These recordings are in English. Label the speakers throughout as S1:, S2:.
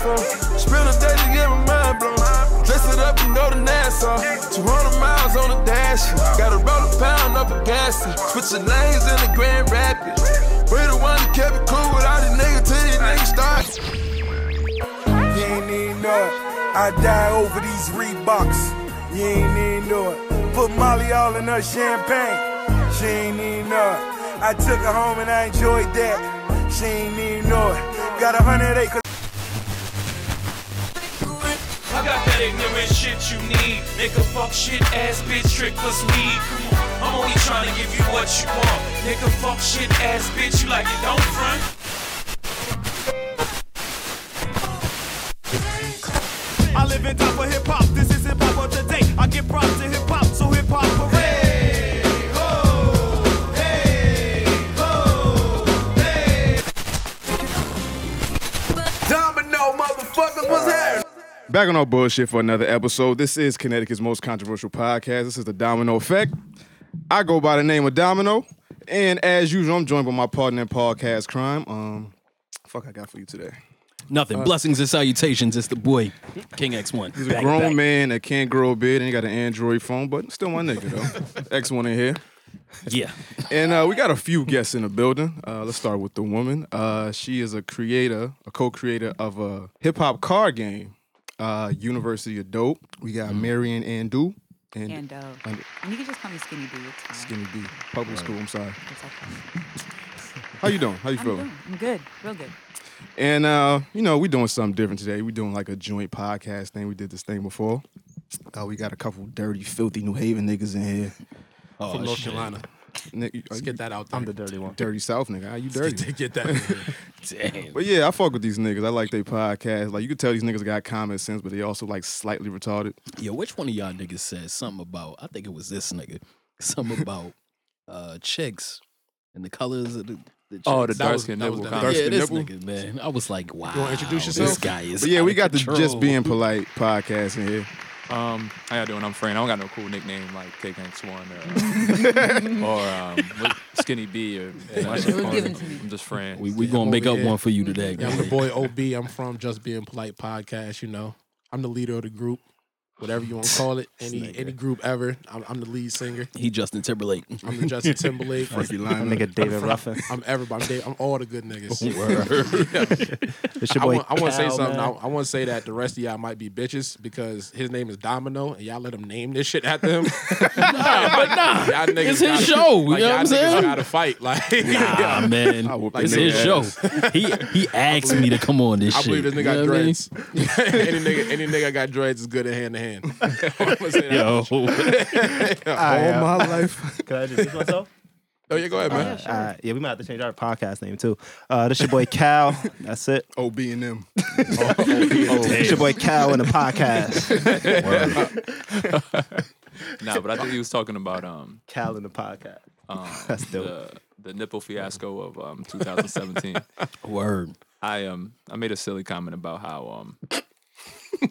S1: from. Spill the stage and get my mind blown. Dress it up and go to Nassau. 200 miles on the dash. Gotta roll a pound up a gas. Switching lanes in the Grand Rapids. We the one that kept it cool with all these niggas till these niggas start.
S2: You ain't even know it. I die over these Reeboks. You ain't even know it. Put Molly all in her champagne. She ain't even know it. I took her home and I enjoyed that. She ain't even know it. Got a hundred acres.
S3: I got that ignorant shit you need. Nigga, fuck shit, ass bitch, trick plus weed. Come on, I'm only trying to give you what you want. Nigga, fuck shit, ass bitch, you like it, don't front.
S4: I live in top of hip hop. This is hip hop of today. I give props to hip hop, so hip hop parade.
S2: Domino motherfuckers was there.
S5: Back on our bullshit for another episode. This is Connecticut's most controversial podcast. This is the Domino Effect. I go by the name of Domino, and as usual, I'm joined by my partner in podcast crime. Um, fuck, I got for you today.
S6: Nothing. Blessings and salutations. It's the boy, King X1.
S5: Uh, He's a grown man that can't grow a beard and he got an Android phone, but still my nigga though. X1 in here.
S6: Yeah.
S5: And uh, we got a few guests in the building. Uh, let's start with the woman. Uh, she is a creator, a co-creator of a hip hop card game, uh, University of Dope. We got
S7: Mm-hmm.
S5: Marion Andu and,
S8: And uh, dope.
S5: and
S8: And you can just call me Skinny D. It's fine.
S5: Skinny D, public school. I'm sorry.
S8: It's okay.
S5: How you doing? How you
S8: I'm
S5: feeling?
S8: good. I'm good. Real good.
S5: And uh, you know, we're doing something different today. We're doing like a joint podcast thing. We did this thing before. Uh, we got a couple dirty, filthy New Haven niggas in here.
S6: Oh,
S7: North
S6: shit.
S7: Carolina.
S5: Nigga,
S7: Let's get that out there.
S9: I'm the dirty one.
S5: dirty South nigga. How you dirty?
S7: Get, get that. out there.
S6: Damn.
S5: But yeah, I fuck with these niggas. I like their podcast. Like you could tell these niggas got common sense, but they also like slightly retarded.
S6: Yo, which one of y'all niggas said something about, I think it was this nigga, something about uh chicks and the colors of the, the chicks.
S9: Oh, the
S7: That
S9: dark
S7: was-
S9: skin
S7: that was
S9: nipple
S7: that-
S9: comment.
S6: yeah,
S5: Dark-skinned
S6: this
S5: nipple?
S6: nigga, man. I was like, wow.
S7: wanna introduce
S6: This
S7: yourself?
S6: guy is.
S5: But yeah, we
S6: out
S5: got
S6: of
S5: the just
S6: control.
S5: being polite podcast in here.
S9: Um, how y'all doing? I'm Fran. I don't got no cool nickname like K X One or, uh, or um, what- Skinny B or. my shit
S8: We'll
S9: corny.
S8: give it to you.
S9: I'm just Fran.
S6: We, we gonna make up one for you today.
S7: Yeah,
S6: man.
S7: I'm the boy OB. I'm from Just Being Polite podcast. You know, I'm the leader of the group, whatever you want to call it. Any any group ever. I'm, I'm the lead singer.
S6: He Justin Timberlake.
S7: I'm the Justin Timberlake.
S5: Frankie
S9: I
S5: Lionel.
S9: nigga David Ruffin.
S7: I'm everybody. I'm, Dave, I'm all the good niggas.
S9: It's your
S7: I
S9: boy.
S7: want, I want to say
S9: Cal,
S7: something. I,
S9: man.
S7: I want to say that the rest of y'all might be bitches because his name is Domino, and y'all let him name this shit after him.
S6: but nah,
S7: Y'all niggas
S6: it's his
S7: gotta-
S6: show. You
S7: like,
S6: know what
S7: y'all
S6: I'm
S7: niggas
S6: saying?
S7: Gotta fight. Like,
S6: Nah, man,
S5: I whoop
S6: it's
S5: that
S6: his
S5: nigga
S6: show. He he asked me to come on this
S7: I
S6: shit.
S7: believe this
S6: You
S7: nigga
S6: know
S7: got
S6: what I mean?
S7: dreads. any nigga, any nigga got dreads is good at hand to hand. I'm gonna say that.
S6: Yo,
S5: All my life.
S9: Can I introduce myself?
S7: Oh yeah, go ahead, man.
S9: Uh, yeah, we might have to change our podcast name too. Uh, this your boy Cal. That's it.
S5: OB and them.
S9: It's your boy Cal in the podcast. nah, but I think he was talking about um,
S10: Cal in the podcast.
S9: um
S10: That's dope.
S9: the the nipple fiasco of um 2017.
S6: word.
S9: I um I made a silly comment about how um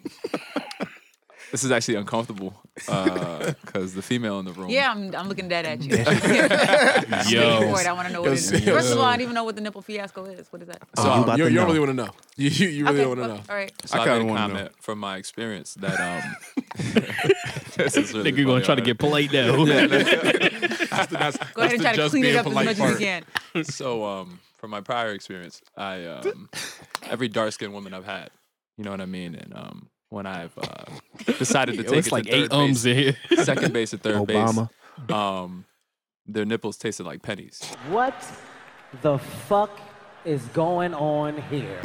S9: this is actually uncomfortable because the female in the room.
S8: Yeah, I'm, I'm looking dead at you. I'm waiting for it. I want to know what it is.
S7: Yo.
S8: First of all, I don't even know what the nipple fiasco is. What is that?
S9: So
S7: Um,
S9: um,
S10: you about
S7: you,
S10: to
S7: you don't
S10: know.
S7: really want to know. You you, you really
S8: okay,
S7: want to
S8: well,
S7: know.
S8: All right.
S9: so I,
S5: kinda
S9: made a
S5: wanna know.
S9: comment from my experience that um this is really
S7: Oh,
S6: Nigga gonna try to
S9: funny, alright.
S6: get polite now.
S8: Go ahead and try to clean it up as much as you can.
S9: so um from my prior experience i um every dark skinned woman i've had you know what i mean and um when i've uh, decided to
S6: Yo,
S9: take
S6: it's
S9: it
S6: like
S9: to
S6: eight
S9: third
S6: ums
S9: base,
S6: in here.
S9: second base to third
S10: Obama.
S9: base um their nipples tasted like pennies
S11: What the fuck is going on here?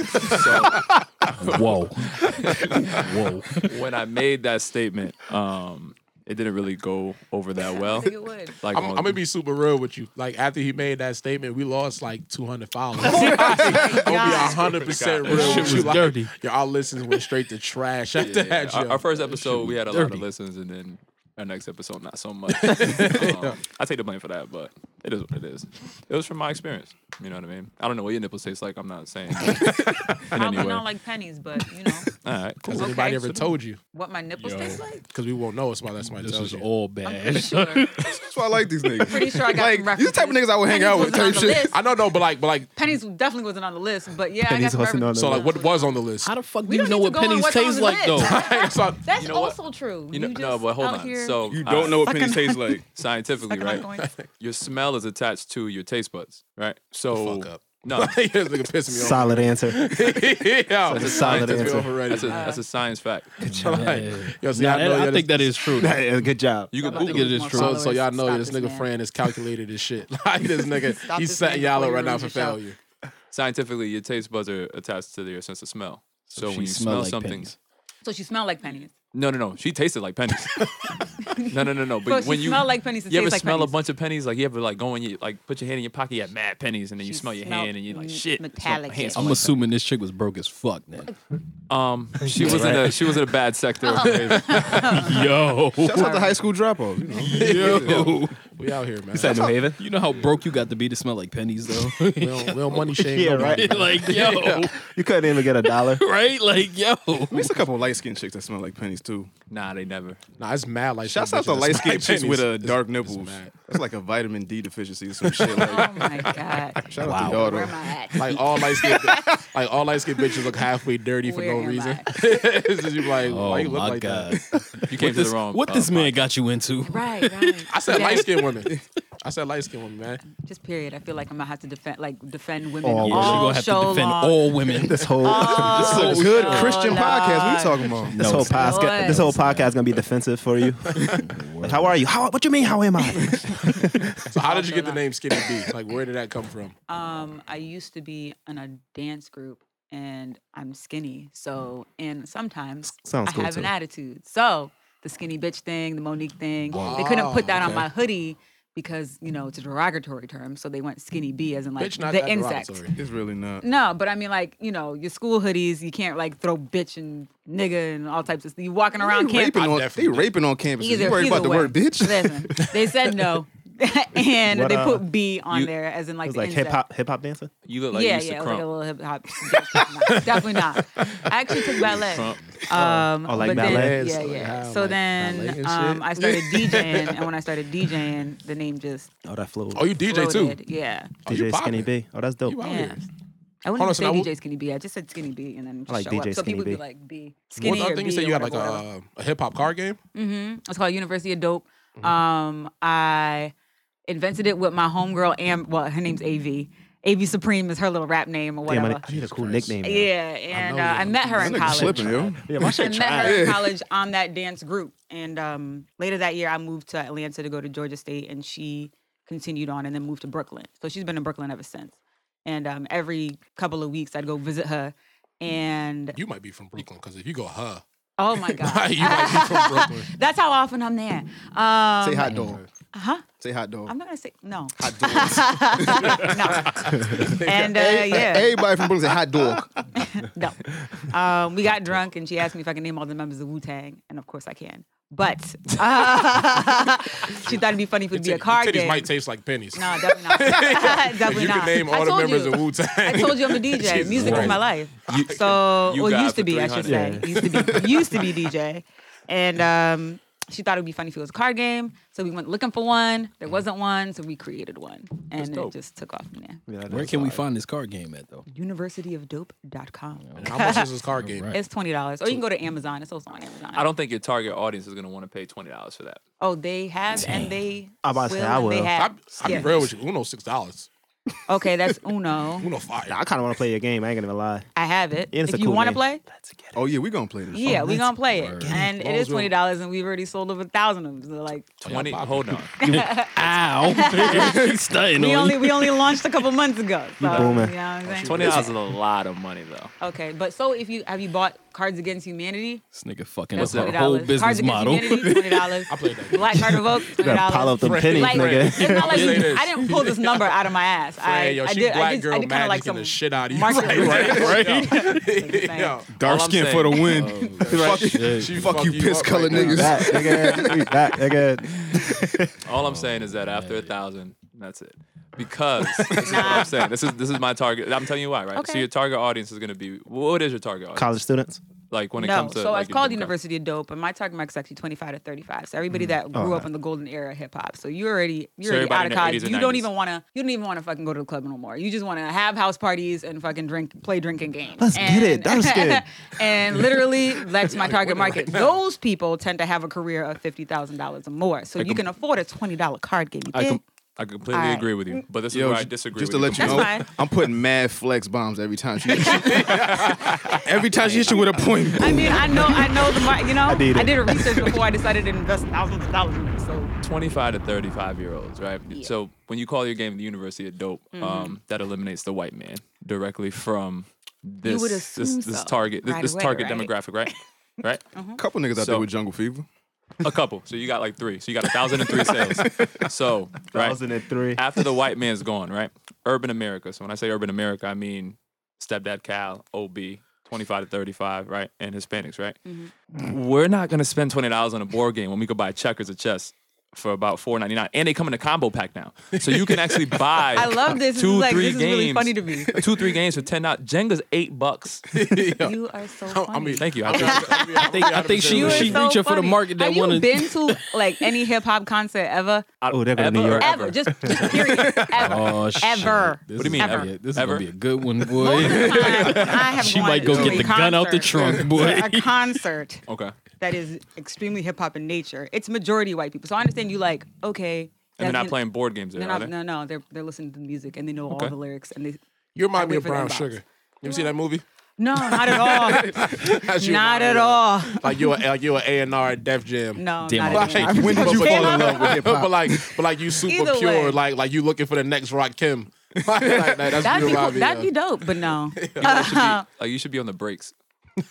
S6: Whoa, whoa.
S9: when i made that statement um it didn't really go over that well
S8: think it would.
S9: like
S7: I'm, I'm
S9: on-
S7: gonna
S6: um,
S7: be super real with you. Like after he made that statement, we lost like 200 followers. I'm gonna be 100 percent real.
S6: Shit
S7: with you.
S6: was
S7: like,
S6: dirty.
S7: Yo, our listens went straight to trash after
S9: Yeah,
S7: that.
S9: our,
S7: yo.
S9: our first episode, we had a lot
S6: dirty.
S9: of listens, and then our next episode, not so much. um, I take the blame for that, but it is what it is. It was from my experience. You know what I mean? I don't know what your nipples taste like. I'm not saying. in
S10: I
S9: any way.
S10: don't like pennies, but you know.
S9: All right.
S7: Cool.
S10: Okay.
S7: Anybody ever told you?
S10: What my nipples taste like?
S7: Because we won't know it's my last my
S6: This
S7: tells
S6: is
S7: you.
S6: all bad.
S5: That's why I like these niggas.
S10: I'm pretty sure I got
S5: like,
S10: some references.
S5: These type of niggas I would hang out with.
S10: Pennies wasn't
S5: Type
S10: on the
S5: shit.
S10: list.
S7: I don't know, but like, but like,
S10: Pennies definitely wasn't on the list, but yeah,
S7: Pennies
S10: I got some
S7: wasn't on
S10: references.
S7: so like, what was on the list?
S6: How the fuck do
S10: We
S6: you
S10: don't
S6: know
S10: need to
S6: what
S10: go on
S6: pennies
S10: what's on
S6: taste
S10: the
S6: like though?
S10: list.
S7: so,
S10: That's
S9: You know what?
S10: also true.
S9: You know,
S10: just
S9: no, but hold
S10: out
S9: on.
S10: here-
S9: So
S5: You
S9: all
S5: don't
S9: right.
S5: know what pennies taste like.
S9: scientifically,
S10: Sucking on
S9: right? Your smell is attached to your taste buds, right? So
S7: fuck up.
S9: no,
S7: this nigga pissing me off.
S8: Solid answer.
S7: yeah,
S9: that's
S8: solid
S9: a scientific-
S8: answer.
S9: That's a, that's a science fact.
S7: Yo, so
S6: Nah,
S7: y'all know,
S6: I
S7: y'all
S6: think that is true. though.
S8: Yeah, Good job.
S9: You can
S6: I think
S9: Google
S6: it
S9: it.
S6: is
S7: So,
S6: true.
S7: so y'all know
S10: Stop
S7: this
S10: this
S7: nigga
S10: man.
S7: Fran has calculated this shit. Like this nigga,
S10: Stop
S7: he's
S10: this
S7: setting
S10: man
S7: y'all up
S10: before
S7: right
S10: you
S7: now
S10: ruin
S7: for
S10: your show.
S7: failure.
S9: Scientifically, your taste buds are attached to your sense of smell. So
S6: she
S9: when you
S6: smell
S9: smell
S6: like
S9: something,
S6: pennies.
S10: So she smelled like pennies.
S9: no, no, no, she tasted like pennies. no, no, no, no. But
S10: But she
S9: when you
S10: smelled like pennies, it
S9: you ever
S10: tastes like
S9: smell
S10: pennies.
S9: a bunch of pennies? Like you ever like go and you like put your hand in your pocket, you have mad pennies, and then you
S10: She
S9: smell your
S10: smelled
S9: hand, and you're like
S10: m-
S9: shit. it smell-
S10: metallic
S9: my hand
S10: ass.
S9: smell
S6: I'm
S9: like
S6: assuming this chick was broke as fuck, man.
S9: Um, she was in a she was in a bad sector.
S6: Yo,
S5: That's not the high school dropout. You know?
S6: yo.
S7: We out here, man.
S8: Is that New Haven?
S6: You know how broke you got to be to smell like pennies, though.
S7: We don't, we don't money shame.
S8: Yeah,
S7: nobody.
S8: right.
S6: like yo,
S8: You couldn't even get a dollar.
S6: right? Like yo.
S5: There's a couple light skinned chicks that smell like pennies too.
S9: nah, they never.
S7: Nah, it's mad. Like
S5: Shouts
S7: some
S5: out to
S7: bitches
S5: light
S7: that smell
S5: skinned
S7: like
S5: chicks with
S7: pennies.
S5: uh, dark
S7: It's- it's
S5: nipples.
S7: mad.
S5: That's like a vitamin D deficiency or some shit. Like,
S10: Oh my god.
S5: shout out to y'all
S10: Where
S5: though.
S10: am I at?
S7: Like all light skinned, like all light skinned bitches look halfway dirty for
S10: Where
S7: no
S10: am
S7: reason.
S10: I?
S7: it's just you like,
S6: Oh
S7: why you look
S6: my
S7: like
S6: god.
S7: that?
S9: You came to the wrong.
S6: what
S9: uh,
S6: this man got you into?
S10: Right, right.
S7: I said
S10: Yeah,
S7: light skinned women. I said light skinned women, man.
S10: Just period. I feel like I'm gonna have to defend, like defend women
S8: All
S10: all,
S6: Yeah, she gonna have
S10: show
S6: to defend
S10: long.
S6: all women.
S8: This whole
S5: This is a
S10: Oh,
S5: good
S10: Lord.
S5: Christian podcast. What are you talking about?
S8: this whole podcast
S10: Lord.
S8: this whole podcast gonna be defensive for you. Like, how are you? How? What you mean? How am I?
S7: So how did you
S10: Also
S7: get the
S10: not-
S7: name Skinny B? Like where did that come from?
S10: Um, I used to be in a dance group, and I'm skinny. So, and sometimes
S8: Sounds
S10: I
S8: cool
S10: have an
S8: too.
S10: attitude. So the skinny bitch thing, the Monique thing, they couldn't put that on my hoodie because you know it's a derogatory term. So they went skinny B as in like
S7: Bitch, not
S10: the
S7: that
S10: insect.
S7: derogatory.
S5: It's really not.
S10: No, but I mean, like you know, your school hoodies. You can't like throw bitch and nigga and all types of. You walking around
S5: They
S10: campus.
S5: raping, on, they
S7: definitely-
S5: raping on campus. You worried about the
S10: way.
S5: word bitch?
S10: Listen, they said no, and
S8: What,
S10: they
S8: uh,
S10: put B on
S9: you-
S10: there as in
S8: It
S10: like
S8: was
S10: the
S8: like hip
S10: insect.
S8: hop hip hop dancer.
S9: You look like
S10: yeah,
S9: you used
S10: yeah,
S9: to
S10: it was like a
S9: crump.
S10: little hip hop. Definitely not. I actually took ballet. Um,
S8: Oh, like
S10: but then-
S8: ballet?
S10: yeah,
S7: Like
S10: yeah.
S7: how,
S10: so
S7: like ballet
S10: then
S7: and
S10: um,
S7: shit?
S10: I started DJing, and when I started DJing, the name just
S8: Oh, that flow.
S7: Oh, you DJ too?
S10: floated. Yeah,
S5: Oh,
S7: you
S8: DJ Skinny
S7: popping.
S8: B. Oh, that's dope.
S7: You out
S10: yeah.
S7: here?
S10: I
S7: Hold
S10: wouldn't
S7: on,
S10: even
S7: so
S10: say
S7: now what-
S10: DJ Skinny B. I just said Skinny B, and then just
S8: like
S10: show
S8: DJ
S10: up. So people
S8: Skinny
S10: would be
S8: B.
S10: like B.
S7: What
S10: Skinny
S7: other
S10: or
S7: thing
S10: B
S7: you said?
S10: or
S7: You had like
S10: whatever,
S7: a, a hip hop car game.
S10: Mm-hmm. It's called University of Dope. Um, I invented it with my homegirl Am. Well, her name's Av. Av Supreme is her little rap name or
S8: Damn, I
S10: whatever.
S8: need, I need a cool
S7: Christ.
S8: nickname. man.
S10: yeah, and
S7: know,
S10: uh,
S7: yeah.
S10: I met her
S5: That
S10: in
S5: nigga
S10: college.
S5: slipping, yo.
S8: Yeah, my shit
S10: I met her in
S5: Yeah.
S10: college on that dance group, and um, later that year I moved to Atlanta to go to Georgia State, and she continued on and then moved to Brooklyn. So she's been in Brooklyn ever since. And um, every couple of weeks I'd go visit her, and
S7: You might be from Brooklyn because if you go huh,
S10: oh my god,
S7: you might be from Brooklyn.
S10: that's how often I'm there. Um,
S5: Say hot dog.
S10: huh?
S5: Say hot dog.
S10: I'm not gonna say no.
S5: Hot dog.
S10: no. and uh, yeah,
S5: Everybody from Brooklyn say hot dog.
S10: no. Um, we got drunk, and she asked me if I can name all the members of Wu Tang, and of course I can. But uh, she thought it'd be funny if it'd be a
S7: Titties-
S10: card
S7: titties
S10: game.
S7: might taste like pennies.
S10: no, definitely not. definitely
S7: you
S10: not.
S7: can name
S10: I
S7: all the
S10: told
S7: members
S10: you.
S7: of Wu Tang.
S10: I told you I'm a DJ.
S7: Jesus
S10: Music
S7: Christ.
S10: is my life. so,
S9: you
S10: well,
S9: got
S10: used to
S9: for
S10: be, I should
S9: 300.
S10: say. Used to be, used to be DJ. And um, she thought it would be funny if it was a card game. So we went looking for one. There wasn't one, so we created one, and it just took off from there.
S8: Yeah, that
S6: Where
S8: is
S6: can we
S8: fire.
S6: find this card game at though?
S10: universityofdope.com.
S7: How much is this car game?
S6: Right.
S10: It's twenty dollars, or you can go to Amazon. It's also on Amazon.
S9: I don't think your target audience is gonna want to pay twenty dollars for that.
S10: Oh, they have and they.
S8: I'm about to say,
S10: will
S8: I
S10: and They
S8: will.
S7: I,
S10: have.
S7: I
S10: Yeah.
S7: be real with you. Uno six dollars.
S10: Okay, that's Uno.
S7: Uno five.
S8: I kind of want to play your game. I ain't gonna lie.
S10: I have it.
S8: It's
S10: if
S8: a
S10: you
S8: cool
S10: want to
S8: game.
S10: play,
S8: Let's get it.
S5: Oh yeah, we gonna play this.
S10: yeah, we
S8: let's
S10: gonna play it,
S6: word.
S10: and it
S7: Long
S10: is
S7: as we-
S10: twenty dollars, and we've already sold over a thousand of them. So like,
S9: Twenty. Hold on.
S6: Ow! He's stunting
S10: we
S6: on
S10: only
S6: you.
S10: we only launched a couple months ago. So, you know
S8: booming.
S10: what I'm saying?
S9: Twenty dollars is a lot of money though.
S10: Okay, but so if you have you bought Cards Against Humanity,
S6: This nigga fucking
S10: that's
S6: up
S10: twenty
S6: her whole
S10: dollars. Cards
S6: business
S10: Against
S6: model.
S10: Humanity, twenty dollars.
S7: I played that.
S10: Black Card Revoke, twenty
S8: Gotta
S10: dollars.
S8: pile up them
S7: Friend,
S8: pennies,
S10: Like,
S8: nigga.
S10: it's not like
S7: Say
S10: you,
S7: this.
S10: I didn't pull this number out of my ass. I,
S7: Hey, yo,
S10: I
S7: she
S10: did.
S7: black
S10: I did, I
S7: girl
S10: did kind of like
S7: magicking
S10: some
S7: the shit out of you.
S10: market research.
S7: right,
S10: Yeah.
S7: Yo,
S5: Dark
S9: All I'm
S5: skin
S9: saying-
S5: for the win. fuck,
S7: she
S5: fuck you,
S7: fuck you
S5: piss
S7: up
S5: color
S7: right now.
S5: niggas.
S8: Back, nigga. We back, nigga.
S9: All I'm saying is that after a thousand, that's it. because this is what I'm saying. This is this is my target. I'm telling you why, right? So
S10: Okay.
S9: your target audience is going to be what is your target audience?
S8: College students.
S9: Like when it
S10: no,
S9: comes to
S10: so
S9: like
S10: it's called
S9: your
S10: University of Dope, and my target market is actually 25 to 35. So everybody
S9: Mm.
S10: that
S9: Oh,
S10: grew up
S9: okay.
S10: in the golden era of hip hop. So you're already
S9: So
S10: you're already
S9: everybody
S10: out of
S9: in their 80s
S10: college.
S9: and
S10: You don't
S9: 90s.
S10: even want to you don't even want to fucking go to the club no more. You just want to have house parties and fucking drink play drinking games.
S8: Let's get it. That was good.
S10: and literally that's my
S8: Like,
S10: target
S8: winning
S10: market.
S8: right now.
S10: Those people tend to have a career of fifty thousand dollars or more. So
S9: I
S10: you
S9: com-
S10: can afford a twenty dollar card game. You
S9: I,
S10: dig?
S9: com- I completely
S10: All right.
S9: agree with you, but this is
S5: Yo,
S9: where I
S5: j-
S9: disagree.
S5: Just to let
S9: with
S5: you know,
S10: That's fine.
S5: I'm putting mad flex bombs every time she every time she hits you with a point.
S10: I mean, I know, I know the mar- you know,
S5: I
S10: I
S5: need
S10: did,
S5: it.
S10: a research before I decided to invest thousands of dollars in it. So
S9: 25 to 35 year olds, right? So when you call your game the University of Dope, um, that eliminates the white man directly from this
S5: would
S9: this,
S5: assume
S9: this
S5: so
S9: target this,
S5: right
S9: this
S5: away,
S9: target
S5: right?
S9: demographic, right? Right.
S5: Couple niggas out there
S9: So-
S5: with jungle fever.
S9: A couple. So you got like three. So you got a thousand and three sales. So right?
S8: Thousand and three.
S9: After the white man's gone, right? Urban America. So when I say urban America, I mean stepdad Cal, OB, twenty five to thirty five, right? And Hispanics, right?
S10: Mm-hmm.
S9: We're not gonna spend twenty dollars on a board game when we could buy checkers or chess for about four ninety nine. And they come in a combo pack now. So you can actually buy
S10: I love this. This
S9: two,
S10: is like
S9: three
S10: this is
S9: games.
S10: really funny to me.
S9: Two, three games for ten dollars. Jenga's eight bucks.
S10: You are so funny.
S9: I mean, thank you. I think, I think,
S6: I think she-
S10: You are
S6: she
S10: so
S6: reaching for the
S10: funny.
S6: market that
S10: Have you
S6: wanna-
S10: been to like any hip hop concert ever?
S8: Oh, they're going to New
S9: Ever?
S8: York.
S10: Ever. Just, just period. Ever.
S6: Oh, shit.
S10: Ever.
S6: This
S9: What do you mean,
S6: is gonna
S9: ever?
S6: be a- This
S9: Ever?
S6: is gonna be a good one, boy.
S10: I have
S6: She
S10: gone
S6: might go
S10: to
S6: get
S10: a
S6: the gun out the
S10: concert-
S6: trunk, boy.
S10: A concert
S9: okay.
S10: that is extremely hip hop in nature. It's majority white people. So I understand you like okay.
S9: And they're
S10: that's-
S9: not playing board games there,
S10: They're
S9: are
S10: not,
S9: they?
S10: no, no, they're they're listening to the music and they know
S9: Okay.
S10: all the lyrics and they.
S7: You remind
S10: I
S7: me
S10: wait
S7: of
S10: for the
S7: Brown
S10: inbox.
S7: Sugar. You ever see that movie?
S10: No, not at all.
S7: That's you
S10: Not
S7: remind me
S10: at
S7: of.
S10: all.
S7: Like you, like you an A&R at Def Jam.
S10: No,
S7: Damn,
S10: Damn,
S7: like,
S10: not at all.
S7: when did you
S10: Damn.
S7: fall in love with hip hop? But like, but like you super
S10: Either
S7: pure.
S10: way.
S7: Like, like you looking for the next Rock Kim. like, like,
S10: that'd
S7: that's what
S10: be
S7: you
S10: cool.
S7: remind me
S10: that'd
S7: of.
S10: be dope, but no.
S9: Like you should be on the breaks.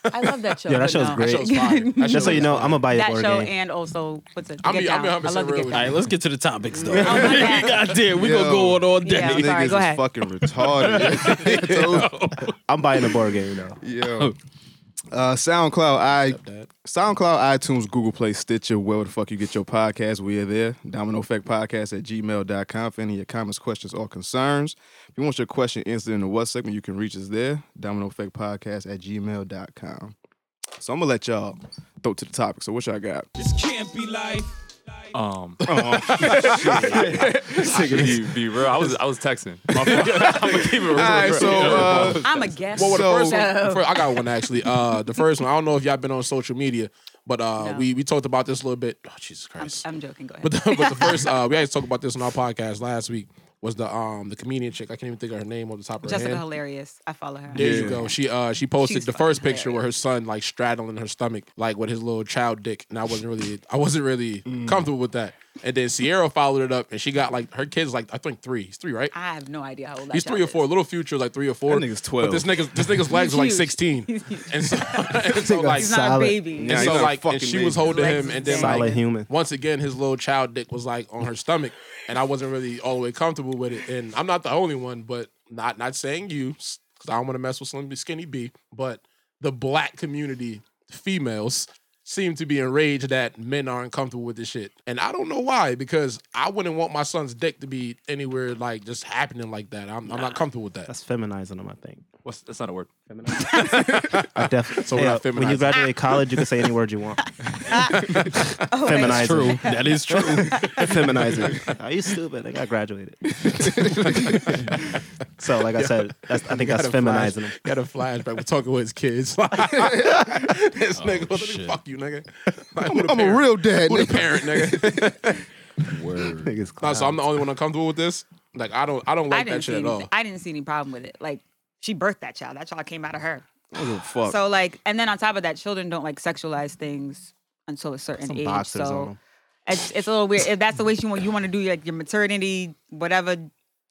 S10: I love that show.
S8: Yeah, that
S10: but
S8: show's
S10: no.
S8: great. That show's fire. That Just show so is you know, fire. I'ma buy your
S10: that
S8: board
S10: show
S8: game.
S10: and also what's it?
S7: I'm
S10: Get
S7: be- I'm
S10: down.
S7: be
S10: I love
S7: 100%
S10: the
S7: real
S10: Get
S7: with
S10: Down.
S6: All right, let's get to the topics though.
S10: Oh, my bad.
S6: God damn, we gonna go on all day.
S10: Yeah, I'm
S8: These
S10: sorry.
S8: niggas
S10: Go
S8: is
S10: ahead.
S5: Fucking retarded.
S8: I'm buying a board game now.
S5: Yo. Uh, SoundCloud, I, SoundCloud, iTunes, Google Play, Stitcher, where the fuck you get your podcast. We are there. Domino Effect Podcast at gmail.com for any of your comments, questions, or concerns. If you want your question answered in the what segment, you can reach us there. Domino Effect Podcast at gmail.com. So I'm going to let y'all throw to the topic. So what y'all got?
S4: This can't be life.
S9: Um,
S5: Oh,
S9: I should be, be real. I was I was texting. My fault. I'm gonna keep it real.
S7: All right,
S9: bro.
S7: so, uh,
S10: I'm a guest.
S7: Well, well, the first one, the first- I got one actually. Uh, the first one. I don't know if y'all been on social media, but uh, we we talked about this a little bit. Oh, Jesus
S10: I'm,
S7: Christ!
S10: I'm joking. Go ahead.
S7: But the, but the first uh, we actually talked about this on our podcast last week was the um the comedian chick. I can't even think of her name off the top of her
S10: Jessica
S7: head.
S10: hilarious. I follow her.
S7: There you go. She uh she posted
S10: She's
S7: the first picture with her son like straddling her stomach, like with his little child dick, and I wasn't really I wasn't really
S5: Mm.
S7: comfortable with that. And then Sierra followed it up, and she got like her kids like I think three, he's three, right?
S10: I have no idea how old that
S7: He's three or
S10: child
S7: four. Little future like three or four.
S5: That nigga's
S7: But
S5: 12.
S7: this nigga's this nigga's legs are like
S10: Huge.
S7: sixteen,
S10: is.
S7: and so, and so like
S10: He's not a baby.
S7: and
S5: Nah, he's
S7: so
S5: not a
S7: like and
S5: fucking
S7: she was
S5: baby.
S7: holding
S5: Legs
S7: him,
S5: is
S7: and then
S8: Solid
S7: like,
S8: human.
S7: Once again, his little child dick was like on her stomach, and I wasn't really all the way comfortable with it. And I'm not the only one, but not not saying you, because I don't want to mess with Slim Skinny B, but the black community females seem to be enraged that men aren't comfortable with this shit. And I don't know why, because I wouldn't want my son's dick to be anywhere like just happening like that. I'm, I'm not comfortable with that.
S8: That's feminizing them, I think.
S9: What's, that's not a word.
S8: I definitely.
S7: So we're not
S8: when you
S7: feminizing.
S8: graduate college, you can say any word you want. feminizing.
S6: That's true. That is true.
S8: feminizing. Are you stupid? Like I graduated. so, like I said, that's, I think that's
S7: Got a flash-
S8: feminizing them.
S7: Got a flashback. We're talking with his kids. this nigga, well, let me fuck you, nigga. Like, who the
S5: I'm a
S7: parent?
S5: real dad,
S7: Who the
S5: nigga.
S7: parent, nigga?
S8: Niggas
S7: Nah, so I'm the only one uncomfortable with this. Like I don't, I don't
S10: I
S7: like that
S10: didn't see
S7: shit at
S10: anything.
S7: all.
S10: I didn't see any problem with it. Like she birthed that child. That child came out of her.
S5: I don't give a fuck.
S10: So like, and then on top of that, children don't like sexualize things until a certain
S8: Some
S10: age.
S8: boxers
S10: so
S8: on 'em.
S10: it's it's a little weird. If that's the way you want, you want to do like your maternity, whatever.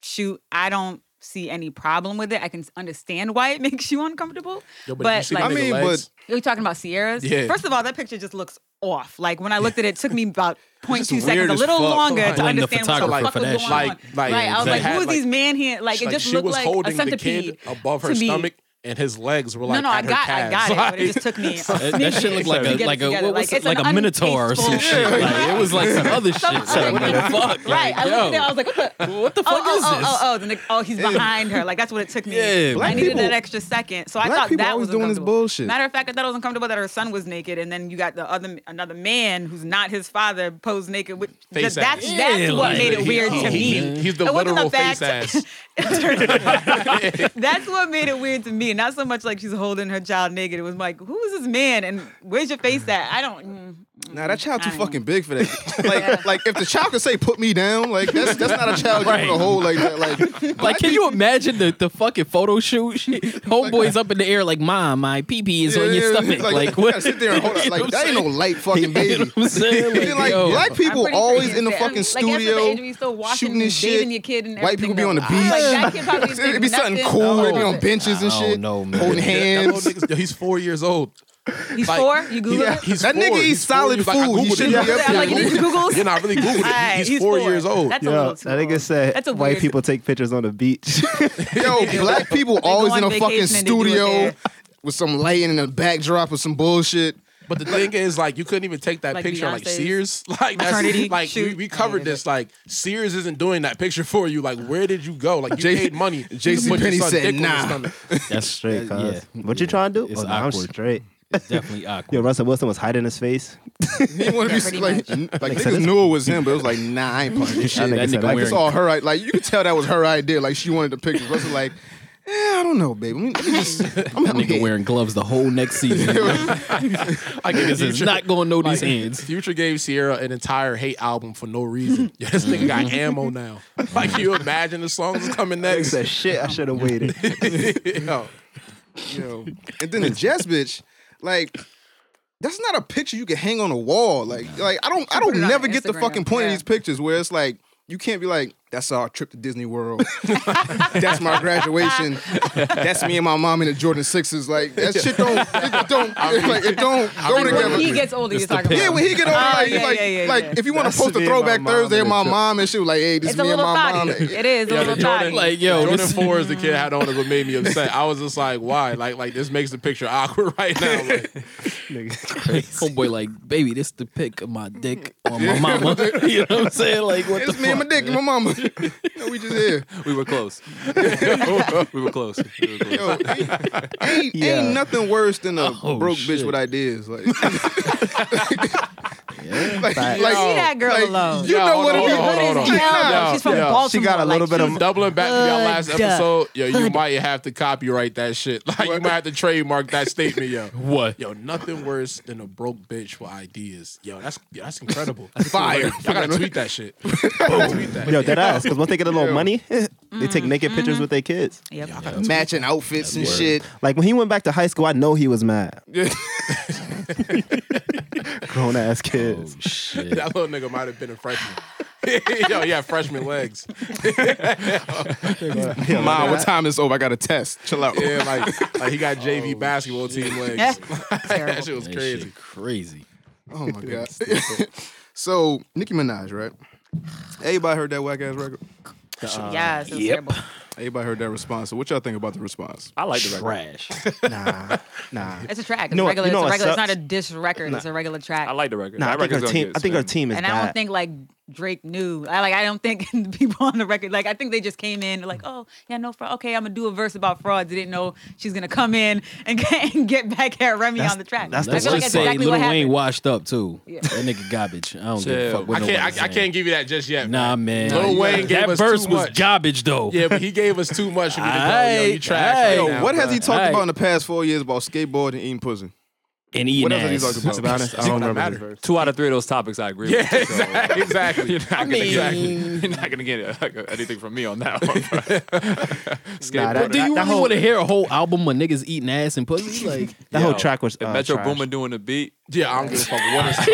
S10: Shoot, I don't see any problem with it. I can understand why it makes you uncomfortable.
S7: Yo, but
S10: but
S7: you see
S10: like,
S5: I mean, but
S10: you're talking about Sierra's.
S7: Yeah.
S10: First of all, that picture just looks off. Like when I looked at it, it took me about 0.2
S5: weird
S10: seconds, a
S5: as
S10: little
S5: fuck.
S10: longer to
S6: Blame the
S10: understand what the
S6: photographer
S10: fuck
S6: for
S10: was
S6: that
S10: going
S6: shit.
S10: on.
S7: Like- like,
S10: right? I was
S7: they
S10: like,
S7: had,
S10: who are
S7: like-
S10: these man hand? Like, it
S7: Like,
S10: just
S7: she
S10: looked
S7: was
S10: like a
S7: holding the
S10: centipede
S7: kid above her
S10: to me.
S7: stomach, and his legs were like
S10: no, no,
S7: at
S10: I
S7: her
S10: got, I
S7: calves.
S10: got it,
S7: Like-
S10: but it just took me.
S6: That, that shit looked like
S7: To
S6: a
S7: get it
S6: like a
S10: together.
S6: what
S10: Like,
S6: was
S10: it's
S6: it? like
S10: an
S6: a minotaur or some
S10: unfaithful-
S6: shit. Like, it was like some other shit.
S10: Some
S6: Like, what the fuck?
S10: Right,
S6: Like,
S10: I looked
S6: yo.
S10: there. I was like, "What the? What
S6: the
S10: oh,
S6: fuck
S10: oh,
S6: is
S10: oh,
S6: this?
S10: Oh, oh, the nigga- oh, he's behind her. Like that's what it took me.
S6: Yeah,
S10: I
S6: black
S10: needed
S6: people-
S10: that extra second, so I
S5: black
S10: thought
S5: people
S10: that
S5: always
S10: was
S5: doing this
S10: uncomfortable.
S5: bullshit.
S10: Matter of fact, I thought it was uncomfortable that her son was naked, and then you got the other another man who's not his father posed naked. With,
S7: Face
S10: that- that's
S7: ass.
S10: that's
S7: Yeah,
S10: what
S7: like,
S10: made it
S7: he-
S10: weird to
S7: he-
S10: me.
S7: he's the
S10: It wasn't
S7: literal
S10: fact-
S7: face ass.
S10: That's what made it weird to me. Not so much like she's holding her child naked. It was like, who is this man and where's your face at? I don't. mm.
S5: Nah, that child too fucking big for that. Like, like if the child could say "put me down," like that's that's not a child you
S6: Right.
S5: want to hold like that. Like,
S6: Like, can you imagine the, the fucking photo shoot? She- Homeboy's up in the air, like, Mom, my pee pee is on your
S5: Yeah,
S6: stomach.
S5: Like,
S6: Like,
S5: you
S6: what?
S5: gotta sit there and hold up.
S6: You know
S5: Like
S6: what
S5: that
S6: I'm
S5: ain't no
S6: saying?
S5: light fucking baby.
S6: You know what I'm saying?
S5: And then, like,
S6: yo.
S5: black people
S10: pretty sure
S5: always
S10: he's
S5: in the
S10: dead.
S5: fucking
S10: Like, that's what the
S5: studio
S10: age where you still washing
S5: shooting this
S10: and
S5: shit.
S10: bathing your kid and
S5: White people be
S10: everything,
S5: on the
S10: though.
S5: beach.
S10: Like, that kid probably didn't
S5: It'd be
S10: think
S5: something
S10: nothing.
S5: cool. It'd be
S10: No.
S5: on benches and
S6: I
S5: shit.
S6: don't know, man.
S5: Holding
S7: That little
S5: hands.
S7: nigga's- yo, he's four years old.
S10: He's
S7: Like,
S10: four. You Google
S7: Yeah,
S10: it.
S7: he's
S5: That
S7: four.
S5: nigga eat
S7: He's four
S5: solid
S7: years- like, I
S5: food. He
S7: Googled it.
S5: shouldn't be up
S10: I'm like, you need to Google.
S7: You're not really Googling it.
S10: Alright,
S7: He's,
S10: he's
S7: four,
S10: four.
S7: years old.
S10: That's a
S8: Yo,
S10: little
S8: that
S10: too
S8: nigga
S10: old.
S8: said
S10: That's a
S8: white
S10: weird-
S8: people take pictures on the beach.
S5: Yo, black people
S10: go
S5: always
S10: on
S5: in a fucking
S10: vacation and they do it
S5: studio
S10: there.
S5: with some lighting and a backdrop or some bullshit.
S7: But the thing is, like, you couldn't even take that
S10: Like
S7: picture, like
S10: Beyonce's
S7: Sears. Like, that's
S10: maternity
S7: like we,
S10: shoot.
S7: we covered this. Like, Sears isn't doing that picture for you. Like, where did you go? Like, you
S5: J-
S7: paid money. to
S5: JC
S7: put your
S5: Penney
S7: son's
S5: said,
S7: dick on his
S5: "Nah."
S7: stomach.
S8: That's straight,
S6: Yeah,
S8: cuz. What you trying to do?
S6: It's
S8: Oh, nah, I'm
S6: awkward.
S8: straight.
S6: It's definitely awkward.
S8: Yo, Russell Wilson was hiding his face.
S5: He wanted to be like, like
S8: Like,
S5: niggas
S8: so
S5: knew it was him, but it was like, nah, I ain't playing this
S8: That
S5: shit.
S8: nigga said,
S5: like
S8: like,
S5: it's all her. i- Like you could tell that was her idea. Like she wanted the pictures. Russell like, eh, I don't know, baby. Let me, let me just, I'm
S6: That
S5: I'm
S6: nigga
S5: here."
S6: wearing gloves the whole next season.
S7: Like,
S6: Niggas is not gonna know these hands.
S7: Future gave Sierra an entire hate album for no reason. Yo, this nigga got ammo now. Like, can you imagine the songs that's coming
S8: He
S7: next?
S8: said, shit, I should have waited.
S7: Yo,
S5: Yo. And then the jazz bitch, like. That's not a picture you can hang on a wall. Like, like I don't, I
S10: put
S5: don't
S10: it on
S5: never get the
S10: Instagram.
S5: fucking point of
S10: Yeah.
S5: these pictures where it's like you can't be like, that's our trip to Disney World. that's my graduation. that's me and my mom in the Jordan Sixes. Like that shit don't, it don't, like it don't go
S10: Like,
S5: together.
S10: when he gets older, you're talking about.
S5: Yeah, when he get older,
S10: Oh,
S5: like,
S10: yeah,
S5: like,
S10: yeah, yeah,
S5: like
S10: yeah.
S5: if you want to
S8: That's
S5: post
S8: me
S5: a
S8: and my
S5: throwback
S8: mom
S5: Thursday,
S8: and
S5: my
S8: the-
S5: mom and she was like, "Hey, this
S10: It's
S5: is
S10: a
S5: me and
S10: little
S5: my
S10: body.
S5: mom."
S10: It is a
S7: Yeah,
S10: little body.
S7: the Jordan,
S6: Like, yo,
S7: Jordan
S6: this-
S7: Four is the kid I had on it what made me upset. I was just like, why? Like, like this makes the picture awkward right now. Like,
S6: Homeboy, like, baby, this the pic of my dick on my mama. you know what I'm saying? Like, what the
S5: It's me and my
S6: fuck?
S5: dick and my mama. Yo, we just here.
S9: We were close. we were close. We were close.
S5: Yo, ain't, ain't, ain't nothing worse than a
S6: Oh,
S5: broke bitch
S6: shit.
S5: with ideas. Like, like,
S8: Facts.
S5: like,
S10: Leave that girl
S5: like,
S10: alone.
S5: You
S7: Yo,
S5: know what
S7: hold
S5: it
S7: on, hold on,
S5: is.
S7: hold on.
S10: She's
S7: Yo,
S10: from
S7: yo.
S10: Baltimore.
S8: She got a little
S10: like,
S8: bit of-
S10: she's-
S7: Doubling back to our last
S10: Hood.
S7: episode, yo, you might have to copyright that shit. Like you might have to trademark that statement, yo.
S6: What?
S7: Yo, nothing worse than a broke bitch for ideas. Yo, that's yo, that's incredible.
S5: Fire.
S7: I gotta tweet that shit. I gotta tweet that.
S8: Yo, dead ass. Because once they get a little money, they take naked pictures with their kids.
S10: Yep.
S5: Matching outfits and shit.
S8: Like when he went back to high school, I know he was mad. Grown ass
S6: Oh,
S8: kids.
S6: shit.
S7: That little nigga might have been a freshman. yo, yeah, freshman legs.
S5: Mom, what time is over? I got a test. Chill out.
S7: Yeah, like, like he got JV basketball team
S10: Yeah.
S7: legs. Oh, that
S10: Terrible.
S7: shit was
S6: That
S7: crazy.
S6: shit crazy.
S5: Oh my god. so Nicki Minaj, right? Everybody heard that whack ass record.
S10: Yes, it's terrible.
S5: Everybody heard that response. So what y'all think about the response?
S9: I like the record.
S6: Trash.
S8: Nah, nah.
S10: It's a track. It's
S8: know what-
S10: regular.
S8: you know
S10: it's a
S8: what
S10: regular. It's
S8: sucks?
S10: not a diss record. It's a regular track.
S9: I like the record.
S8: Nah, I
S9: that
S8: think her
S9: record's
S8: team. I think her team is
S10: and I
S8: bad.
S10: don't think like Drake knew. I like I don't think the people on the record like I think they just came in like oh yeah no fraud okay I'm gonna do a verse about fraud. They didn't know she's gonna come in and get, and get back at Remy
S8: That's-
S10: on the track.
S8: that's the
S10: I
S6: Let's
S10: feel
S8: worst.
S10: like
S6: just
S10: that's
S6: say
S10: exactly
S6: Lil
S10: what
S6: Wayne
S10: happened.
S6: washed up too. That nigga garbage. I don't give a
S9: Chill.
S6: fuck
S7: I
S6: what
S7: can't.
S6: nobody's
S7: I, I
S6: saying.
S7: can't give you that just yet.
S6: Nah, man.
S7: Lil Wayne gave
S6: that
S7: us
S6: verse
S7: too
S6: was
S7: much.
S6: garbage though.
S7: Yeah, but he gave us too much for me to go. Yo, you
S6: Aight,
S7: trash.
S6: aight.
S7: right
S5: Yo,
S7: now,
S5: what has
S7: bruh.
S5: he talked
S6: Alright.
S5: about in the past four years about skateboard and eating pussy?
S6: And eating
S5: What else has
S6: ass.
S5: he talked about?
S8: To be honest, I don't remember.
S9: Two out of three of those topics I agree with.
S7: Yeah,
S9: so-
S7: exactly. exactly.
S9: You're not gonna
S6: mean-
S9: get, you're not gonna get uh, anything from me on that one. bro.
S8: Nah,
S9: Skateboarder.
S8: that,
S6: Do you
S8: that
S6: really
S8: whole,
S6: want to hear a whole album of niggas eating ass and pussy? Like,
S8: that whole
S9: Yo,
S8: track was
S9: if
S8: uh,
S9: Metro
S8: trash.
S9: Boomin doing the beat.
S7: Yeah, I don't give a fuck what it's about.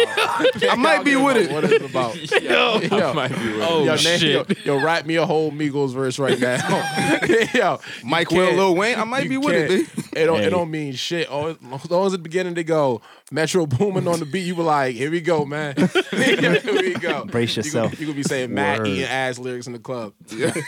S5: I might be
S7: I don't
S5: with it.
S7: give a fuck What it's about?
S5: Yo. I might be with it. Oh,
S7: yo,
S5: shit.
S7: Yo, yo, rap me a whole Migos verse right now. yo, you
S5: Mike Will,
S7: can't-
S5: Lil Wayne, I might
S7: you
S5: be with it,
S7: can't- It don't,
S5: Hey.
S7: it don't mean shit. Oh, as long as at the beginning they go Metro booming on the beat, you were like, here we go, man. here we go.
S8: Brace yourself.
S7: You could be saying mad
S8: Word.
S7: eating ass lyrics in the club.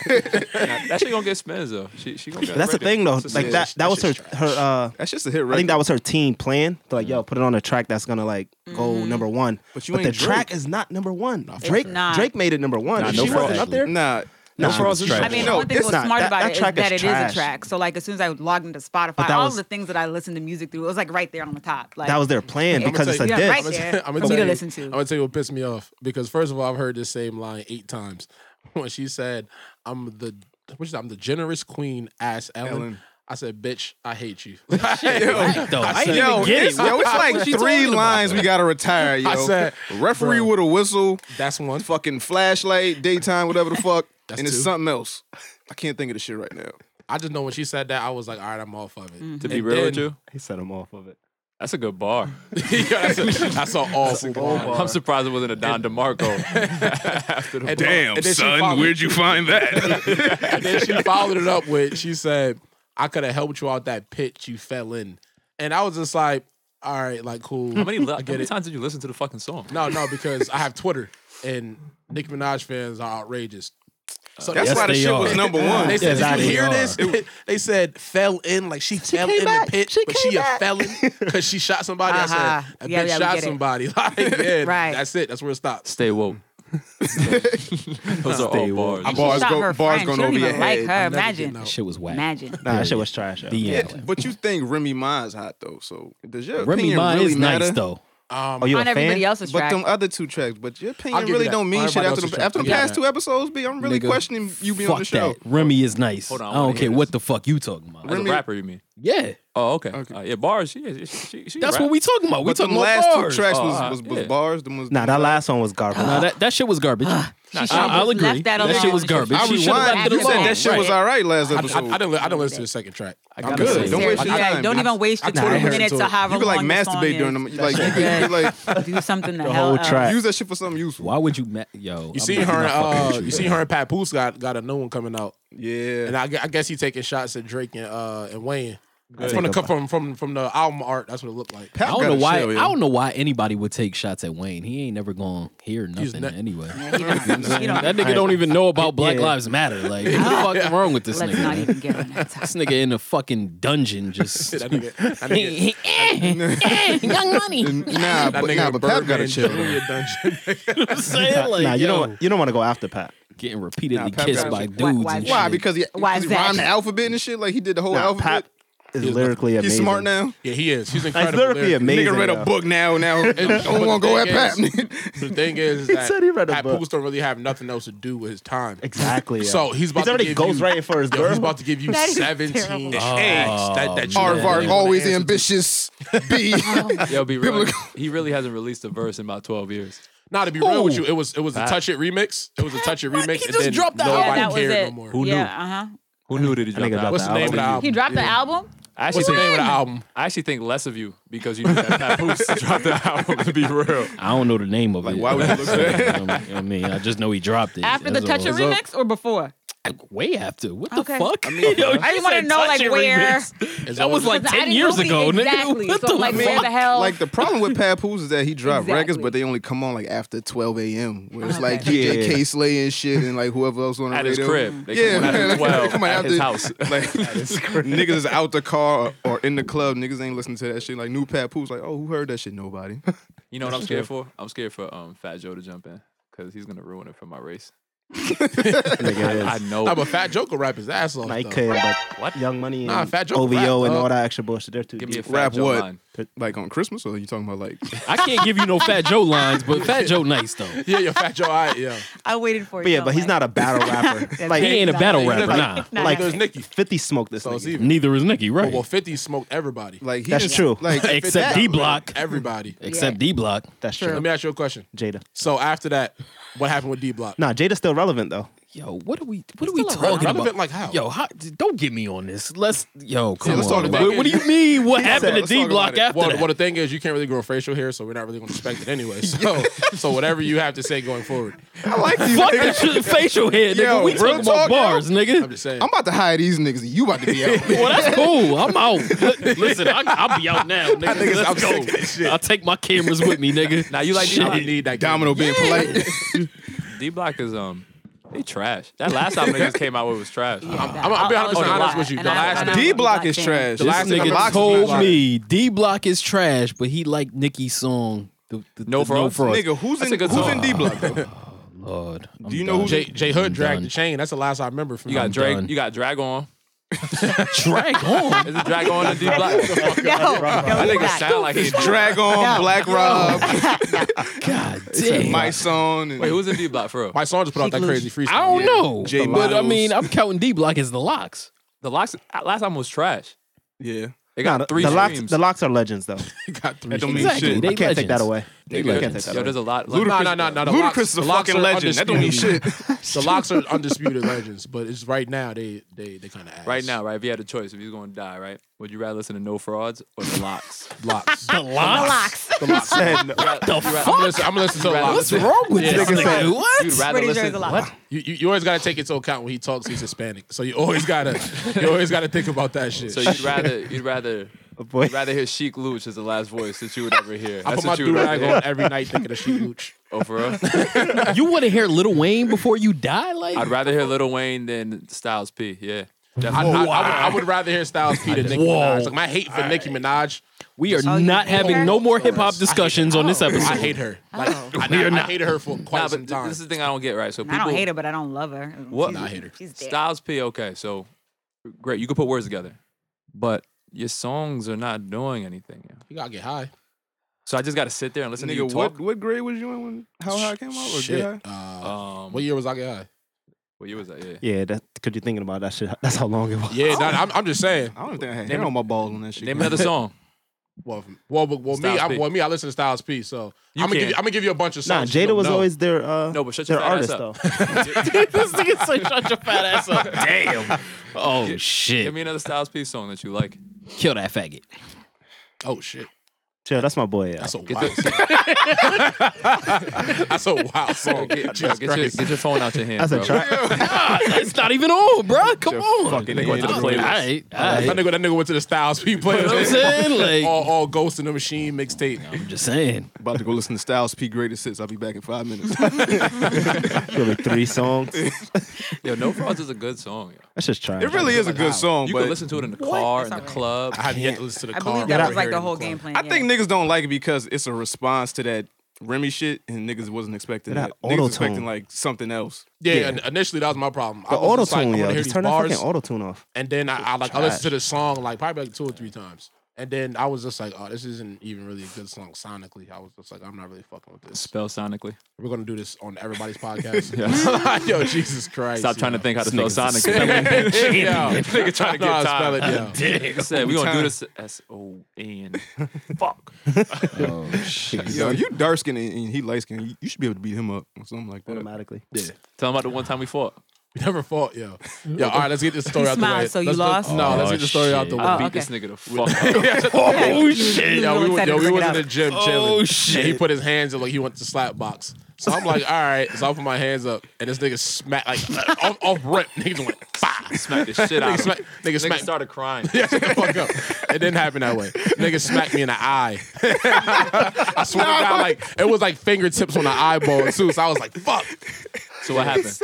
S9: that shit gonna get spins though. She, she gonna get
S8: But that's the
S9: record.
S8: thing though.
S9: It's a
S8: Like
S9: single.
S8: that that was her her uh
S5: That's just a hit
S8: I
S5: record.
S8: think that was her team plan. They're like, yo, put it on a track that's gonna like go number one.
S5: But you
S8: the
S5: ain't Drake.
S8: track is not number one.
S5: Nah, fuck
S8: Drake
S5: Drake. not.
S8: Drake made it number one.
S5: Nah,
S8: If
S5: no
S8: she
S5: fraud.
S8: wasn't up there.
S5: Nah.
S8: Nah,
S5: No
S8: it's
S5: frauds is
S8: trash.
S10: I mean,
S8: No,
S10: one thing that
S8: it's
S10: was
S8: not.
S10: smart
S8: That-
S10: about
S8: that
S10: it is
S8: track
S10: that
S8: is
S10: it is
S8: trash.
S10: a track. So like as soon as I logged into Spotify,
S8: that
S10: all
S8: was-
S10: of the things that I listened to music through, it was like right there on the top. Like
S8: That was their plan
S10: Yeah.
S8: because it's a
S10: Yeah,
S8: diss.
S10: right there
S7: I'm
S10: for me
S7: gonna tell
S10: to
S7: you-
S10: listen
S7: I'm
S10: to.
S7: gonna tell you what pissed me off because first of all, I've heard this same line eight times when she said, "I'm the what she said, I'm the generous queen." Ass Ellen.
S5: Ellen.
S7: I said, "Bitch, I hate you."
S5: Yo, yo, it's, yo, it's like three lines we gotta retire, yo.
S7: I said,
S5: referee
S7: bruh.
S5: with a whistle.
S7: That's one.
S5: Fucking flashlight, daytime, whatever the fuck.
S7: That's
S5: and it's
S7: two.
S5: something else. I can't think of the shit right now.
S7: I just know when she said that, I was like, "All right, I'm off of it."
S10: Mm-hmm.
S9: To be
S7: And
S9: real with
S7: then-
S9: you,
S8: he set him off of it.
S9: That's a good bar.
S7: Yo, that's, a, that's an awful bar.
S9: I'm surprised it wasn't a Don DeMarco. after the
S7: And- and then she followed-
S5: find
S7: and then she followed it up with, she said, I could have helped you out that pit you fell in. And I was just like, all right, like, cool.
S9: How many, li-
S7: I
S9: how
S7: get
S9: many
S7: it.
S9: times did you listen to the fucking song?
S7: No, no, because I have Twitter and Nicki Minaj fans are outrageous. So
S5: That's
S7: they-
S5: why the shit was number one.
S7: They said,
S5: Yes,
S7: Did
S5: they
S7: you hear
S5: are.
S7: this? they said fell in, like she, fell in the pit, but she a felon because she shot somebody. I
S10: Uh-huh.
S7: said, that
S10: Yeah,
S7: bitch
S10: yeah, we
S7: shot
S10: get it.
S7: somebody. Like, yeah,
S10: Right.
S7: that's it. That's where it stops.
S9: Stay woke. Those are all bars.
S5: I'm bars
S10: Shot
S5: go-
S10: her
S5: bars
S10: friend.
S5: going
S10: She don't
S5: over
S10: even
S5: your
S10: like
S5: head.
S10: her.
S5: I'm never
S10: Imagine.
S5: getting out.
S6: Shit was whack.
S10: Imagine.
S8: Nah, that shit was trash. yo.
S6: The uh,
S5: Yeah, but you think Remy Ma's hot though? So does your
S6: Remy
S5: opinion
S6: Ma
S5: really
S6: is
S5: matter?
S6: nice though.
S7: Um,
S8: Oh, you
S10: On
S8: a fan?
S10: everybody else's
S5: But
S10: track.
S5: them other two tracks, but your opinion
S7: give you
S5: really
S7: that.
S5: don't mean
S7: On
S5: shit
S7: everybody
S5: after
S7: else's
S5: the,
S7: track,
S5: after the
S7: I give you
S5: past
S7: that.
S5: two episodes. B, I'm really
S6: Nigga,
S5: questioning you being
S6: fuck
S5: on the show.
S6: That. Remy is nice.
S9: Hold on,
S6: I
S9: I wanna
S6: don't
S9: hear
S6: care
S9: this.
S6: what the fuck you talking about.
S9: As a
S5: Remy-
S9: rapper, you mean?
S6: Yeah.
S9: Oh, okay. Uh, yeah, bars. Yeah, yeah, she, she, she
S6: That's
S9: rap.
S6: what we talking about. We
S5: But the
S6: talking
S5: last
S6: about
S5: two
S6: bars.
S5: tracks
S9: Oh,
S5: was
S9: uh,
S5: was, was
S9: yeah.
S5: bars. The ones
S8: Nah, that last one was garbage.
S6: Nah, that, that shit was garbage.
S10: She should
S6: I'll
S10: have
S6: agree.
S10: left that
S6: That
S10: alone.
S6: shit was garbage.
S5: I
S6: She should've
S5: rewind.
S6: left
S5: You
S6: it
S5: said
S6: alone.
S5: that shit was
S10: Right.
S5: all right last
S7: I, I,
S5: episode.
S7: I, didn't, li- I didn't listen to the second track. I'm
S5: gotta say-
S7: good.
S5: Don't waste your
S10: Yeah,
S5: time,
S10: Don't
S5: man.
S10: even waste your
S7: I totally
S10: time
S7: heard
S10: bringing it
S7: it
S10: to
S7: too.
S10: however
S5: you could like
S10: long the song
S5: masturbate
S10: is.
S5: during them. Like you
S10: shit
S5: could, you
S10: good.
S5: could, like
S10: do something the,
S8: The
S10: hell
S8: whole
S10: else.
S8: track.
S5: use that shit for something useful.
S6: Why would you, ma- yo?
S7: You see her, and, uh, you see her and Pat Poose got, got a new one coming out,
S5: Yeah.
S7: and I, gue- I guess he taking shots at Drake and uh and Wayne.
S8: Good.
S7: From the co- from from from the album art, that's what it looked like.
S6: I
S5: Pat
S6: don't
S5: got
S6: know
S5: a
S6: why.
S5: shell,
S6: I
S5: yo.
S6: don't know why anybody would take shots at Wayne. He ain't never gonna hear nothing
S7: not-
S6: anyway.
S10: Yeah, you
S6: that
S10: don't.
S6: nigga don't even know about Black
S8: Yeah.
S6: Lives Matter. Like, what the fuck wrong with this
S10: Let's
S6: nigga?
S10: not
S6: man?
S10: even get on that
S6: This
S10: topic.
S6: nigga in a fucking dungeon just.
S7: That nigga, that nigga,
S6: Eh, eh, eh, Young money.
S5: Nah,
S7: that
S5: but
S7: nigga
S5: nah, but Pat
S7: Birdman
S5: got a chill.
S7: Junior Dungeon.
S6: I'm saying like,
S8: nah, you
S6: yo,
S8: don't want- you don't want to go after Pat.
S6: getting repeatedly
S5: Nah, Pep
S6: kissed
S5: got
S6: by
S5: you.
S6: dudes.
S10: Why- why-
S6: and
S5: Why?
S6: shit.
S5: Because he,
S10: Why
S5: because
S10: is
S5: he
S10: that?
S5: rhymed the alphabet and shit. Like he did the whole
S8: Nah, Pat
S5: alphabet.
S8: is lyrically amazing.
S5: He's smart now.
S7: Yeah, he is. He's
S8: That's
S7: incredible.
S8: lyrically
S7: lyrically.
S8: amazing.
S5: Nigga read
S8: yo.
S5: a book now. Now don't want to go at Pat.
S7: thing is- The thing is, is
S8: He
S7: that
S8: said he read a
S7: Pat
S8: book.
S7: Poose don't really have nothing else to do with his time.
S8: Exactly. yo.
S7: So he's about
S8: he's
S7: to
S8: already
S7: give
S8: ghost
S7: you-
S8: writing for his
S7: Yo,
S8: girl.
S7: he's about to give you
S10: That is
S7: seventeen
S10: terrible.
S7: eggs.
S6: Oh,
S7: that that you
S6: man.
S7: really
S5: Arvar
S7: wanna
S5: always
S7: answer to.
S5: ambitious. B.
S9: Yo, be
S5: People
S9: real.
S5: are-
S9: He really hasn't released a verse in about 12 years.
S7: Nah, to be real with
S5: Who?
S7: you, it was it was the
S9: Pat.
S7: touch it remix. It was the touch it remix.
S6: He
S7: and
S6: just
S7: then
S6: dropped that
S7: nobody
S10: Yeah, that was
S7: cared
S10: it.
S7: no more.
S9: Who knew?
S10: Yeah, uh huh.
S9: Who knew that he dropped
S8: think
S9: that?
S8: about
S7: What's the
S8: Nah,
S7: name of the
S8: I
S7: album?
S10: He dropped the
S7: Yeah.
S10: album.
S9: I actually,
S7: What's the
S9: think,
S7: name of the album?
S9: I actually think less of you because you knew that Pat Poose dropped the album, to be real.
S6: I don't know the name of it.
S5: why would you look at
S6: You know what I mean, I just know he dropped it.
S10: After the
S6: That's
S10: Touch It
S6: all.
S10: remix or before?
S6: way after. What
S10: Okay.
S6: the fuck?
S10: I just want to know like where.
S6: that was like
S10: Because I
S6: ten
S10: didn't
S6: years
S10: know the-
S6: ago,
S10: exactly.
S6: nigga. What
S10: So,
S6: the
S10: like,
S6: fuck?
S10: where the hell?
S5: Like the problem with Papoose is that he dropped records,
S10: Oh. Exactly.
S5: but they only come on like after 12 a.m. Where it's
S10: Okay.
S5: like
S8: Yeah.
S5: K Slay and shit, and like whoever else on the
S9: At his
S5: radio.
S9: crib. They come on after
S5: man,
S9: 12
S5: come on
S9: at
S5: after-
S9: his house.
S5: Like niggas is out the car or, or in the club. Niggas ain't listening to that shit. Like new Papoose, like oh who heard that shit? Nobody.
S9: You know what I'm scared for? I'm scared for um, Fat Joe to jump in because he's going to ruin it for my race.
S8: Nigga is.
S9: I know.
S7: I'm a fat Joker rap his ass off.
S8: Nah, he
S7: though.
S8: could, but
S9: What?
S8: Young Money and
S7: Nah, Fat Joke
S8: OVO
S7: rap,
S8: and
S7: dog.
S8: all that extra bullshit. They're too
S9: Give me a
S8: deep.
S9: Fat
S5: Rap
S9: Joe
S5: what?
S9: line.
S5: Like on Christmas, or you talking about like
S6: I can't give you no Fat Joe lines, but Fat Joe nice though.
S7: Yeah, yeah, Fat Joe. All right, yeah.
S10: I waited for it.
S8: But yeah,
S10: so
S8: but he's
S10: much.
S8: not a battle rapper. like
S6: He ain't a battle
S7: Like-
S6: rapper, nah.
S10: Nah,
S8: like
S10: nah,
S7: There's Nicki.
S8: Fifty smoked this.
S7: So it's
S8: nigga.
S7: even.
S6: Neither is Nicki, right?
S7: Well, 50 smoked everybody.
S5: like he
S8: That's
S5: just-
S8: true.
S5: Like
S6: Except D Block.
S7: Everybody.
S6: Except D Block.
S8: That's
S10: True.
S8: true.
S7: Let me ask you a question.
S8: Jada.
S7: So after that, what happened with D Block?
S8: Nah, Jada's still relevant though.
S6: Yo, what are we? What are we
S7: still
S6: talking
S7: irrelevant,
S6: about?
S7: like how?
S6: Yo, how, don't get me on this. Let's. Yo, come
S7: let's
S6: on.
S7: talk about
S6: what,
S7: it.
S6: what do you mean? What
S7: Yeah,
S6: happened to
S7: let's talk
S6: D
S7: about
S6: Block
S7: it.
S6: after
S7: well,
S6: that?
S7: Well, the thing is, you can't really grow facial hair, so we're not really going to respect it anyway. So, so whatever you have to say going forward,
S5: I like these
S6: Fuck
S5: niggas.
S6: the shit- facial hair, nigga. We
S5: real
S6: talking
S5: yo.
S6: about bars, nigga.
S5: I'm about to hire these niggas. and You about to be out.
S6: well, that's cool. I'm out. Look, Listen, I, I'll be out now. Nigga.
S5: niggas-
S6: Let's
S5: I'm
S6: go.
S5: sick of that shit.
S6: I'll take my cameras with me, nigga. Now
S9: you like
S6: shit.
S9: D-Block? Need that
S5: Domino being polite.
S9: D Block is um, they trash. That last album they just came out with was trash.
S7: I'm, I'm, I'll be honest, honest with you. The last
S9: D Block
S6: is
S9: trash.
S6: This nigga told me D Block is trash, but he liked Nicki's song. The, the,
S9: No
S6: the no
S9: Frost.
S6: Frost.
S5: Nigga, who's
S9: That's
S5: in
S9: a good
S5: who's
S9: song.
S5: in D Block though?
S6: Lord, I'm
S7: Do you know
S6: done.
S7: who J, J Hood dragged the chain? That's the last I remember from
S9: You got
S7: him.
S9: Drake. You got Drag on.
S6: Drag on.
S9: Is it Drag on and D Block?
S10: That
S9: nigga sound like he's
S5: Drag on, Black Rob,
S6: Damn.
S5: my song. and-
S9: Wait, who's in D Block for real?
S7: My song just put out that crazy freestyle.
S6: I don't know,
S5: J
S6: but I
S5: Miles.
S6: mean, I'm counting D Block as the locks.
S9: The locks last album was trash.
S5: Yeah,
S9: They
S8: Nah,
S9: got
S8: the-
S9: three
S8: the locks,
S9: streams.
S8: the locks are legends, though.
S7: got three.
S5: that don't mean
S6: Exactly.
S5: shit.
S6: They
S8: I can't take
S6: legends.
S8: that away.
S9: They
S8: I can't
S9: legends.
S8: take that
S9: Yo,
S8: away.
S9: there's a lot.
S7: No,
S9: Like,
S7: no, no, no.
S5: Ludacris is a fucking legend. That don't mean shit.
S7: The locks are undisputed legends, but it's right now they they they kind of ass.
S9: Right now, right? If you had a choice, if you was going to die, right? Would you rather listen to No Frauds or The Locks?
S7: locks.
S6: The locks.
S7: The locks.
S9: what the
S7: I'm gonna listen, I'm gonna listen to the locks.
S6: What's wrong with
S7: Yeah.
S6: this
S7: Nigga
S6: nigga? What?
S9: You'd rather
S10: Pretty sure
S9: listen
S10: it's a lot.
S9: What?
S7: You, you, you always gotta take into account when he talks, he's Hispanic. So you always gotta you always gotta think about that shit.
S9: So you'd rather you'd rather
S8: boy.
S9: you'd rather hear Sheik Luch as the last voice that you would ever hear.
S7: I
S9: That's
S7: put my
S9: what you
S7: do
S9: would
S7: rag
S9: rather
S7: on
S9: hear.
S7: every night thinking of Sheik Luch.
S9: Oh, for real?
S6: You want to hear Little Wayne before you die? Like
S9: I'd rather hear Lil Wayne than Styles P. Yeah.
S7: I, I,
S9: Definitely.
S7: I, would, I would rather hear Styles P than Nicki
S6: Whoa.
S7: Minaj. Like my hate for Nicki Minaj,
S6: we are
S10: Oh, you
S6: not
S10: hate
S6: having
S10: her?
S6: no more hip hop discussions on this episode.
S7: I hate her. Like I, I, I hated her for quite
S9: Nah,
S7: some
S9: but th-
S7: time.
S9: this is the thing I don't get right. So
S10: I
S9: people,
S10: don't hate her, but I don't love her.
S9: What?
S10: She's-
S9: Nah, I
S7: hate her.
S10: She's dead.
S9: Styles P. Okay, so great. You can put words together, but your songs are not doing anything. yo.
S7: you gotta get high.
S9: So I just got to sit there and listen to you
S5: Nigga,
S9: talk.
S5: what what grade was you in when How High came out? Or
S7: Shit.
S5: Get High?
S7: Uh,
S9: Um,
S7: what year was I get high?
S9: what year was that? Yeah.
S8: Yeah, that could you thinking about that shit? That's how long it was.
S7: Yeah, nah, I'm, I'm just saying.
S5: I don't even think I had hair on my balls on that shit.
S9: Name another song.
S7: Well, f- well, but- well, me,
S9: Styles
S7: I,
S9: P.
S7: well, me, I listen to Styles P. So
S9: You
S7: I'm gonna, give
S9: can.
S7: you, I'm gonna give you a bunch of
S8: Nah,
S7: songs. you
S8: Jada
S7: don't
S8: was
S7: know.
S8: always their uh,
S9: No, but shut your
S8: their
S9: fat ass
S8: artist
S9: up.
S8: though.
S6: this nigga said shut your fat ass up. Damn. Oh shit.
S9: Give me another Styles P song that you like.
S6: Kill that faggot.
S7: Oh shit,
S8: Chill, that's my boy. Yeah.
S7: that's a wild. song. That's a wild song.
S9: Get, bro, get, your, get your phone out your hand.
S8: That's
S9: bro.
S8: a track.
S6: Nah, Ah, it's not even on, bro. Come on.
S9: Fucking nigga went to the
S6: All
S9: playlist.
S6: right, all
S7: That
S6: right.
S7: nigga, Oh. that nigga went to the Styles P.
S6: You know what I'm
S7: playlist.
S6: saying? Like,
S7: all, all Ghost in the Machine mixtape.
S6: I'm just saying.
S5: About to go listen to Styles P greatest hits. I'll be back in five minutes.
S8: Really three songs. That's
S9: Yo, No Frauds is a good song. Yo.
S8: just trash.
S5: it really is a good song,
S9: You
S5: but
S9: can listen to it in the car, in the
S10: That's all
S9: club.
S7: I have yet to listen to the
S10: I
S7: car.
S10: believe
S7: but
S10: that
S7: I
S10: was
S7: heard
S10: like
S7: it
S10: the
S7: in
S10: whole
S7: car.
S10: game plan.
S5: I
S10: yeah.
S5: think niggas don't like it because it's a response to that Remy shit, and niggas wasn't expecting
S8: That
S5: that. Niggas
S8: auto-tune.
S5: expecting like something else.
S7: Yeah, and initially that was my problem.
S8: The
S7: I was
S8: auto
S7: just like, I
S8: tune,
S7: wanna
S8: yo.
S7: hear
S8: Just
S7: these
S8: turn
S7: bars,
S8: that fucking auto tune off.
S7: And then I, I like I
S8: Trash.
S7: listened to the song like probably like two or three times. And then I was just like, oh, this isn't even really a good song sonically. I was just like, I'm not really fucking with this.
S9: Spell sonically.
S7: We're gonna do this on everybody's podcast. yo, Jesus Christ.
S9: Stop trying to think how to spell sonic.
S7: think. yo, nigga trying to
S9: get time.
S7: spell it. Yo.
S9: Said we gonna do this S O N. Fuck.
S5: Yo, you dark skinned and and he light skinned. You- You should be able to beat him up or something like that.
S8: Automatically.
S9: Tell them about the one time we fought.
S7: We never fought, yo. Yo, all right, let's get this story out the
S10: Smile,
S7: way.
S10: so you
S7: Let's-
S10: lost?
S7: No, let's get the story out the way.
S10: Oh,
S9: Beat
S10: okay.
S9: this nigga the fuck. up.
S6: Oh shit.
S7: Yo,
S10: Little
S7: we, were-
S10: excited to
S7: yo, we
S10: bring it
S7: was in
S10: up.
S7: the gym
S6: Oh,
S7: chilling. and
S6: shit.
S7: he put his hands up like he went to slap box. So I'm like, all right. So I put my hands up, and this nigga smack like off, off rip. Nigga just went, bah.
S9: Smack the shit
S7: Nigga,
S9: out. of him.
S7: smack, nigga,
S9: Nigga
S7: smack,
S9: started crying.
S7: Yeah, shut the fuck up. It didn't happen that way. Nigga smacked me in the eye. I swear to God, like it was like fingertips on the eyeball too. So I was like, fuck.
S9: So what happened?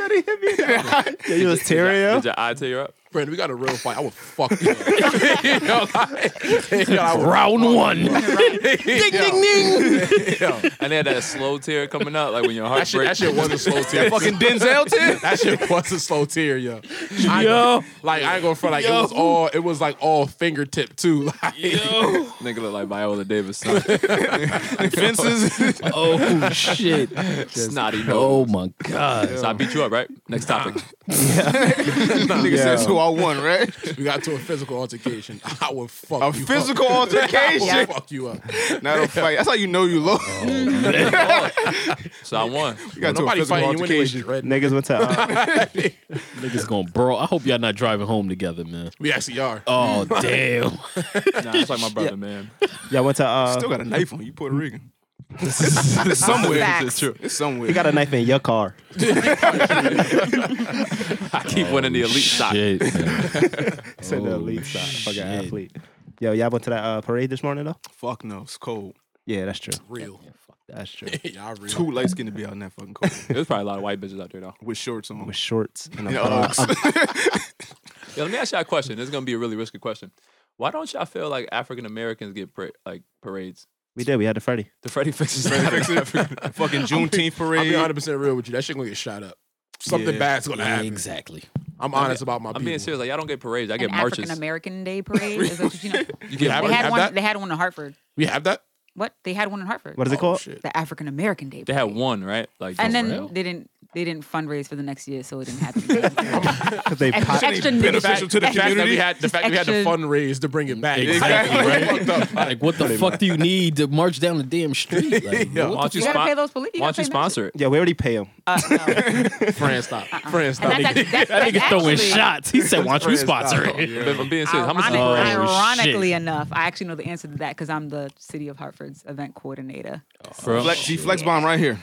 S8: Yeah, you was tearing
S9: Did
S8: up.
S9: your eye tear you up?
S7: Friend, we got a real fight. I would fuck you. up. you know, like, yo, I would,
S6: Round one. Ding ding ding.
S7: yo,
S9: And they had that slow tear coming out, like when your heart
S7: that shit, that
S9: breaks.
S7: shit was a slow tear.
S5: Fucking Denzel too.
S7: that shit was a slow tear, yo. I ain't
S6: Yo.
S7: gonna- like I ain't gonna front. Like
S6: Yo.
S7: it was all. It was like all fingertip too. Like,
S6: Yo.
S9: Nigga look like Viola Davis. son.
S5: Fences.
S6: Oh shit.
S9: Snotty nose.
S6: Oh my god.
S9: So I beat you up, right? Next topic.
S5: Nigga says who I won, right?
S7: we got to a physical altercation. I would fuck
S5: A
S7: you
S5: physical
S7: up. I
S5: altercation?
S7: would fuck you up.
S5: Not a fight. That's how you know you lost.
S8: Oh,
S9: So I won.
S5: You got to a physical altercation.
S8: Niggas went to.
S6: Niggas gonna bro. I hope y'all not driving home together, man.
S7: We actually are.
S6: Oh damn.
S9: Nah, it's like my brother, man.
S8: Y'all went to. Uh,
S5: Still got a knife on you, Puerto Rican. it's somewhere. It's true. It's somewhere.
S8: He got a knife in your car.
S9: I keep winning the elite shot.
S6: Shit, man.
S8: Said the elite
S5: uh,
S8: side. Fucking athlete. Yo, y'all went to that uh, parade this morning though?
S5: Fuck no, it's cold.
S8: Yeah, that's true.
S7: Real.
S8: That's true.
S7: Y'all real.
S5: Too light skinned to be out in that fucking cold
S9: There's probably a lot of white bitches out there though.
S5: with shorts on.
S8: With shorts and a
S5: Yeah,
S8: bra.
S5: Uggs.
S9: Yo, let me ask y'all a question. This is gonna be a really risky question. Why don't y'all feel like African Americans get pra- like parades?
S8: We did. We had the Freddy.
S9: The Freddie fixes.
S5: fucking Juneteenth
S7: I'll be
S5: parade.
S7: 100 percent real with you. That shit gonna get shot up. Something
S5: Yeah.
S7: bad's gonna happen.
S6: exactly.
S7: I'm honest about my
S9: I'm
S7: people.
S9: being serious. Like y'all don't get parades. I get
S10: An
S9: marches.
S10: African American Day parade. Is that what you know?
S9: You get
S7: Yeah,
S10: They
S7: we
S10: had
S7: have
S10: one.
S7: that?
S10: They had one in Hartford.
S7: We have that.
S10: What? They had one in Hartford.
S8: What is it
S7: Oh,
S8: called?
S7: shit.
S10: The African American Day.
S9: They
S10: parade.
S9: had one, right? Like
S10: And then
S9: Right.
S10: they didn't. They didn't fundraise for the next year, so it didn't happen.
S8: They
S10: Ex-
S8: pop-
S10: extra niggas.
S7: Beneficial to the
S10: Extra-
S7: fact that we had the
S10: just
S7: fact that we had to
S10: extra-
S7: fundraise to bring it back.
S6: Exactly,
S7: Fucked up.
S6: Like what the fuck do you need to march down the damn street? Like,
S7: Yeah.
S9: Why
S6: what
S9: don't
S6: the
S9: you,
S10: You gotta
S9: spon-
S10: pay those police. You
S9: Why
S10: gotta
S9: don't you
S10: pay that
S9: sponsor it?
S8: yeah, we already pay him.
S10: Uh, no.
S7: Fran, stop. Fran, stop.
S10: And that's, act- that's,
S6: That
S10: that's
S6: nigga throwing
S10: actually-
S6: shots. He said, "Why don't you
S7: Fran, stop.
S6: sponsor it?"
S9: If I'm being serious, how much is
S10: Ironic,
S9: the parade?
S8: Oh,
S10: ironically
S6: shit.
S10: enough, I actually know the answer to that because I'm the city of Hartford's event coordinator.
S9: For real?
S5: Flex, see flex bomb right here.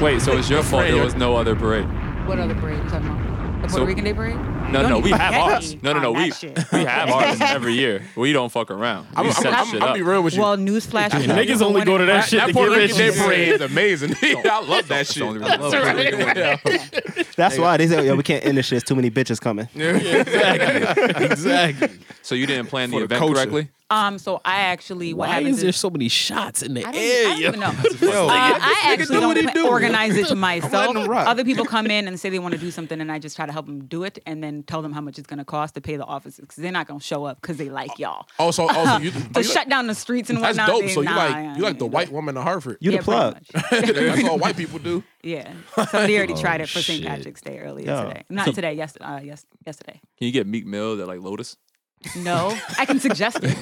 S9: Wait, so it's your fault there was no other parade?
S10: What other parade you talking about? The Puerto
S9: So-
S10: Rican Day parade?
S9: No,
S10: Don't
S9: no,
S10: even
S9: we have
S10: get
S9: ours.
S10: me
S9: No, no,
S10: on
S9: no, we
S10: that shit.
S9: we have ours every year. We don't fuck around. We
S7: I'm,
S9: set
S7: I'm, I'm,
S9: shit
S7: I'll
S9: up.
S7: be real with you.
S10: Well, newsflash.
S6: Niggas only go to that shit
S7: that
S6: to
S7: Puerto
S6: get
S7: Rican Day
S6: rich.
S7: parade is amazing. I love that
S9: That's the only
S7: shit.
S9: reason I love it.
S8: That's why they said, "Yo, we can't end this shit. It's Too many bitches coming."
S6: exactly.
S9: So you didn't plan the
S5: the
S9: event
S5: culture.
S9: correctly?
S10: Um, so I actually, what
S6: Why
S10: happens
S6: is there so many shots in the
S10: I don't,
S6: air?
S10: I don't
S6: yo?
S10: even know. Uh, I actually don't pla- organize it to myself.
S5: them rock.
S10: Other people come in and say they want to do something, and I just try to help them do it, and then tell them how much it's going to cost to pay the officers because they're not going to show up because they like y'all.
S7: Also, also, oh, you,
S10: To
S7: you
S10: shut down the streets and
S7: like, that's
S10: whatnot.
S7: dope.
S10: they-
S7: So you
S10: nah,
S7: like you
S10: I
S7: like the
S10: ain't
S7: white
S10: dope.
S7: woman in Harvard.
S8: You the
S10: Yeah, pretty
S8: plug.
S10: much.
S7: That's all white people do.
S10: Yeah. So they already tried it for St.
S6: shit.
S10: Patrick's Day earlier
S8: Yeah.
S10: today. Not today. Yes. Uh, yes. Yesterday.
S9: Can you get Meek Mill at like Lotus?
S10: No, I can suggest it.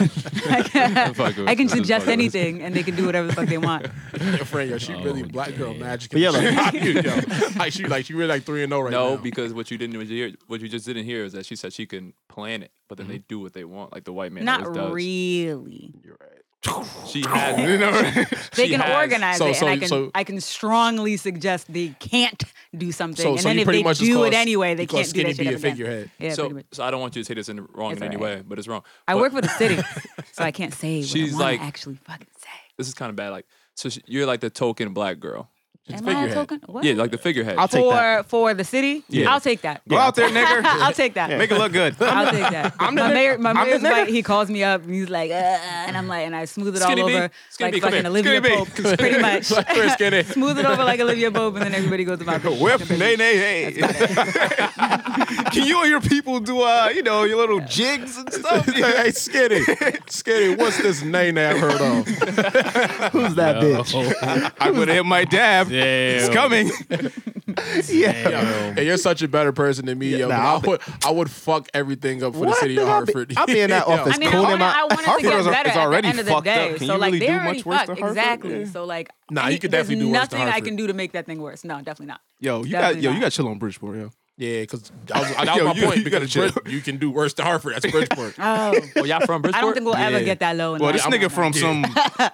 S10: I can,
S9: Fuck with-
S10: I can
S9: this is
S10: suggest
S9: fuck with-
S10: anything, and they can do whatever the fuck they want.
S7: Your friend, yo, she really black girl magic.
S8: But yeah,
S7: like, yo, like she like she really like three and zero right now.
S9: No, because what you didn't hear, what you just didn't hear, is that she said she can plan it, but then they do what they want, like the white man always
S10: Not
S9: does.
S10: really.
S9: She has.
S10: They
S9: she
S10: can
S9: has-
S10: organize
S7: So-
S10: it,
S7: so-
S10: and I can
S7: so-
S10: I can strongly suggest they can't do something.
S7: So-
S10: and
S7: so
S10: then
S7: you
S10: if
S7: pretty
S10: they
S7: much just
S10: do
S7: cause-
S10: it anyway,
S7: you
S10: they
S7: cause
S10: can't do
S7: Skinny
S10: that
S7: be
S10: shit
S7: a
S10: ever again.
S7: figurehead.
S10: Yeah, pretty
S9: So,
S10: much.
S9: so I don't want you to take this in wrong
S10: It's
S9: in any
S10: all right.
S9: way, but it's wrong.
S10: I
S9: But-
S10: work for the city, so I can't say what I
S9: She's
S10: wanna
S9: like-
S10: actually fucking say.
S9: this is kind of bad. Like, so she, you're like the token black girl.
S10: Am I a token? What?
S9: Yeah, like the figurehead.
S8: I'll take
S10: for
S8: that.
S10: for the city,
S9: Yeah.
S10: I'll take that.
S5: Go out there, nigger.
S10: I'll take that.
S5: Make it look good.
S10: I'll take that.
S5: the
S10: my
S5: nigga.
S10: mayor, my
S5: I'm the
S10: mayor's
S5: nigga.
S10: white. He calls me up and he's like, uh, and I'm like, and I smooth it
S9: Skinny
S10: all
S9: B.
S10: over like
S9: Skinny B, come
S10: fucking
S9: here.
S10: Olivia
S5: Skinny B.
S10: Pope, pretty much.
S7: Where's Skinny?
S10: smooth it over like Olivia Pope, and then everybody goes about their
S5: Whip,
S10: fucking
S5: nay,
S10: business.
S5: nay, hey. Can you and your people do, uh, you know, your little jigs and stuff?
S7: hey, Skinny, Skinny, what's this name that I heard of?
S8: Who's that bitch?
S5: I'm gonna hit my dab. It's
S6: Damn.
S5: coming.
S7: Yo, and you're such a better person than me, yo.
S8: nah,
S7: but
S8: I'll
S7: I would, I would fuck everything up for the
S8: What?
S7: city of
S8: I'll be-
S7: Hartford.
S8: I'll be in that
S7: Yo,
S8: office.
S10: I mean, I
S8: Cold
S10: want,
S8: in my-
S10: I want it to
S5: Hartford
S10: get
S5: is-
S10: better
S5: is
S10: at
S5: already
S10: the end of the
S5: fucked up.
S10: day.
S5: Can
S10: so
S5: you
S10: like
S5: really
S10: they
S5: do
S10: already
S5: much worse to
S10: fucked.
S5: Hartford?
S10: Exactly.
S5: Yeah.
S10: So like,
S7: Nah,
S10: I-
S7: you could definitely
S10: there's
S7: do worse to
S10: nothing I
S7: Hartford.
S10: can do to make that thing worse. No, definitely not.
S5: Yo, you got
S10: Definitely
S5: yo, you
S10: not.
S5: got chill on Bridgeport, yo.
S7: Yeah, because that was, that was
S5: Yo,
S7: my
S5: you-
S7: point.
S5: you gotta
S7: because
S5: chill.
S7: Brid- you can do worse to Hartford. That's Bridgeport.
S10: Oh,
S9: oh, y'all from
S10: I
S9: Bridgeport?
S10: don't think we'll ever
S7: Yeah.
S10: get that low. in
S5: Well,
S10: life.
S5: this
S10: No, no,
S5: nigga
S10: no.
S5: from some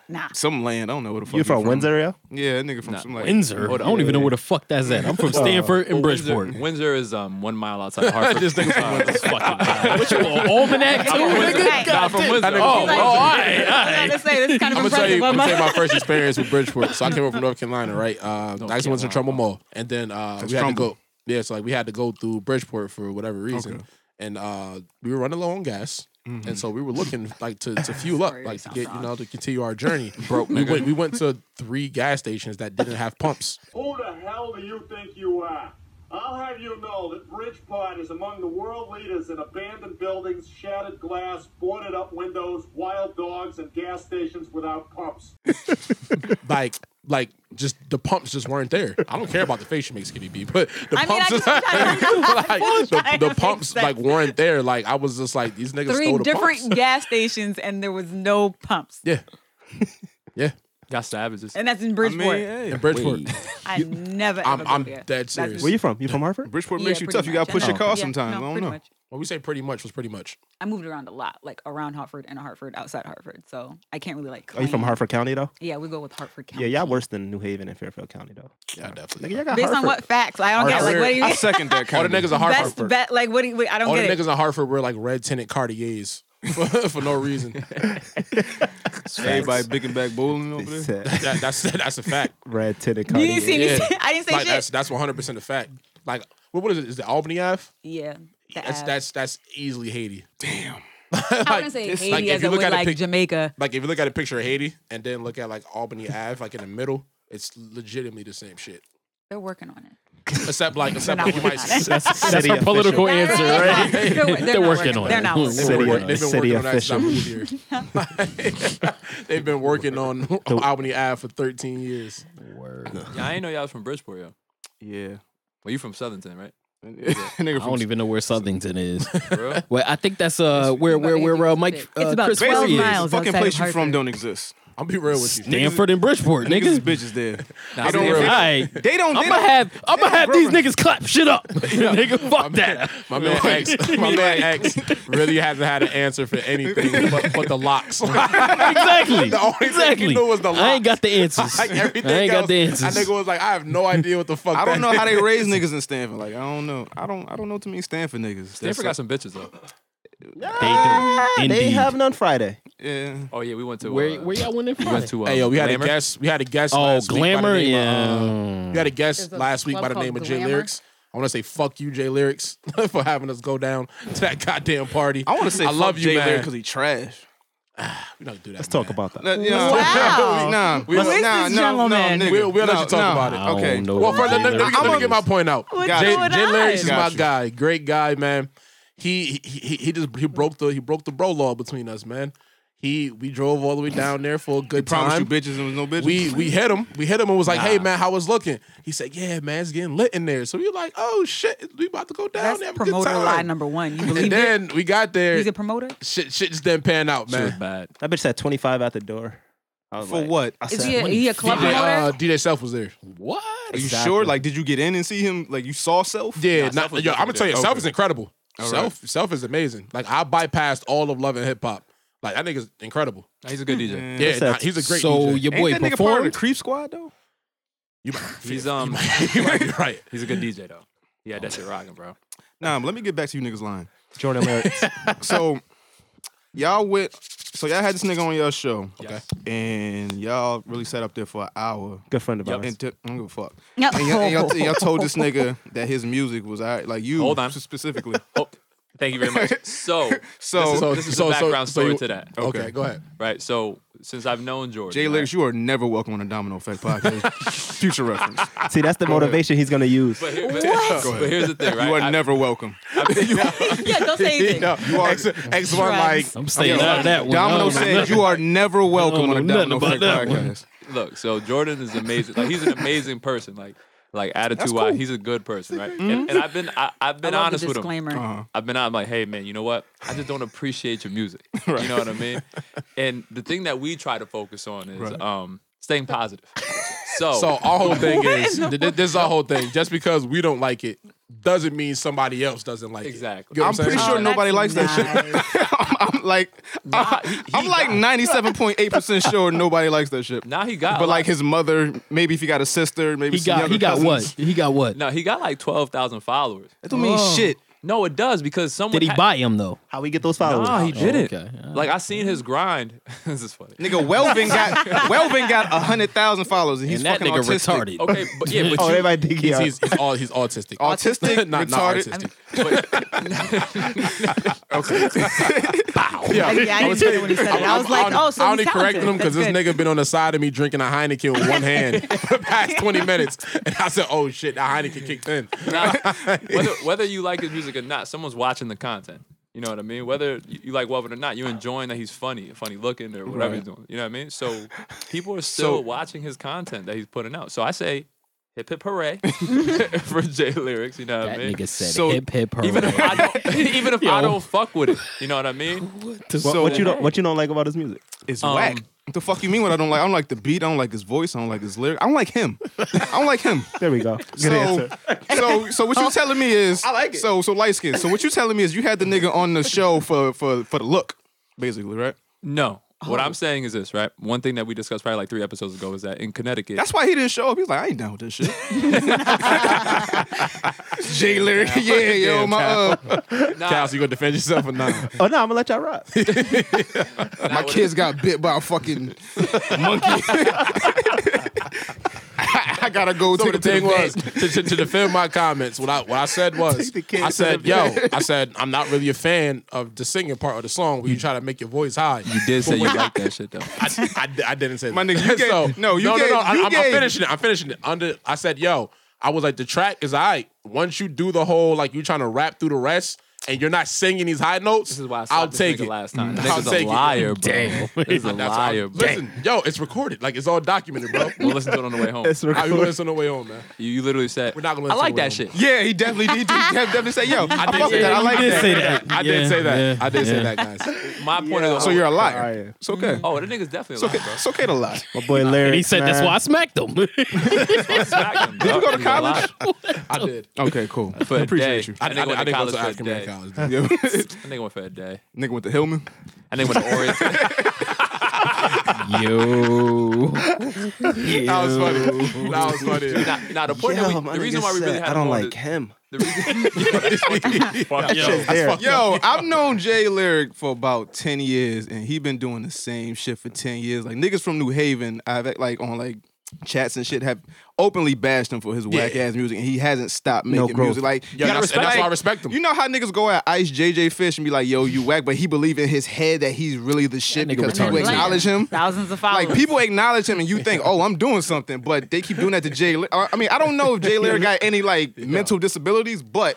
S10: nah.
S5: some land. I don't know where the fuck
S8: You
S5: he
S8: from Windsor, yo?
S5: Yeah, that nigga from
S9: Nah,
S5: some like
S6: Windsor. I don't even know where the fuck that's at. I'm from Stanford and Bridgeport.
S9: Windsor, Windsor is um one mile outside of Hartford.
S7: This nigga from
S9: Windsor.
S6: What you want, almanac too, nigga?
S10: Hey.
S9: Nah, from Windsor.
S7: nigga from
S9: Oh, oh,
S10: Like,
S9: all right.
S10: I'm gonna say this is kind of
S7: I'm gonna
S10: impressive.
S7: tell you,
S10: but
S7: I'm gonna
S10: my-
S7: tell you my first experience with Bridgeport. So I came up from North Carolina, right? Uh, I just went to Trumbull Mall, and then uh, we had
S5: Trumbull.
S7: to go. Yeah, so like we had to go through Bridgeport for whatever reason, and uh, we were running low on gas,
S10: Mm-hmm.
S7: and so we were looking like to, to fuel up, like to get you know to continue our journey. Broke. We went, we went to three gas stations that didn't have pumps.
S12: Who the hell do you think you are? I'll have you know that Bridgeport is among the world leaders in abandoned buildings, shattered glass, boarded up windows, wild dogs, and gas stations without pumps.
S7: Like like just the pumps just weren't there. I don't care about the face you make skinny B, but the
S10: I mean,
S7: pumps
S10: I
S7: is
S10: just-
S7: like,
S10: I'm trying to
S7: the, the
S10: make
S7: pumps
S10: sense.
S7: like weren't there. Like I was just like these niggas
S10: Three
S7: stole the
S10: different
S7: pumps.
S10: gas stations and there was no pumps.
S7: Yeah. Yeah.
S9: Got stabbed. Just,
S10: And that's in Bridgeport.
S7: in Bridgeport.
S10: I never ever
S7: I'm,
S10: go
S7: I'm
S10: there.
S7: dead
S10: That's-
S7: serious.
S8: Where you from? You from Hartford?
S5: Bridgeport
S10: Yeah, makes you pretty tough. You much. gotta push I your know. car Yeah, sometimes. no, I don't pretty know. much.
S7: When we say pretty much was pretty much.
S10: I moved around a lot, like around Hartford and Hartford, outside Hartford. So I can't really like.
S8: Are you from
S10: claim-
S8: Hartford County though?
S10: Yeah, we go with Hartford County.
S8: Yeah, y'all worse than New Haven and Fairfield County though.
S7: Yeah, definitely.
S8: Nigga, y'all got
S10: Based on
S8: Hartford.
S10: what facts? I don't get. Like, what do you?
S8: I second that
S7: All the
S8: comment.
S7: niggas in Hartford.
S10: Best bet. Like, what do you? wait, I don't
S7: All the
S10: get it.
S7: niggas in Hartford were like red tinted Cartiers for, for no reason.
S5: Everybody big and back bowling over there.
S7: That- that's that's a fact.
S8: Red tinted
S10: You didn't see
S8: Cartier.
S10: any- I didn't say
S7: like,
S10: shit.
S7: That's that's one hundred percent a fact. Like what, what is it? Is it Albany Ave?
S10: Yeah. the
S7: That's
S10: ass.
S7: that's that's easily Haiti. Damn.
S10: I wouldn't say Haiti as in with, like, Jamaica.
S7: Like if you look at a picture of Haiti and then look at like Albany Ave, like in the middle, it's legitimately the same shit.
S10: They're working on it.
S7: Except like except
S10: not
S7: like you might
S10: working on it.
S7: see-
S10: That's- that's City a political official. answer, right? They're- they're not They're working working on on it. it. They're not working
S7: They've
S10: on
S7: been
S10: it.
S7: working- they've been
S8: City
S7: working on that since I moved here. They've been working on Albany Ave for 13 years. Word.
S9: yeah, I didn't know y'all was from Bridgeport, yo.
S5: Yeah.
S9: Well, you from Southernton, right?
S6: I don't even know where Southington is.
S9: Bro.
S6: well, I think that's uh where where where, uh, Mike uh, Chris Ferry is.
S5: The fucking place you from don't exist.
S7: I'll be real with you.
S6: Stanford and Bridgeport, nigga.
S5: Niggas, bitches there.
S6: Nah, they don't- Aight.
S5: They don't.
S6: I'ma have I'ma have these niggas clap shit up. nigga, fuck that.
S7: My man X, my man X really hasn't had an answer for anything but, but the locks.
S6: exactly.
S7: The only
S6: exactly.
S7: thing he knew was the locks.
S6: I ain't got the answers.
S7: Like everything
S6: I ain't got
S7: else,
S6: the answers.
S7: That nigga was like, I have no idea what the fuck.
S5: I don't
S7: that
S5: know how they
S7: is.
S5: raise niggas in Stanford. Like I don't know. I don't. I don't know too many Stanford niggas.
S9: Stanford got some bitches though.
S8: They,
S5: Indeed.
S8: have none Friday.
S5: Yeah.
S9: Oh yeah, we went to
S6: Where-
S9: uh,
S6: where y'all went in
S9: we
S6: from?
S9: to, uh,
S7: Hey
S5: um,
S7: yo, we had
S9: Glamour.
S7: a guest. We had a guest.
S6: Oh,
S7: last week by the
S6: Glamour,
S7: name
S6: yeah.
S7: Of, uh, we had a guest
S6: There's a
S7: last week by
S6: club
S7: the name of
S6: called
S7: J
S6: Glamour.
S7: Lyrics. I want to say fuck you, J Lyrics, for having us go down to that goddamn party.
S5: I want to say
S7: I love
S5: fuck
S7: you,
S5: Jay
S7: man.
S5: because he trash.
S7: we don't do that.
S8: Let's talk about that.
S5: Let- yeah.
S7: Wow.
S5: Nah,
S7: Who is
S5: nah,
S7: this
S5: nah,
S7: gentleman?
S5: No, no, nigga.
S7: We'll- we'll let
S5: No,
S7: you talk
S5: no.
S7: about it. I don't
S5: Okay.
S7: know Well, first, let, let, let, me, let me get my point out.
S5: What's
S7: Jay,
S5: going
S7: Jay Lyrics is
S5: on?
S7: my
S5: Got you.
S7: guy. Great guy, man. He he he- he just he broke the he broke the bro law between us, man. He we drove all the way down there for a good
S5: Promise
S7: time.
S5: you bitches and was no bitches.
S7: We we hit him. We hit him and was like, "Hey man, how was looking?" He said, "Yeah man, it's getting lit in there." So we were like, "Oh shit, we about to go down
S10: That's
S7: there." Have a good
S10: promoter
S7: time."
S10: lie number one. You
S7: And
S10: believe it?
S7: then we got there.
S10: He's a promoter.
S7: shit, shit just didn't pan out, man.
S9: bad.
S8: That bitch had 25 at the door. I was
S5: For
S8: like,
S5: what?
S8: I
S10: Is
S8: said,
S10: he a, he a club
S7: DJ,
S10: promoter?
S7: uh, DJ Self was there.
S6: What?
S5: Are you
S8: Exactly.
S5: sure? Like, did you get in and see him? Like, you saw self?
S7: Yeah, not, yo, I'm gonna tell you, self is
S5: Okay.
S7: incredible.
S5: All
S7: self, self is amazing. Like I bypassed all of love and hip hop. Like that nigga's incredible.
S9: He's a good DJ.
S7: Yeah, nah, he's a great.
S6: So
S7: DJ.
S6: your boy
S5: Ain't that nigga part of
S6: performed.
S5: the Creep Squad though?
S7: you might,
S9: He's um
S7: you might be right.
S9: he's a good DJ though. Yeah, that's it rocking, bro.
S5: Nah, but let me get back to you niggas lying.
S8: Jordan Lyrics.
S5: So, y'all went. So y'all had this nigga on y'all show,
S7: Okay.
S5: and y'all really sat up there for an hour.
S8: Good friend of ours.
S5: And t- I don't give a fuck.
S10: No.
S5: And y'all, and y'all, y'all told this nigga that his music was all right, like you
S9: Hold on.
S5: specifically.
S9: Oh, thank you very much. So
S5: So- Oh.
S9: this is, this is
S7: so-
S9: the
S7: so-
S9: background
S7: so
S9: story
S7: you-
S9: to that.
S7: Okay, go ahead.
S9: Right. So since I've known Jordan,
S5: Jay Lyrics, you are never welcome on a Domino Effect podcast. Future reference.
S8: See, that's the motivation he's going to use.
S9: But, here- but-
S5: Go ahead.
S9: but here's the thing, right?
S5: You are
S9: I-
S5: never welcome.
S10: yeah, don't say anything.
S7: No,
S5: You are.
S7: X, X one like
S10: Drugs.
S6: I'm staying out of that one. I
S5: Domino
S6: don't know
S5: said
S6: nothing.
S5: you are never welcome on a
S6: know nothing
S5: Domino Effect
S6: about that one.
S5: podcast.
S9: look, so Jordan is amazing. Like he's an amazing person. Like like attitude wise, he's a good person, right? And, and I've been I, I've been
S10: I love
S9: honest
S10: the
S9: with him.
S10: disclaimer.
S9: I've been out like, hey man, you know what? I just don't appreciate your music. You know what I mean? And the thing that we try to focus on is
S5: Right.
S9: um staying positive. So,
S7: So our whole thing is th- th- this is our whole thing. Just because we don't like it doesn't mean somebody else doesn't like
S9: Exactly.
S7: it. You know
S5: I'm
S7: what
S5: pretty
S7: saying?
S6: Oh,
S5: sure nobody likes that
S10: shit.
S5: shit. I'm, I'm like, I'm, I'm like 97.8% sure nobody likes that shit.
S9: now he got
S5: But like
S9: his.
S5: his mother, maybe if he got a sister, maybe
S6: He got he got what? He got what?
S9: No, he got like twelve thousand followers.
S5: That don't mean shit.
S9: No, it does because someone
S6: Did he
S9: ha-
S6: buy him though? Oh,
S8: How we get those followers?
S9: Nah, he didn't.
S6: okay. All
S9: Like I seen his grind. this is funny.
S5: Nigga, Welvin got Welvin got hundred thousand followers, and he's
S6: and that
S5: fucking
S6: nigga
S5: autistic.
S6: retarded.
S9: Okay, but yeah, but
S8: oh,
S9: you,
S8: everybody think he
S7: He's,
S8: are-
S7: he's, he's, all, he's autistic.
S5: Autistic,
S7: not, not
S5: retarded.
S7: autistic.
S10: I, yeah, I didn't get it when he said it. I was like, oh, so
S7: I
S10: he's
S7: only
S10: talented.
S7: corrected him because this
S10: That's good.
S7: nigga been on the side of me drinking a Heineken with one hand for the past 20 minutes. And I said, oh shit, the Heineken kicked in.
S9: nah, whether whether you like his music or not, someone's watching the content. You know what I mean? Whether you you like Welvin or not, you're enjoying that he's funny, funny looking, or whatever he's
S5: Right.
S9: doing. You know what I mean? So people are still
S5: So-
S9: watching his content that he's putting out. So I say hip hip hooray for J lyrics. You know what I
S6: That
S9: mean?
S6: nigga said hip, hip,
S9: Even if I don't, even if I
S8: Yo.
S9: don't fuck with it, you know what I mean?
S8: What, what you don't what you don't like about his music?
S5: It's
S9: Um,
S5: whack. What the fuck you mean? What I don't like? I don't like the beat. I don't like his voice. I don't like his lyric. I don't like him. I don't like him.
S8: There we go.
S5: so, So, so what you telling me is
S8: I like it.
S5: So, so light skin. So what you telling me is you had the nigga on the show for for for the look, basically, right?
S9: No. What I'm saying is this, right? One thing that we discussed probably like three episodes ago is that in Connecticut,
S5: That's why he didn't show up. He's like, I ain't down with this shit. J lyric,
S7: Damn,
S5: yeah, yo, my uh,
S7: Nah. Cal, so you gonna defend yourself or not?
S8: Oh no, I'm gonna let y'all rock.
S5: my kids got bit by a fucking monkey. I, I gotta go
S7: So
S5: take
S7: the
S5: it to
S7: thing
S5: the
S7: was
S5: vet.
S7: to, to, to defend my comments. What I what I said was
S5: Take the kid
S7: I
S5: to
S7: said,
S5: the
S7: "Yo,
S5: vet.
S7: I said I'm not really a fan of the singing part of the song where you try to make your voice high." You
S9: did say you like that shit though.
S7: I, I, I didn't say
S5: My
S7: that.
S5: nigga, you gave-
S7: so,
S5: no, you
S7: no,
S5: gave-
S7: no, I,
S5: you
S7: I'm, I'm
S5: gave-
S7: finishing it. I'm finishing it. Under I said, "Yo, I was like the track is all right. Once you do the whole like you trying to rap through the rest." And you're not singing these high notes. This is why I
S9: slapped
S7: will
S9: this
S7: take
S9: nigga
S7: it
S9: last time. That
S7: I'll
S9: nigga's a
S7: take
S9: liar,
S7: it.
S9: bro. Damn. He's a
S7: That's how-
S9: liar, bro.
S7: Listen, yo, it's recorded. Like it's all documented, bro.
S9: We'll listen to it on the way home.
S7: It's recorded. We'll listen on the way home, man.
S9: you, you literally said,
S7: We're not gonna
S9: I
S7: listen
S9: like
S7: to
S9: that
S7: it.
S9: shit.
S5: Yeah, he definitely he did- he definitely say, yo, I,
S7: did
S5: fuck
S7: say
S5: with that. I
S7: that.
S5: like
S7: You did
S5: that.
S7: say that. I did say that. I did say that, guys.
S9: My point is,
S5: So you're a liar. It's okay.
S9: Oh, that nigga's definitely a liar, bro.
S5: It's okay to lie.
S8: My boy Larry.
S6: he said that's why I smacked him.
S5: Did you go to
S9: He's a liar.
S5: college?
S7: I did.
S5: Okay, cool.
S9: For a
S5: Appreciate you.
S9: day. That
S7: I- I-
S9: nigga
S7: I
S9: went to
S7: didn't go
S9: college
S7: to
S9: for a
S7: African
S9: day.
S7: college.
S9: That
S5: Yeah.
S9: nigga went for a day.
S5: Nigga went to Hillman.
S9: And they went to Orient.
S6: Yo.
S7: That was funny. That was funny.
S9: Now, now the point that
S8: Yo,
S9: we,
S8: my
S9: the
S8: nigga
S9: reason why we
S8: said,
S9: really had
S8: I don't
S9: him on
S8: like
S9: the-
S8: him.
S9: the reason- Fuck
S8: That
S9: yo.
S8: shit's there.
S5: Yo, I've known Jay Lyric for about 10 years and he been doing the same shit for 10 years. Like niggas from New Haven, I've like on like chats and shit have openly bashed him for his whack ass music and he hasn't stopped
S8: No
S5: making
S8: growth.
S5: music. Like
S7: Yo, that's- and that's why I respect him.
S5: You know how niggas go at Ice JJ Fish and be like, yo, you whack, but he believe in his head that he's really the shit
S6: nigga
S5: because people
S6: retarded.
S5: acknowledge him.
S10: Thousands of followers.
S5: Like people acknowledge him, and you think, "Oh, I'm doing something," but they keep doing that to Jay. Ly- I I mean, I don't know if Jay Lyric got any like mental disabilities, but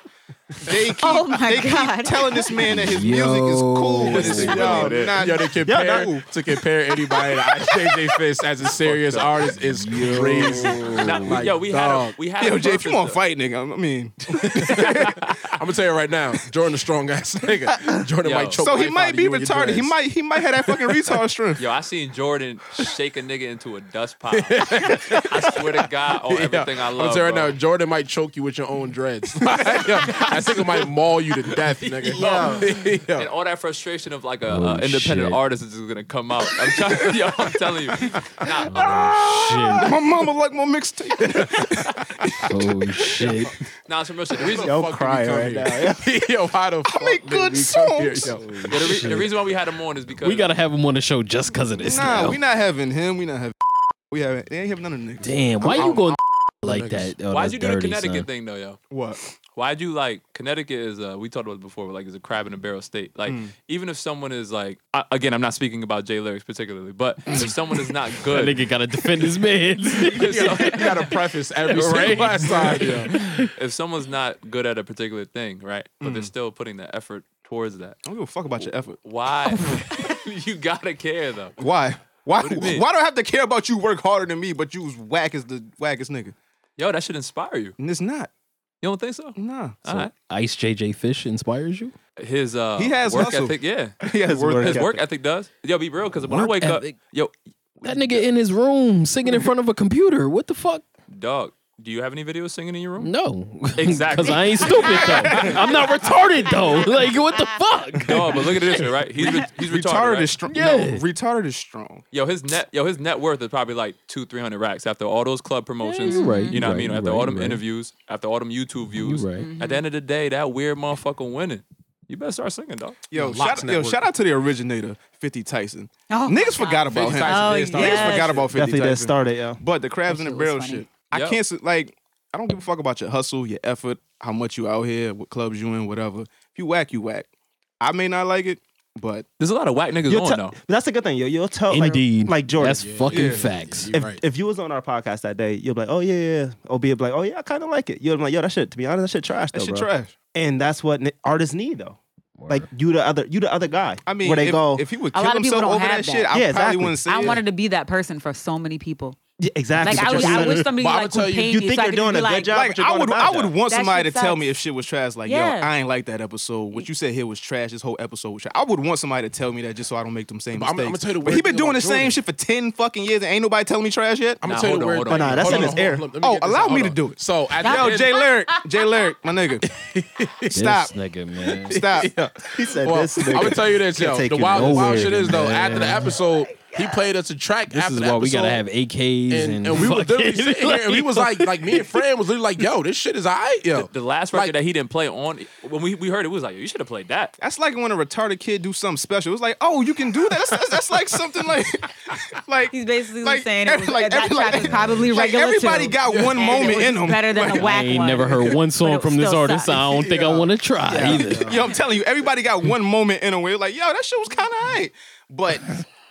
S5: they keep,
S10: Oh my
S5: they
S10: God.
S5: keep telling this man that his music is cool, but it's really not.
S7: Yo, to compare,
S5: that-
S7: to compare anybody to IJJ Fist as a serious artist is crazy.
S9: Now,
S7: Like,
S9: yo, we had a,
S7: dog.
S9: we had
S5: Yo,
S9: a
S5: Jay, if you
S9: purpose,
S5: want to
S9: though.
S5: fight, nigga, I mean,
S7: I'm gonna tell you right now, Jordan a strong ass nigga. Jordan
S9: Yo.
S7: might choke.
S5: so
S7: the
S5: he
S7: life out
S5: might
S7: of
S5: be
S7: you and your
S5: retarded. He
S7: dreads.
S5: might he might have that fucking retard strength.
S9: Yo, I seen Jordan shake a nigga into a dust pile. I swear to God, on everything I
S7: I'm
S9: love.
S7: telling you
S9: bro.
S7: right now, Jordan might choke you with your own dreads. Yo, that nigga might maul you to death, nigga. Yo.
S9: and all that frustration of like a,
S6: Oh,
S9: a independent
S6: shit.
S9: artist is just gonna come out. I'm, tell- yo, I'm telling you, nah,
S6: shit.
S5: My mama like my mixtape.
S6: Oh shit.
S9: nah, some real shit. The reason,
S8: Yo,
S9: yo,
S8: I'm
S7: Fuck, did we
S8: crying
S7: come
S8: right
S7: here?
S8: now, yeah.
S7: Yo, how the fuck?
S5: make
S7: did
S5: good
S7: we come here,
S5: songs.
S7: yo?
S9: the, re- the reason why we had him on is because
S6: We gotta have him on the show just cause of this.
S5: nah,
S6: now.
S5: we not having him. We not having. We haven't. They ain't having none of the niggas.
S6: Damn, why you going like
S7: niggas.
S6: that? Oh,
S9: why'd
S6: that's
S9: you do the
S6: dirty,
S9: Connecticut
S6: son.
S9: thing though, yo?
S5: What?
S9: Why'd you like Connecticut is uh we talked about it before, but like it's a crab in a barrel state. Like even if someone is like I, again, I'm not speaking about Jay lyrics particularly, but if someman is not
S6: That
S9: good,
S6: nigga gotta defend his man.
S9: if,
S7: You
S9: so-
S7: gotta- you gotta preface every single last time. Yo.
S9: if someone's not good at a particular thing, right, but they're still putting the effort towards that,
S5: I don't give a fuck about your effort.
S9: why? you gotta care though.
S5: Why? Why?
S9: do you mean?
S5: why do I have to care about you work harder than me, but you was whack as the wackest nigga?
S9: Yo, that should inspire you.
S5: And it's not.
S9: You don't think so?
S5: Nah.
S9: All right.
S6: Ice JJ Fish inspires you?
S9: His uh,
S5: He has
S9: work
S5: hustle.
S9: ethic. Yeah,
S5: Yeah,
S8: His work
S9: his
S8: ethic.
S9: work ethic does. Yo, be real, because when I
S6: Work
S9: wake
S6: ethic.
S9: up, yo,
S6: That nigga in his room singing in front of a computer. What the fuck?
S9: dog, do you have any videos singing in your room?
S6: No.
S9: Exactly.
S6: Because I ain't stupid though. I'm not retarded though. Like what the fuck?
S9: No, but look at this, right? He's re- he's retarded.
S5: retarded
S9: right?
S5: is strong.
S6: Yeah.
S5: No, retarded is strong.
S9: Yo, his net, yo, his net worth is probably like two, three hundred racks after all those club promotions.
S6: you're right,
S9: You know
S6: you're
S9: what I mean?
S6: right,
S9: After
S6: you're
S9: all
S6: right,
S9: them
S6: you're right.
S9: interviews, after all them YouTube views.
S6: right.
S9: At the end of the day, that weird motherfucker winning. You better start singing, dog.
S5: Yo,
S7: Locks
S5: shout, yo,
S7: Network.
S5: shout out to the originator, 50 Tyson.
S10: Oh my
S5: Niggas forgot
S10: God.
S5: about him.
S10: Oh,
S7: Tyson did start
S5: Niggas
S10: yes.
S7: that
S5: forgot
S7: shit.
S5: about 50
S8: Definitely
S5: Tyson.
S8: did start it, yo.
S5: But the crabs
S10: That
S5: in the
S10: shit was
S5: barrel
S10: funny.
S5: shit. I
S9: Yep.
S5: can't sit like I don't give a fuck about your hustle, your effort, how much you out here, what clubs you in, whatever. If you whack, you whack. I may not like it, but
S9: There's a lot of whack niggas
S8: You'll
S9: on
S8: tell-
S9: though.
S8: that's a good thing, yo. You'll tell like-
S6: Oh, Indeed.
S8: like, Jordan.
S6: That's fucking facts.
S8: if,
S7: right.
S8: if you was on our podcast that day, you'll be like, oh yeah, yeah. yeah. Or be like, oh yeah, I kind of like it. You'll be like, yo, that shit. To be honest, that shit trash.
S5: that
S8: though,
S5: shit
S8: bro.
S5: trash.
S8: And that's what ni- artists need though. Like you, the other, you, the other guy.
S5: I mean,
S8: where they
S5: if-
S8: go?
S5: if he would
S10: a lot of people don't have
S8: yeah,
S10: exactly.
S8: exactly.
S10: I wanted to be that person for so many people.
S8: Yeah, exactly.
S10: Like I, would, I wish somebody like who paid me so I could just be like,
S5: Like, I would, I would want
S10: That
S5: somebody to
S10: shit
S5: tell
S10: sucks.
S5: me if shit was trash. Like, yo,
S10: Yeah.
S5: I ain't like that episode. What you said here was trash. This whole episode was trash. I would want somebody to tell me that just so I don't make them same
S7: But
S5: mistakes.
S7: I'm- I'ma tell you the
S5: but
S7: weird
S5: he been
S7: thing
S5: doing the
S7: about
S5: same
S7: Jordan.
S5: shit for ten fucking years, and ain't nobody telling me trash yet.
S7: I'ma Nah, tell you the hold on, weird hold on. thing.
S5: But nah, that's in
S7: Hold on,
S5: his
S7: hold on.
S5: air.
S7: Let- let me
S5: Oh,
S7: get this
S5: allow
S7: out.
S5: me to
S7: Hold
S5: do
S7: on.
S5: it.
S7: So, at the
S5: yo,
S7: end-
S5: Jay Lyric, Jay Lyric, my nigga, stop,
S6: nigga, man,
S5: stop.
S8: He said
S7: Well,
S8: this.
S7: I'm gonna tell you this, yo. The wild, the wild shit is though. After the
S6: man.
S7: episode, he played us a track.
S6: This
S7: after
S6: is
S7: the
S6: why we gotta have
S7: episode,
S6: AKs and,
S7: And, and we were literally
S6: fucking-
S7: sitting here, and we was like, like me and Fran was literally like, "Yo, this shit is alright, yo."
S9: The, the last record that he didn't play on, when we, we heard it, we was like, yo, you should have played that.
S5: That's like when a retarded kid do something special. It's like, oh, you can do that. That's, that's, that's like something like, like he's
S10: basically
S5: saying
S10: it was- that track is probably regular,
S5: Everybody
S10: too.
S5: got one
S10: And it
S5: moment
S10: was
S5: in them.
S10: better than a whack
S6: I ain't never heard one song from this
S5: still
S6: artist.
S5: sucks.
S6: I don't think I want to try either.
S5: yo, I'm telling you, everybody got one moment in them where you're like, yo, that shit was kind of alright, but.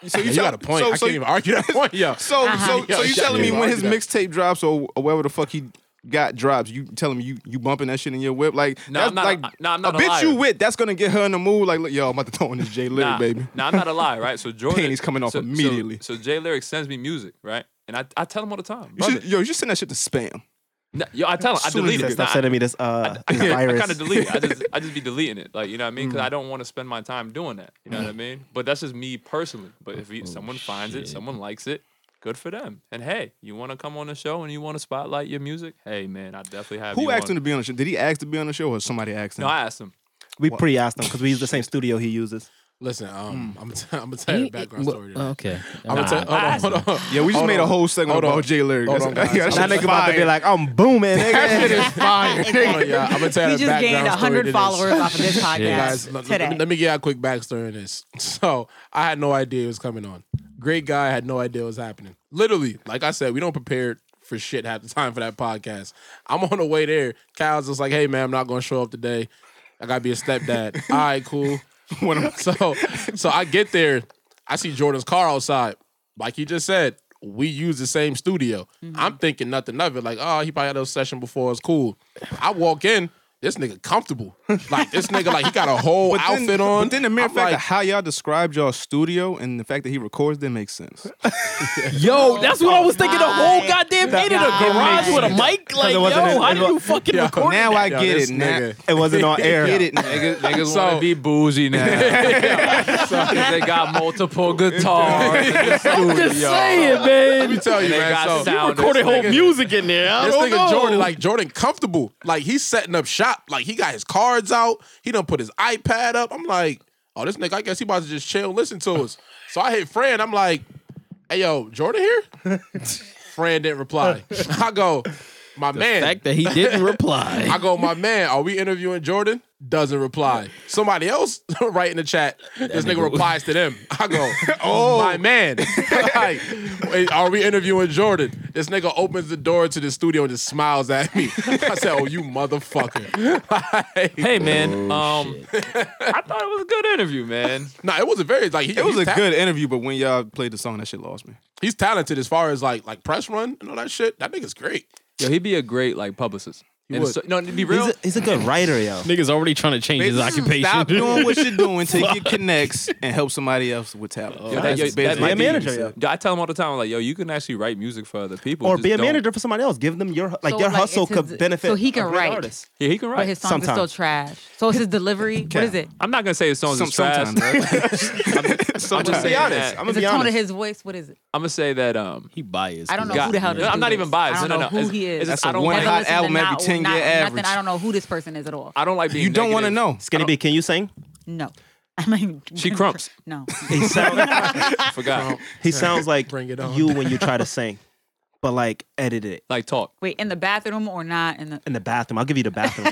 S5: So
S7: You
S5: tell-
S7: got a point. I can't
S5: you-
S7: even argue that point, yo.
S5: So,
S8: Uh-huh.
S5: so,
S7: Yo,
S5: so you
S7: shut
S5: telling me
S7: up.
S5: when his
S7: Argue that.
S5: mixtape drops or, or whatever the fuck he got drops, you telling me you you bumping that shit in your whip? Like,
S9: No,
S5: that's
S9: I'm not a-
S5: like
S9: no, I'm not
S5: a
S9: a
S5: bitch
S9: liar.
S5: you with. That's gonna get her in the mood. Like, look, yo, I'm about to throw in this Jay Lyric,
S9: nah,
S5: baby.
S9: Nah, I'm not a lie, right? So Jordan
S5: Panties coming off
S9: so- so-
S5: immediately.
S9: So, Jay Lyric sends me music, right? And I, I tell him all the time,
S5: You should, yo, you should send that shit to spam.
S9: Nah, yo, I tell him, I
S5: Soon as
S9: delete
S5: they
S9: it.
S5: stop
S9: Nah,
S5: sending
S8: me this, uh,
S9: I, Mm. I,
S8: virus.
S9: kind of delete it. I just, I just be deleting it. Like, you know what I mean? Because I don't want to spend my time doing that. You know what I mean? But that's just me personally. But if you, someone finds it, someone likes it, good for them. And hey, you want to come on the show and you want to spotlight your music? Hey, man, I definitely have.
S5: Who
S9: you
S5: asked
S9: on.
S5: him to be on the show? Did he ask to be on the show or somebody asked him?
S9: No, I asked him.
S8: We pre-asked him because we use the same studio he uses.
S7: Listen, um, I'm gonna t- I'm gonna tell you the background
S8: well,
S7: story.
S6: Okay.
S7: I'm gonna tell. Hold on, hold on.
S5: Yeah, we just
S7: Hold
S5: made a
S7: on.
S5: whole segment
S7: Hold on.
S5: about Jay Lyric.
S7: Hold
S5: That's-
S7: on,
S5: yeah,
S7: guys.
S5: that
S7: I'm
S5: shit
S7: gonna
S5: is
S8: About to be
S5: fire.
S8: like, I'm booming.
S5: That shit is fire.
S7: Hold on, y'all. I'm gonna tell
S10: We
S7: you the
S10: just gained
S7: background story
S10: 100
S7: to this.
S10: followers off of this
S7: Yeah.
S10: podcast
S7: Guys, let, let me-
S10: today.
S7: let me give you a quick backstory on this. So I had no idea it was coming on. Great guy, had no idea what was happening. Literally, like I said, we don't prepare for shit half the time for that podcast. I'm on the way there. Kyle's just like, "Hey man, I'm not gonna show up today. I gotta be a stepdad." All right, cool. so so I get there. I see Jordan's car outside. Like he just said, we use the same studio. I'm thinking nothing of it. Like, oh, he probably had a session before. It's cool. I walk in. This nigga comfortable. Like this nigga, like he got a whole
S5: But then-
S7: outfit on.
S5: But then the mere
S7: I'm
S5: fact
S7: like,
S5: of how y'all described y'all studio and the fact that he records them makes sense.
S6: Yo, that's what I was thinking. The whole goddamn
S5: That-
S6: day in a
S5: that
S6: garage
S5: makes
S6: with a
S5: sense.
S6: mic.
S5: Because
S6: Like,
S5: it
S6: yo,
S5: wasn't in-
S6: how
S5: it
S6: do
S5: wa-
S6: you fucking
S5: Yo,
S6: record
S5: now
S6: that?
S5: I get it.
S7: this
S5: Now
S7: nigga.
S8: It wasn't on air.
S5: get it. Niggas,
S9: niggas
S7: So-
S9: want to be bougie now. they got multiple guitars. in the
S6: I'm just
S9: studio.
S6: saying, man.
S7: let me tell you,
S9: They
S7: man.
S9: got
S7: So
S9: sound.
S6: You recorded
S9: This
S6: whole
S9: nigga-
S6: music in there. I
S7: This
S6: don't
S7: nigga
S6: know.
S7: Jordan, like Jordan, comfortable. Like he's setting up shop. Like he got his cards out. He done put his iPad up. I'm like, oh, this nigga, I guess he about to just chill, and listen to us. So I hit Fran. I'm like, hey, yo, Jordan here? Fran didn't reply. I go, my
S6: the
S7: man.
S6: fact that he didn't reply.
S7: I go, my man, are we interviewing Jordan? Doesn't reply. Somebody else right in the chat, this nigga replies to them. I go, oh, my man. like, wait, are we interviewing Jordan? This nigga opens the door to the studio and just smiles at me. I said, oh, you motherfucker.
S9: Hey man, um, I thought it was a good interview, man.
S7: nah, it was a very, like, he,
S5: It was
S7: he's
S5: a
S7: ta-
S5: good interview, but when y'all played the song, that shit lost me.
S7: He's talented as far as like like press run and all that shit. That nigga's great.
S9: Yo, he'd be a great like publicist. And
S7: would.
S9: so- no, to be real,
S8: He's a, he's a good writer, yo.
S6: Niggas already trying to change his occupation.
S5: Mm, Stop doing what you're doing. Take your connects and help somebody else with talent.
S9: Yo, that,
S5: That's
S9: yo,
S5: basically
S9: Oh, that might
S5: what
S9: be-
S5: he
S8: manager,
S5: said.
S8: yo.
S9: I tell him all the time, like, yo, you can actually write music for other people,
S8: Or
S9: just
S8: be a
S9: don't-
S8: manager for somebody else. Give them your like
S10: So,
S8: your
S10: like,
S8: hustle
S10: it's
S8: could
S10: his-
S8: benefit.
S10: So he
S8: a
S10: can
S8: great
S10: write.
S8: artist.
S9: Yeah, he can
S10: But
S9: write.
S10: his songs are still
S8: Sometimes.
S10: trash. So it's his delivery. What is it?
S9: I'm not gonna say his songs
S5: Some-
S9: is trash.
S5: sometimes,
S9: I'm,
S5: Sometimes.
S9: just
S5: Be
S9: saying
S5: honest.
S9: that-
S5: I'm
S9: I'm
S5: gonna
S10: Is the
S5: be
S10: tone
S5: honest.
S10: of his voice? What is it?
S9: gonna say that um,
S6: He biased.
S10: I don't know
S9: got-
S10: who the hell this
S9: No, I'm
S10: dude
S9: not even
S10: is.
S9: biased.
S10: I don't
S9: no, no,
S10: know
S9: no.
S10: who he is.
S9: It's, it's,
S5: That's
S9: I
S5: a
S9: don't
S5: one
S9: like.
S10: Haven't
S5: hot
S10: listened to
S5: album every
S10: not-
S5: 10
S10: not-
S5: year average.
S10: Nothing. I don't know who this person is at all.
S9: I don't like being.
S5: You don't want to
S9: negative.
S5: know.
S8: Skinny B, can you sing?
S10: No. I'm not even.
S9: She crumps.
S10: No.
S8: He sounds
S9: I forgot.
S8: he sounds like
S7: Bring it on.
S8: you when you try to sing, but like edit it
S9: Like talk.
S10: Wait, in the bathroom or not? In the.
S8: in the bathroom. I'll give you the bathroom.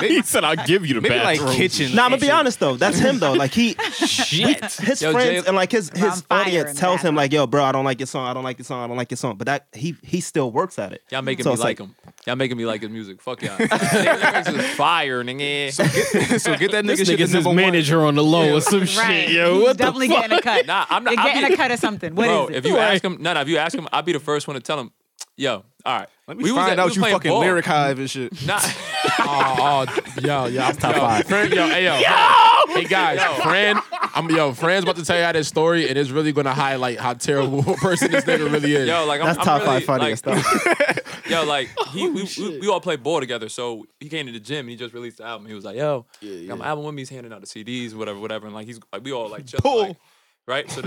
S6: He said, "I'll give you the
S5: Maybe like
S6: bathroom."
S5: kitchen.
S8: nah, I'm gonna be honest though. That's him though. Like he,
S6: Shit.
S8: his
S9: Yo,
S8: friends
S9: Jay-
S8: and like his
S10: I'm
S8: his
S10: fire
S8: audience
S10: in
S8: tells
S10: that.
S8: him like, "Yo, bro, I don't like your song. I don't like your song. I don't like your song." But that he he still works at it.
S9: Y'all making
S8: So
S9: me
S8: it's
S9: like him. Y'all making me like his music. Fuck y'all. Lyrics is fire, nigga.
S5: so get that nigga
S6: This
S5: shit to
S6: nigga's his
S5: number one.
S6: manager on the low or some
S10: Right.
S6: shit, yo.
S10: He's
S6: What the
S10: definitely getting a cut.
S9: Nah, I'm not-
S10: They're
S9: I'll
S10: getting
S9: be-
S10: a cut of something. What is
S9: Bro,
S10: it?
S9: if you ask him, no, no, if you ask him, I'll be the first one to tell him. Yo, all right.
S5: Let me
S9: We was
S5: find
S9: at- we
S5: out
S9: was
S5: you
S9: playing
S5: fucking
S9: ball.
S5: lyric hive and shit.
S9: Nah.
S7: Oh, oh, yo, yo, I'm top
S8: five.
S7: Yo, hey, yo, Hey guys,
S13: Yo.
S7: Fran, I'm yo, Fran's about to tell you how this story, and it's really gonna highlight how terrible a person this nigga really is.
S9: Yo, like, I'm- That's I'm top really, five funniest Yo, like he, we, we, we all played ball together. So he came to the gym and he just released the album. He was like, "Yo, got my album with me." He's handing out the CDs, whatever, whatever. And like he's like, we all like chill, like, right? So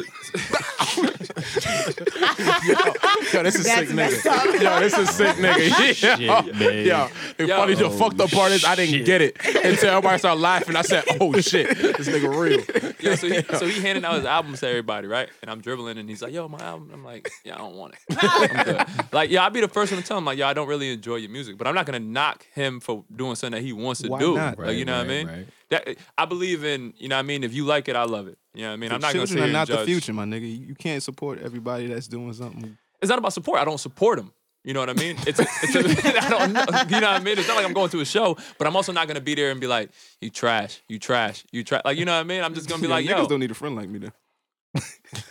S9: the,
S7: Yo, this is sick nigga. Yo, this is sick nigga. Yo,
S9: Shit, man.
S7: yo. The
S9: Yo.
S7: funny, the
S9: Oh,
S7: fucked up part is I didn't get it until everybody started laughing. I said, "Oh shit, this nigga real."
S9: Yeah, so he, so he handed out his albums to everybody, right? And I'm dribbling, and he's like, "Yo, my album." I'm like, "Yeah, I don't want it." I'm good. Like, yeah, I'd be the first one to tell him, like, "Yo, I don't really enjoy your music," but I'm not gonna knock him for doing something that he wants to
S6: Why
S9: do.
S6: not?
S9: Like, you know what I mean? That I believe in. You know what I mean? If you like it, I love it. You know what I mean? I'm
S5: The
S9: not gonna
S5: children
S9: say
S5: are not
S9: judge.
S5: the future, my nigga. You can't support everybody that's doing something.
S9: It's not about support. I don't support him. You know what I mean? It's, it's I don't know. You know what I mean? It's not like I'm going to a show, but I'm also not gonna be there and be like, "You trash, you trash, you trash." Like, you know what I mean? I'm just gonna be
S5: Yo,
S9: like,
S5: niggas
S9: "Yo,
S5: don't need a friend like me. Then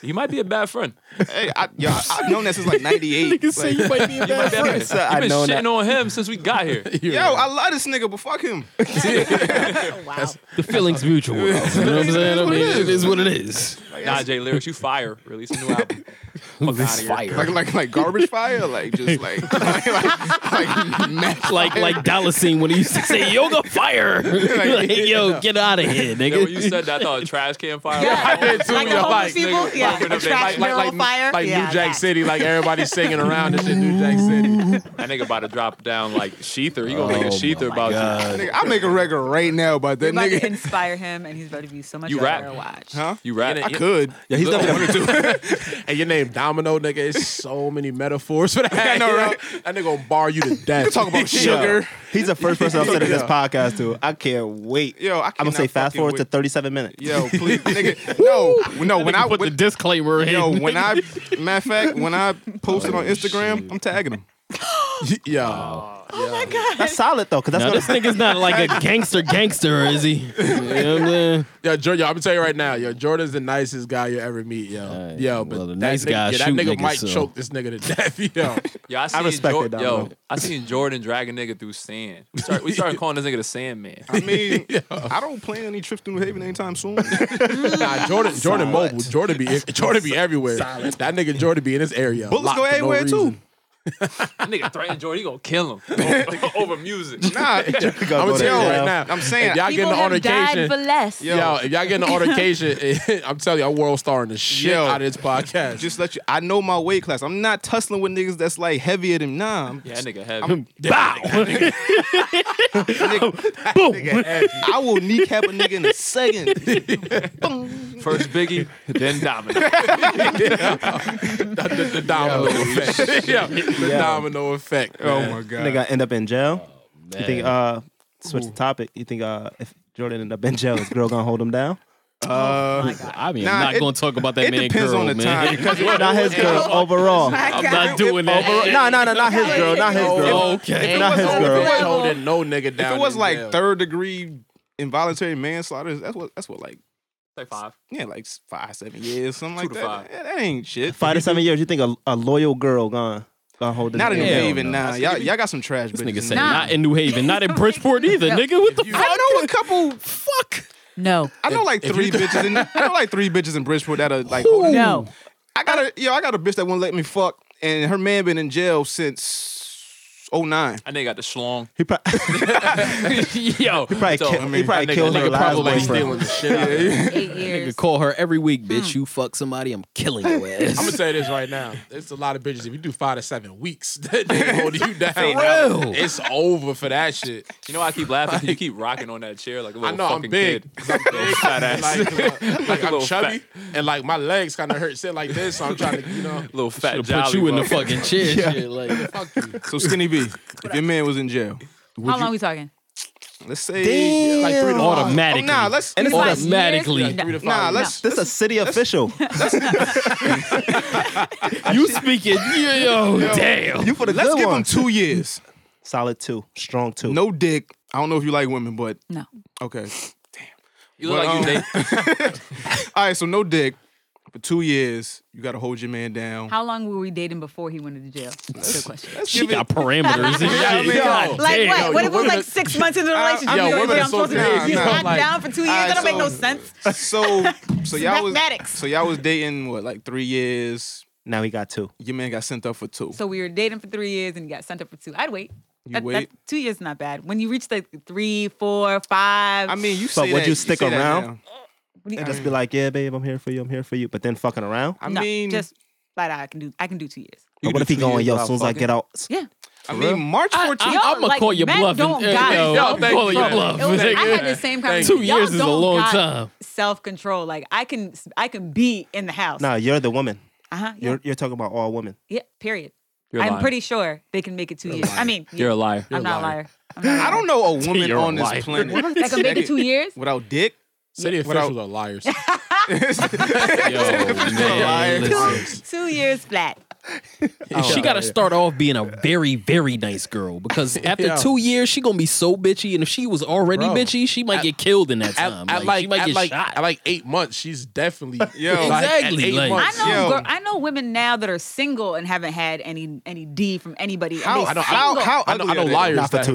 S9: he might be a bad friend."
S5: Hey, I, yo, I, I've known that since like '98.
S9: Niggas say you might be a bad friend.
S5: You've
S9: You've been shitting on him since we got here.
S5: Yo, I love this nigga, but fuck him.
S6: The feeling's mutual. you know what I'm saying? I mean, it is what it is.
S9: Nah, Jay lyrics, you fire. Release a new album.
S6: This fire.
S5: Like like like garbage fire, like just like like like, match
S6: like
S5: fire.
S6: like Dallasine when he used to say yoga fire. like, yo, get out of here,
S9: Yeah, when
S6: nigga.
S9: you said that, I thought a trash can fire.
S7: I did too.
S9: Like
S7: yo,
S9: the
S7: like,
S9: homeless people?
S7: nigga,
S9: Yeah.
S7: like,
S9: A
S7: like, like,
S9: trash barrel
S7: like,
S9: fire?
S7: like
S9: Yeah,
S7: New Jack
S9: that.
S7: City, like everybody singing around and shit. New Jack City.
S9: That nigga about to drop down like Sheether. You
S5: Oh
S9: gonna make a Sheether about you.
S5: Nigga, I make a record right now about
S10: You're
S5: that
S10: about to
S5: nigga.
S10: inspire him, and he's about to be so much
S9: You
S10: better
S9: rap.
S10: to watch.
S5: Huh?
S9: You rap.
S5: I could. Yeah, he's
S7: Little
S5: definitely
S7: one or two. and your name Domino, nigga. It's so many metaphors for that.
S5: I know,
S7: you
S5: right?
S7: That nigga gonna bar you to death.
S5: You talk about
S8: Yo, he's the first person I've said in this podcast to. I can't wait.
S5: Yo, I
S8: I'm gonna say
S5: cannot
S8: fast
S5: fucking
S8: forward to
S5: wait.
S8: 37 minutes.
S5: Yo, please, nigga. No, no. When I put the
S6: disclaimer in,
S5: yo, when I matter of fact, when I post it on Instagram, I'm tagging him.
S7: yo,
S8: oh my god, that's solid though, because that's
S6: now
S8: what
S6: this nigga's not like a gangster gangster, is he? You know what I'm saying?
S7: Yo, Jordan, yo, I'm gonna tell you right now, yo, Jordan's the nicest guy you ever meet, yo. yo, but
S6: well, the
S7: that
S6: nice
S7: nigga,
S6: guy
S7: yeah, that
S6: shoot
S7: nigga
S6: niggas,
S7: might
S6: so.
S7: choke this nigga to death, yo.
S9: Yo, I, seen
S7: respect
S9: Jor-
S7: it,
S9: Yo,
S7: Domino.
S9: I seen Jordan drag a nigga through sand. We started, we started calling this nigga the Sandman.
S5: I mean, I don't plan any trips to New Haven anytime soon.
S7: nah, Jordan, Jordan mobile, Jordan be, Jordan be everywhere. That nigga Jordan be in his area. a
S5: Bullets
S7: lot
S5: go
S7: for no
S5: everywhere, too.
S7: reason.
S9: That nigga threatened Jordan. He gonna kill him over, over music.
S5: Nah, I'm
S7: I'm
S5: telling
S7: telling you right now.
S5: I'm saying
S7: if y'all get in an
S13: People have died
S7: altercation,
S13: for less.
S7: Yo.
S5: Yo.
S7: if y'all get in an altercation, I'm telling you, I'm world starring the shit
S5: Yo.
S7: out of this podcast.
S5: Just let you. I know my weight class. I'm not tussling with niggas that's like heavier than nah. I'm,
S9: Yeah, that nigga heavy.
S5: I'm bow. Boom. I will kneecap a nigga in a second.
S9: First Biggie, then Domino.
S7: the, the domino effect. yeah, the domino effect. man.
S8: Nigga end up in jail. you think?
S6: man.
S8: Uh, switch the topic. You think? Uh, if Jordan ended up in jail, is girl gonna hold him down?
S6: Uh, I mean,
S8: Nah,
S6: I'm not
S8: it-
S6: gonna talk about that
S8: it
S6: man.
S8: depends
S6: girl,
S8: on the
S6: man.
S8: time, because it- Not his girl, overall.
S6: I'm not doing that.
S8: Overall, no, no, no, not his girl, not his girl.
S6: okay.
S8: not his girl.
S7: holding no nigga
S5: If
S7: down.
S5: it was
S7: in
S5: like
S7: jail.
S5: third degree involuntary manslaughter, that's what that's what like
S9: Say five.
S5: yeah like s- five seven years something like
S9: to
S5: that.
S9: five.
S5: Yeah, that ain't shit.
S8: Five to seven years. You think a, a loyal girl gonna gonna hold him
S5: Not in
S8: down?
S5: New
S6: Hell
S5: Haven,
S6: no.
S5: nah. Y'all, y'all got some trash
S6: This
S5: bitches.
S6: nigga
S5: in
S6: said
S5: there.
S6: not in New Haven, not in Bridgeport either, nigga. What the fuck?
S5: I know a couple.
S6: Fuck.
S13: No.
S5: I know like
S7: if you
S5: three
S7: could-
S5: bitches. In, I know like three bitches in Bridgeport that are like.
S13: No.
S5: I got a yo. I got a bitch that won't let me fuck, and her man been in jail since 09.
S9: That nigga got the schlong.
S8: He probably
S9: Yo, he
S8: probably ki- he probably killed her last
S7: probably
S8: boyfriend.
S7: stealing the shit out of you.
S10: Eight years.
S6: Nigga, call her every week, bitch. You fuck somebody, I'm killing your
S7: I'm gonna
S6: ass.
S7: tell you this right now. It's a lot of bitches. If you do five to seven weeks, that nigga holding you down.
S6: real.
S7: It's over for that shit.
S9: You know why I keep laughing? 'Cause You keep rocking on that chair like a
S7: I
S9: little
S7: know I'm
S9: fucking
S7: big.
S9: kid.
S7: I'm big.
S9: fat ass.
S7: Like, 'cause I- like,
S9: a
S7: I'm
S9: little
S7: chubby and like my legs kind of hurt. Sit like this, so I'm trying to, you know.
S9: Little fat
S6: Put
S9: jolly.
S6: you in the
S9: motherfucker.
S6: fucking chair. Shit, like,
S7: Fuck you.
S5: So skinny B, if your man was in jail, would
S10: How
S5: you,
S10: long we talking?
S5: Let's say
S8: Damn.
S7: Like three to five.
S5: Oh,
S6: automatically.
S5: nah, let's
S10: And it's like-
S6: automatically.
S10: years?
S7: Three to five.
S5: nah,
S7: weeks.
S5: let's.
S8: This a city official.
S6: You speaking, yo, yo, damn.
S8: you for the
S5: Let's
S8: good
S5: give
S8: one.
S5: him two years.
S8: Solid two, strong two.
S5: No dick. I don't know if you like women, but
S10: No.
S5: okay.
S9: You look
S5: But, um,
S9: like you date.
S5: All right, so no dick. For two years, you got to hold your man down.
S10: How long were we dating before he went to jail? That's a good question.
S5: She got
S9: parameters.
S10: like what? what if it was like six months into the relationship?
S5: yo,
S10: you
S5: women
S10: already
S5: are
S10: I'm
S5: so
S10: supposed to
S5: big.
S10: be
S5: Nah,
S10: locked
S5: like-
S10: down for two years.
S5: All right,
S10: that don't make no
S5: so-
S10: sense.
S5: So, so y'all was
S10: Mathematics.
S5: so y'all was dating what like three years. Now we got two. Your man got sent up for two.
S10: So we were dating for three years and you got sent up for two. I'd wait.
S5: You
S10: That,
S5: wait?
S10: That, two years is not bad. When you reach like three, four, five. I
S5: mean, you
S8: But would you stick around?
S10: do you-
S8: And just be like, yeah, babe, I'm here for you, I'm here for you. But then fucking around.
S10: no, just flat out. I can do. I can do two years.
S8: But what if he going, yo, as soon as I get out,
S10: Yeah.
S5: I
S8: real?
S5: mean, March 14th.
S10: Yo, like, men Don't got it.
S5: Yo, thank you.
S10: It was- I had the same
S8: Thank you.
S10: conversation.
S8: Two years is a long time.
S10: Self control. Like I can, I can be in the house.
S8: Nah, you're the woman.
S10: Uh huh. Yeah.
S8: You're you're talking about all women.
S10: yeah. Period.
S8: You're
S10: I'm
S8: lying.
S10: pretty sure they can make it 2 years. I mean,
S8: You're a liar.
S10: I'm
S8: You're a
S10: not a
S8: liar.
S10: liar.
S5: I don't know a woman
S8: You're a
S5: on this
S8: liar.
S5: planet
S10: What? That can make it two years?
S5: without dick.
S7: City
S5: Without-
S7: officials are liars.
S5: man,
S10: Two, two years flat.
S6: she got to start off being a very, very nice girl because after
S7: Yeah.
S6: two years, she gonna be so bitchy, and if she was already
S7: Bro.
S6: bitchy, she might get killed in that
S7: At,
S6: time.
S7: at like,
S6: she might
S7: at,
S6: get
S7: like,
S6: shot.
S7: at like eight months, she's definitely like, at
S6: Exactly,
S7: eight
S6: like-
S7: months.
S10: I know, girl, I know women now that are single and haven't had any any D from anybody. and
S7: How-
S10: they
S7: I know-
S10: single.
S7: I know, I know liars
S8: Not for
S7: that
S8: two
S7: have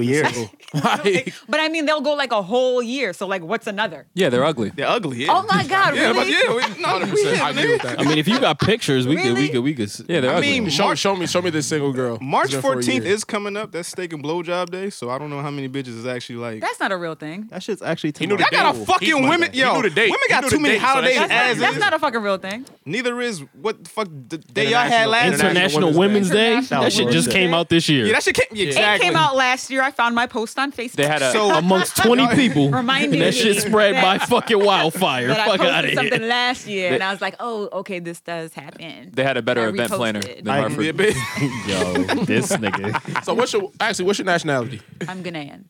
S8: years.
S7: been single.
S10: But I mean, they'll go like a whole year. So like, what's another?
S9: Yeah, they're ugly.
S5: They're ugly.
S10: Oh my God,
S5: Yeah,
S10: really?
S5: but yeah, we, no, we him, nigga.
S6: I mean, if you got pictures, we could, we could, we could.
S9: Yeah,
S5: they're I ugly. mean,
S7: show,
S5: March-
S7: show me, show me this single girl.
S5: March
S7: She's been for a
S5: 14th
S7: year.
S5: is coming up. That's steak and blowjob day. So I don't know how many bitches is actually like.
S10: That's not a real thing.
S8: That shit's actually
S5: He knew the Y'all got date. a fucking He knew the women- date. yo, He knew the date. women got He knew too the many date, so holidays that shit- as
S10: That's,
S5: it
S10: not, that's
S5: is.
S10: not a fucking real thing.
S5: Neither is what the fuck the day y'all had last
S6: International Women's Day.
S5: International
S6: That shit
S5: Women's
S6: just
S5: Day.
S6: came out this year.
S5: Yeah, that shit came exactly.
S10: It came out last year. I found my post on Facebook.
S6: They had a- So- amongst 20 people,
S10: Reminding
S6: that shit
S10: me
S6: spread
S10: that-
S6: by fucking wildfire.
S10: That
S6: Fuck
S10: I
S6: outta
S10: posted
S6: here.
S10: something last year, and
S9: They-
S10: I was like, "Oh, okay, this does happen."
S9: They had a better
S10: I
S9: event planner
S10: reposted.
S9: than Hartford.
S6: Yo, this nigga.
S7: So what's your actually? What's your nationality?
S10: I'm Ghanaian.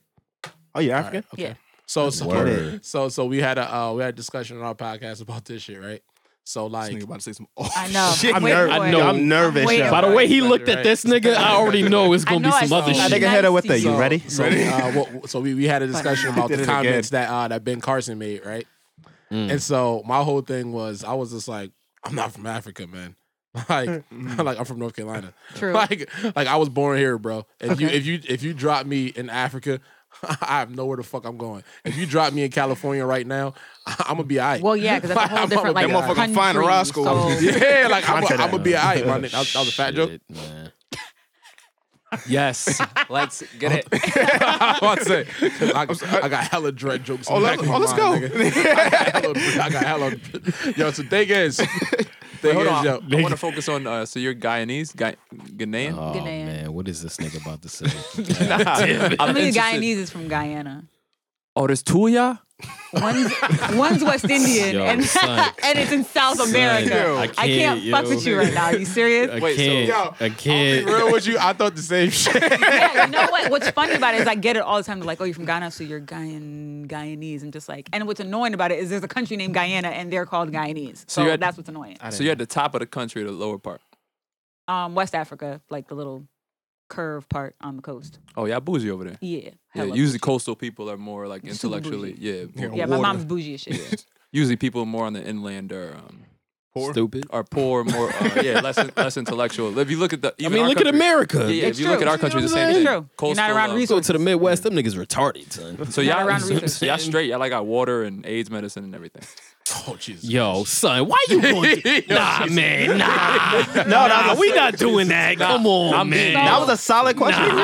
S8: Oh, you African?
S10: Yeah.
S7: So so,
S8: Word.
S7: so so we had a uh, we had a discussion on our podcast about this shit, right? So like,
S5: about to say some.
S10: I know.
S7: Shit.
S10: I'm waiting
S7: nervous.
S10: for
S7: I
S10: it.
S7: know. I'm nervous,
S10: waiting
S7: yo.
S10: for
S6: By the
S10: it.
S6: way, he looked at this nigga. I already know it's gonna
S10: I
S6: be
S10: know I
S6: some other
S10: saw
S6: shit.
S10: that nigga had it with the-
S8: You ready?
S7: So,
S8: Ready?
S7: uh, what- so we, we had a discussion about
S8: Did
S7: the
S8: it again. Mm.
S7: comments that uh, that Ben Carson made, right? And so my whole thing was, I was just like, I'm not from Africa, man. Like,
S10: Mm.
S7: like I'm from North Carolina.
S13: True.
S7: Like, like I was born here, bro. If you if you if you drop me in Africa, I have nowhere the fuck I'm going. If you drop me in California right now, I'm gonna be alright.
S10: Well, yeah, 'cause that's a whole different, like,
S7: That motherfucker find a
S10: country,
S7: Roscoe.
S9: Oh,
S10: so-
S7: yeah, like I'm
S9: Content.
S7: gonna be alright. my nigga. That, was- that was a fat joke.
S9: Yes. Let's get it.
S7: I was about to say, 'cause I, I got hella dread jokes. in
S5: Oh,
S7: the
S5: let's-
S7: back of
S5: oh,
S7: my
S5: let's
S7: mind,
S5: go.
S7: nigga. I got hella- I got hella. Yo, so thing is, thing
S9: Wait, hold
S7: is,
S9: on.
S7: yo,
S9: I want to focus on. Uh, so you're Guyanese, Guy- Ghanaian.
S6: Oh
S10: Ghanaian.
S6: man, what is this nigga about to say?
S9: Nah,
S10: I
S9: I'm
S10: mean, the
S9: interested.
S10: Guyanese is from Guyana.
S9: Oh, there's two of y'all.
S10: One's, one's West Indian,
S9: Yo,
S10: and,
S9: son.
S10: and it's in South
S9: Son,
S10: America.
S9: yo.
S10: I
S9: I
S10: can't,
S9: can't,
S10: fuck
S9: yo.
S10: with you right now. Are you serious?
S6: I
S7: Wait, so-
S6: can't.
S7: Yo,
S6: I can't.
S7: real with you, I thought the same shit.
S10: yeah, you know what? What's funny about it is I get it all the time. They're like, oh, you're from Ghana, so you're Guyan Guyanese. I'm just like, and what's annoying about it is there's a country named Guyana, and they're called Guyanese. So,
S9: you're at-
S10: that's what's annoying.
S9: So you're at the top of the country, the lower part.
S10: Um, West Africa, like the little curve part on the coast.
S9: Oh, y'all bougie over there.
S10: Yeah,
S9: Yeah.
S10: hella
S9: Usually coastal people are more like
S10: Super
S9: intellectually. Yeah. more-
S10: Yeah, my mom's bougie as shit.
S9: Usually people more on the inland are um,
S6: Poor? Stupid.
S9: Are poor. More. Uh, yeah. Less less intellectual. If you look at the. Even
S6: mean,
S9: our
S6: look at
S9: country-
S6: America.
S9: Yeah. yeah,
S6: It's
S9: if you look
S6: true.
S9: at our
S6: You know
S9: country, the
S6: what
S9: same
S6: I'm
S9: thing.
S6: saying? It's
S9: Coastal, uh,
S6: Go to the Midwest. Them niggas retarded, son.
S9: So y'all,
S6: You know what I'm
S9: y'all
S6: saying?
S9: straight. Y'all like got water and AIDS medicine and everything.
S7: Oh Jesus.
S6: Yo, son, why you going? To, nah, man, nah. no, nah, we not doing that. Come on,
S8: I'm
S6: man.
S8: being- That was a solid question.
S10: No, and,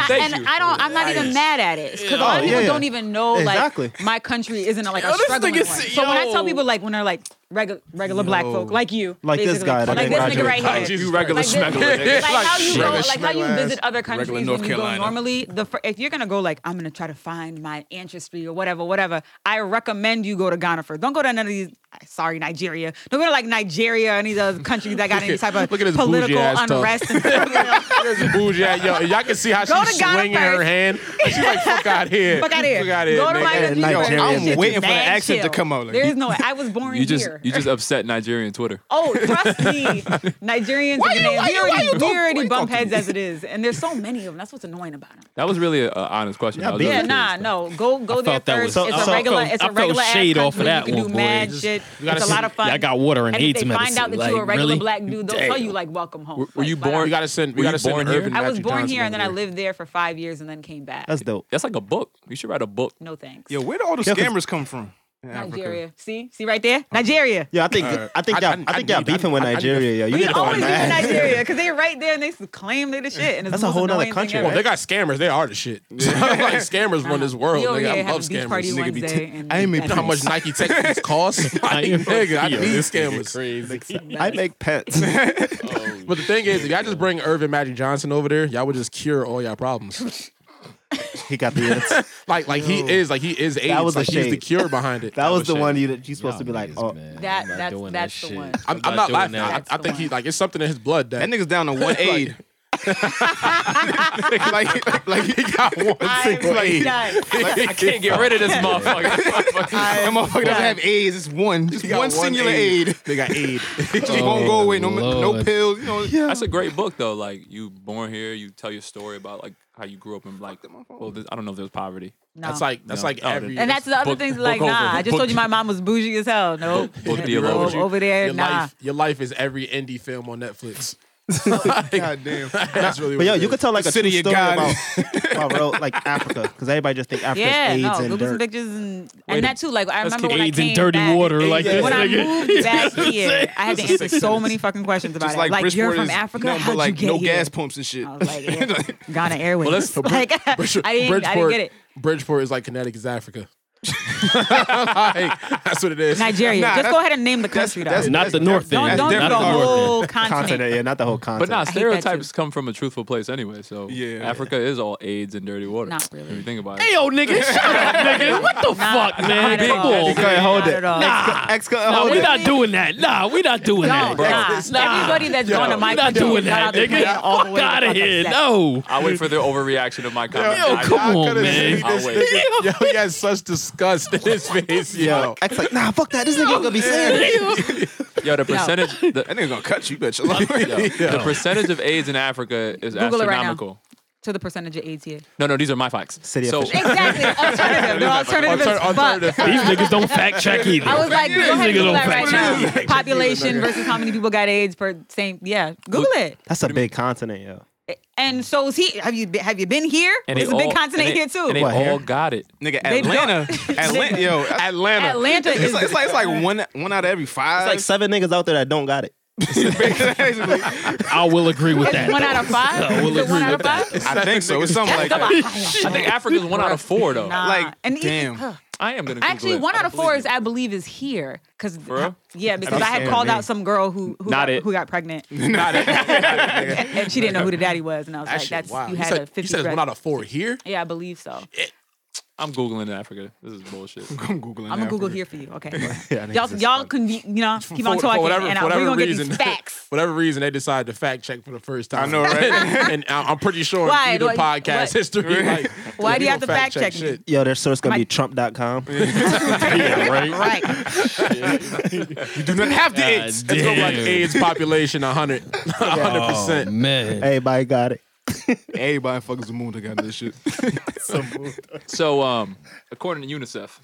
S10: I,
S8: Thank
S10: and
S8: you.
S10: I don't. I'm not even
S8: Nice.
S10: mad at it because a
S8: Yeah.
S10: lot of
S8: Oh,
S10: people
S8: yeah.
S10: don't even know like
S8: Exactly.
S10: my country isn't like
S8: Yo,
S10: a
S8: this
S10: struggling
S8: nigga
S10: one.
S8: say-
S10: So when I tell
S8: yo.
S10: people like when they're like regular regular black
S8: Yo.
S10: folk like you,
S8: Like this
S10: basically.
S8: guy that
S10: like
S8: named
S10: this
S8: Roger.
S10: nigga
S8: Hi,
S10: right here,
S8: you regular
S10: like, this-
S8: smuggler, nigga.
S10: like how you go,
S8: Regular
S10: like how you
S8: smuggler
S10: visit
S8: ass.
S10: other countries
S8: Regular
S10: when
S8: North
S10: you
S8: Carolina.
S10: go normally. The fir- if you're gonna go like I'm gonna try to find my ancestry or whatever, whatever, I recommend you go to Ghana first. Don't go to none of these. Sorry, Nigeria. Don't go to like Nigeria or any of those countries that got any type of
S7: Look at his bougie
S10: political
S7: ass talk.
S10: unrest and
S7: There's a bougie ass- yo. Y'all can see how
S10: Go
S7: she's
S10: to Ghana
S7: swinging her
S10: first.
S7: hand. She's like, fuck out here.
S10: Fuck outta here.
S7: Fuck out here.
S10: Go to
S7: nigga.
S10: my
S7: And
S10: country
S7: yo,
S10: first.
S7: I'm
S10: Shit
S7: waiting
S10: is
S7: for the
S10: bad
S7: accent to
S10: chill.
S7: come out. Like,
S10: There is no. I was born
S9: You just
S10: here.
S9: you just upset Nigerian Twitter.
S10: Oh, trust me, Nigerians.
S9: Why
S10: Why
S9: you- why
S10: we
S9: you- why
S10: already,
S9: you talk-
S10: we already
S9: why you
S10: bump
S9: talk to
S10: heads
S9: me?
S10: as it is, and there's so many of them. That's what's annoying about them.
S9: That was really an honest question. I was
S10: yeah,
S9: really
S10: nah, no. Go go there
S9: felt that
S10: first.
S9: was-
S10: it's
S9: I
S10: a
S9: felt-
S10: regular.
S9: I
S10: It's a
S9: felt
S10: regular ass
S9: shade off
S10: country.
S9: of
S10: You
S9: that
S10: can
S9: one,
S10: do
S9: boy.
S10: mad
S9: Just-
S10: shit. like
S6: You gotta
S10: it's a
S6: see-
S10: lot of fun.
S6: Y'all got water
S10: and
S6: and
S10: if
S6: AIDS
S10: they
S6: medicine,
S10: find out that
S6: like,
S10: you're a regular
S6: really?
S10: black dude, they'll tell
S6: Damn.
S10: you like, "Welcome home."
S6: Were-
S9: were you
S10: Like, flat out.
S9: born-
S7: We gotta send. We
S9: Were you
S7: gotta send
S9: born
S7: an
S9: here?
S7: urban.
S10: I was
S7: Magic
S10: born
S7: Johnson
S10: here and
S7: over
S10: then I lived there for five years and then came back.
S8: dope.
S9: That's like a book. You should write a book.
S10: No thanks.
S5: Yo, where do all the
S10: Yeah, 'cause-
S5: scammers come from? In Africa.
S10: Nigeria. See? See right there? Nigeria.
S8: Yeah, I think
S5: All right.
S8: I think
S5: I-
S8: y'all, I,
S5: I-
S8: think
S5: I
S8: y'all
S5: need-
S8: beefing with
S5: I- I need
S8: Nigeria, yo. You
S10: We
S8: get the
S10: always
S8: one.
S10: leave in Nigeria because they right there and they claim they the shit. And it's the most annoying thing ever.
S7: Well, they got scammers. They are the shit. like scammers run this world.
S10: We over
S7: Nigga,
S10: here
S7: I
S10: having
S7: love
S10: beach
S7: scammers.
S10: party
S7: This nigga be
S10: Wednesday
S7: t-
S10: and-
S7: I ain't
S10: and
S7: even know how much
S10: Pence.
S7: Nike Tech fees cost. Like, nigga, I need scammers.
S8: I make pets.
S7: But the thing is, if y'all just bring Irvin Magic Johnson over there, y'all would just cure all y'all problems.
S8: he got the answer.
S7: like, like he is, like he is AIDS. like he's the cure behind it.
S8: That, was, the one you that you supposed to be like, oh,
S10: That, that's that's the one.
S7: I'm, I'm not laughing. I, I think he like it's something in his blood that that
S5: nigga's down to one aid.
S7: like, like, like he got one single aid.
S5: Like,
S9: I can't get rid of this motherfucker.
S5: that motherfucker doesn't have AIDS. It's one, just
S9: got
S5: one
S9: one
S5: singular
S9: aid.
S5: aid.
S7: They got aid.
S5: just
S7: Oh,
S5: won't go away. No, no
S9: Lord.
S5: pills. You know,
S9: That's a great book though. Like you born here, you tell your story about like how you grew up in like well, this, I don't know if there's poverty.
S10: No.
S9: That's
S7: like that's like every
S10: And that's the other
S9: book-
S10: things
S9: book
S10: like,
S9: over,
S10: nah, I just
S9: book-
S10: told you my mom was bougie as hell. No.
S9: Book deal
S10: Over-
S9: over.
S10: over there,
S7: your
S10: nah.
S7: Life, your life is every indie film on Netflix. God damn, that's really.
S8: but
S7: what
S8: yo,
S7: it
S8: you
S7: is.
S8: could tell like
S7: The
S8: a true
S7: of
S8: story
S7: God.
S8: about, about real, like Africa because everybody just think Africa's
S10: Yeah,
S8: AIDS
S10: no,
S8: and
S10: look at some
S8: dirt.
S10: pictures and,
S8: Wait a-
S10: and that too. Like I
S8: Let's
S10: remember
S8: kick
S10: when I
S8: AIDS in
S10: came
S8: dirty
S10: back,
S8: water like this
S10: When I
S8: nigga.
S10: moved back
S8: That's
S10: here, I had to
S5: insane.
S10: answer so
S5: That's
S10: many fucking questions about
S5: just
S10: it.
S5: like,
S10: Like, you're
S5: Bridgeport
S10: from
S5: is
S10: Africa,
S5: nothing
S10: how'd
S5: but like
S10: you get
S5: no
S10: here?
S5: gas pumps and shit.
S10: Ghana Airways.
S7: Well, that's-
S10: like I
S7: Bridge-
S10: didn't, I didn't get it.
S7: Bridgeport is like Connecticut is Africa. Like, that's what it is.
S10: Nigeria.
S7: Nah,
S10: just
S7: that's-
S10: go ahead and name the country.
S7: that's-
S10: though.
S7: Not the North
S10: Don't,
S9: end.
S10: don't do
S9: That's
S10: the
S9: different.
S10: whole
S9: Continent.
S10: continent.
S8: yeah, not the whole
S9: But
S8: continent.
S9: nah,
S10: I hate that too.
S9: stereotypes come from a truthful place anyway. So yeah, Africa is all AIDS and dirty water.
S10: Not
S9: really. If you think about it.
S6: Hey, yo, nigga, shut up, nigga. What the fuck, man?
S9: at
S6: Big
S9: all.
S6: ball.
S9: Go ahead, hold
S10: it. all.
S6: Nah, nah, we not doing that. Nah, we not doing that.
S10: Don't. Nah. Everybody that's
S6: Yo,
S10: going to
S6: we
S10: my
S6: not
S10: country got
S6: doing that,
S10: out the
S6: nigga.
S10: country all the way
S6: Fuck
S10: to
S6: outta
S10: fucking
S6: here.
S10: sex.
S6: No.
S9: I wait for the overreaction of my comment.
S7: Yo,
S9: I-
S7: come
S9: I
S7: on,
S9: could've
S7: man.
S9: seen this nigga.
S7: Yo, he has such disgust in his face. Yo,
S8: Acts like, nah, fuck that. This nigga gonna be saying.
S9: Yo, the percentage the, that
S5: nigga gonna cut you, bitch.
S9: the percentage of AIDS in Africa is
S10: Google it right now.
S9: astronomical.
S10: To the percentage of AIDS here.
S9: No, no, these are my facts. City so,
S10: Exactly. Alternative. They're alternative as fuck.
S6: These niggas don't fact check either.
S10: I was like, go
S6: These
S10: ahead and
S6: niggas
S10: Google
S6: don't
S10: that right
S6: fact check.
S10: now. Population versus how many people got AIDS per same. Yeah, Google it.
S8: That's a big continent, yo.
S10: And so is he. Have you been, have you been here?
S9: and they
S10: It's a big
S9: all-
S10: continent
S9: and they-
S10: here too.
S9: And they all got it.
S5: Nigga,
S10: They don't.
S5: Atlanta, Atlanta, yo,
S7: Atlanta,
S10: Atlanta
S5: It's,
S10: is
S5: like, it's like it's like one one out of every
S8: It's
S5: five.
S8: like seven niggas out there that don't got it.
S6: I will agree with that.
S10: one out of five.
S6: I will
S10: Is it
S6: agree
S10: one out
S6: with
S10: of five?
S6: that.
S5: I think so. It's something like that.
S9: I think Africa's one out of four though.
S10: Nah.
S5: Like,
S10: And even-
S5: damn.
S9: I am gonna Google
S10: Actually,
S9: it.
S10: one
S9: I
S10: out of
S9: believe
S10: four
S9: you.
S10: is I believe is here because
S9: real?
S10: yeah because
S9: That's
S10: I had
S9: insane
S10: called
S9: to me.
S10: out some girl who who,
S9: Not
S10: got,
S9: it.
S10: who got pregnant
S7: not it.
S10: and she didn't know who the daddy was and I was
S7: That
S10: like
S7: shit
S10: that's
S7: wild.
S10: you
S7: He
S10: had
S7: said-
S10: a
S7: he
S10: fifty.
S7: says one out of four here.
S10: Yeah, I believe so.
S9: I'm googling in Africa. This is bullshit. I'm
S5: googling.
S10: I'm gonna Google here for you. Okay,
S9: Yeah,
S10: y'all y'all can be, you know keep on talking and I, we gonna get these facts.
S7: whatever reason, they decide to fact check for the first time.
S5: I know, right?
S7: and I- I'm pretty sure
S10: Why?
S7: in either
S10: What-
S7: podcast
S10: what?
S7: history, like,
S10: Why do you
S7: we
S10: have to
S7: gonna
S10: fact check me?
S7: shit.
S8: Yo, their source gonna be Trump.com. yeah,
S10: right.
S7: You do not have the
S8: God
S7: AIDS. It's gonna be like
S8: damn.
S7: AIDS population 100, 100 percent.
S6: man.
S8: Everybody got it.
S5: Everybody fucking Zamunda got this shit.
S9: So, um, according to UNICEF,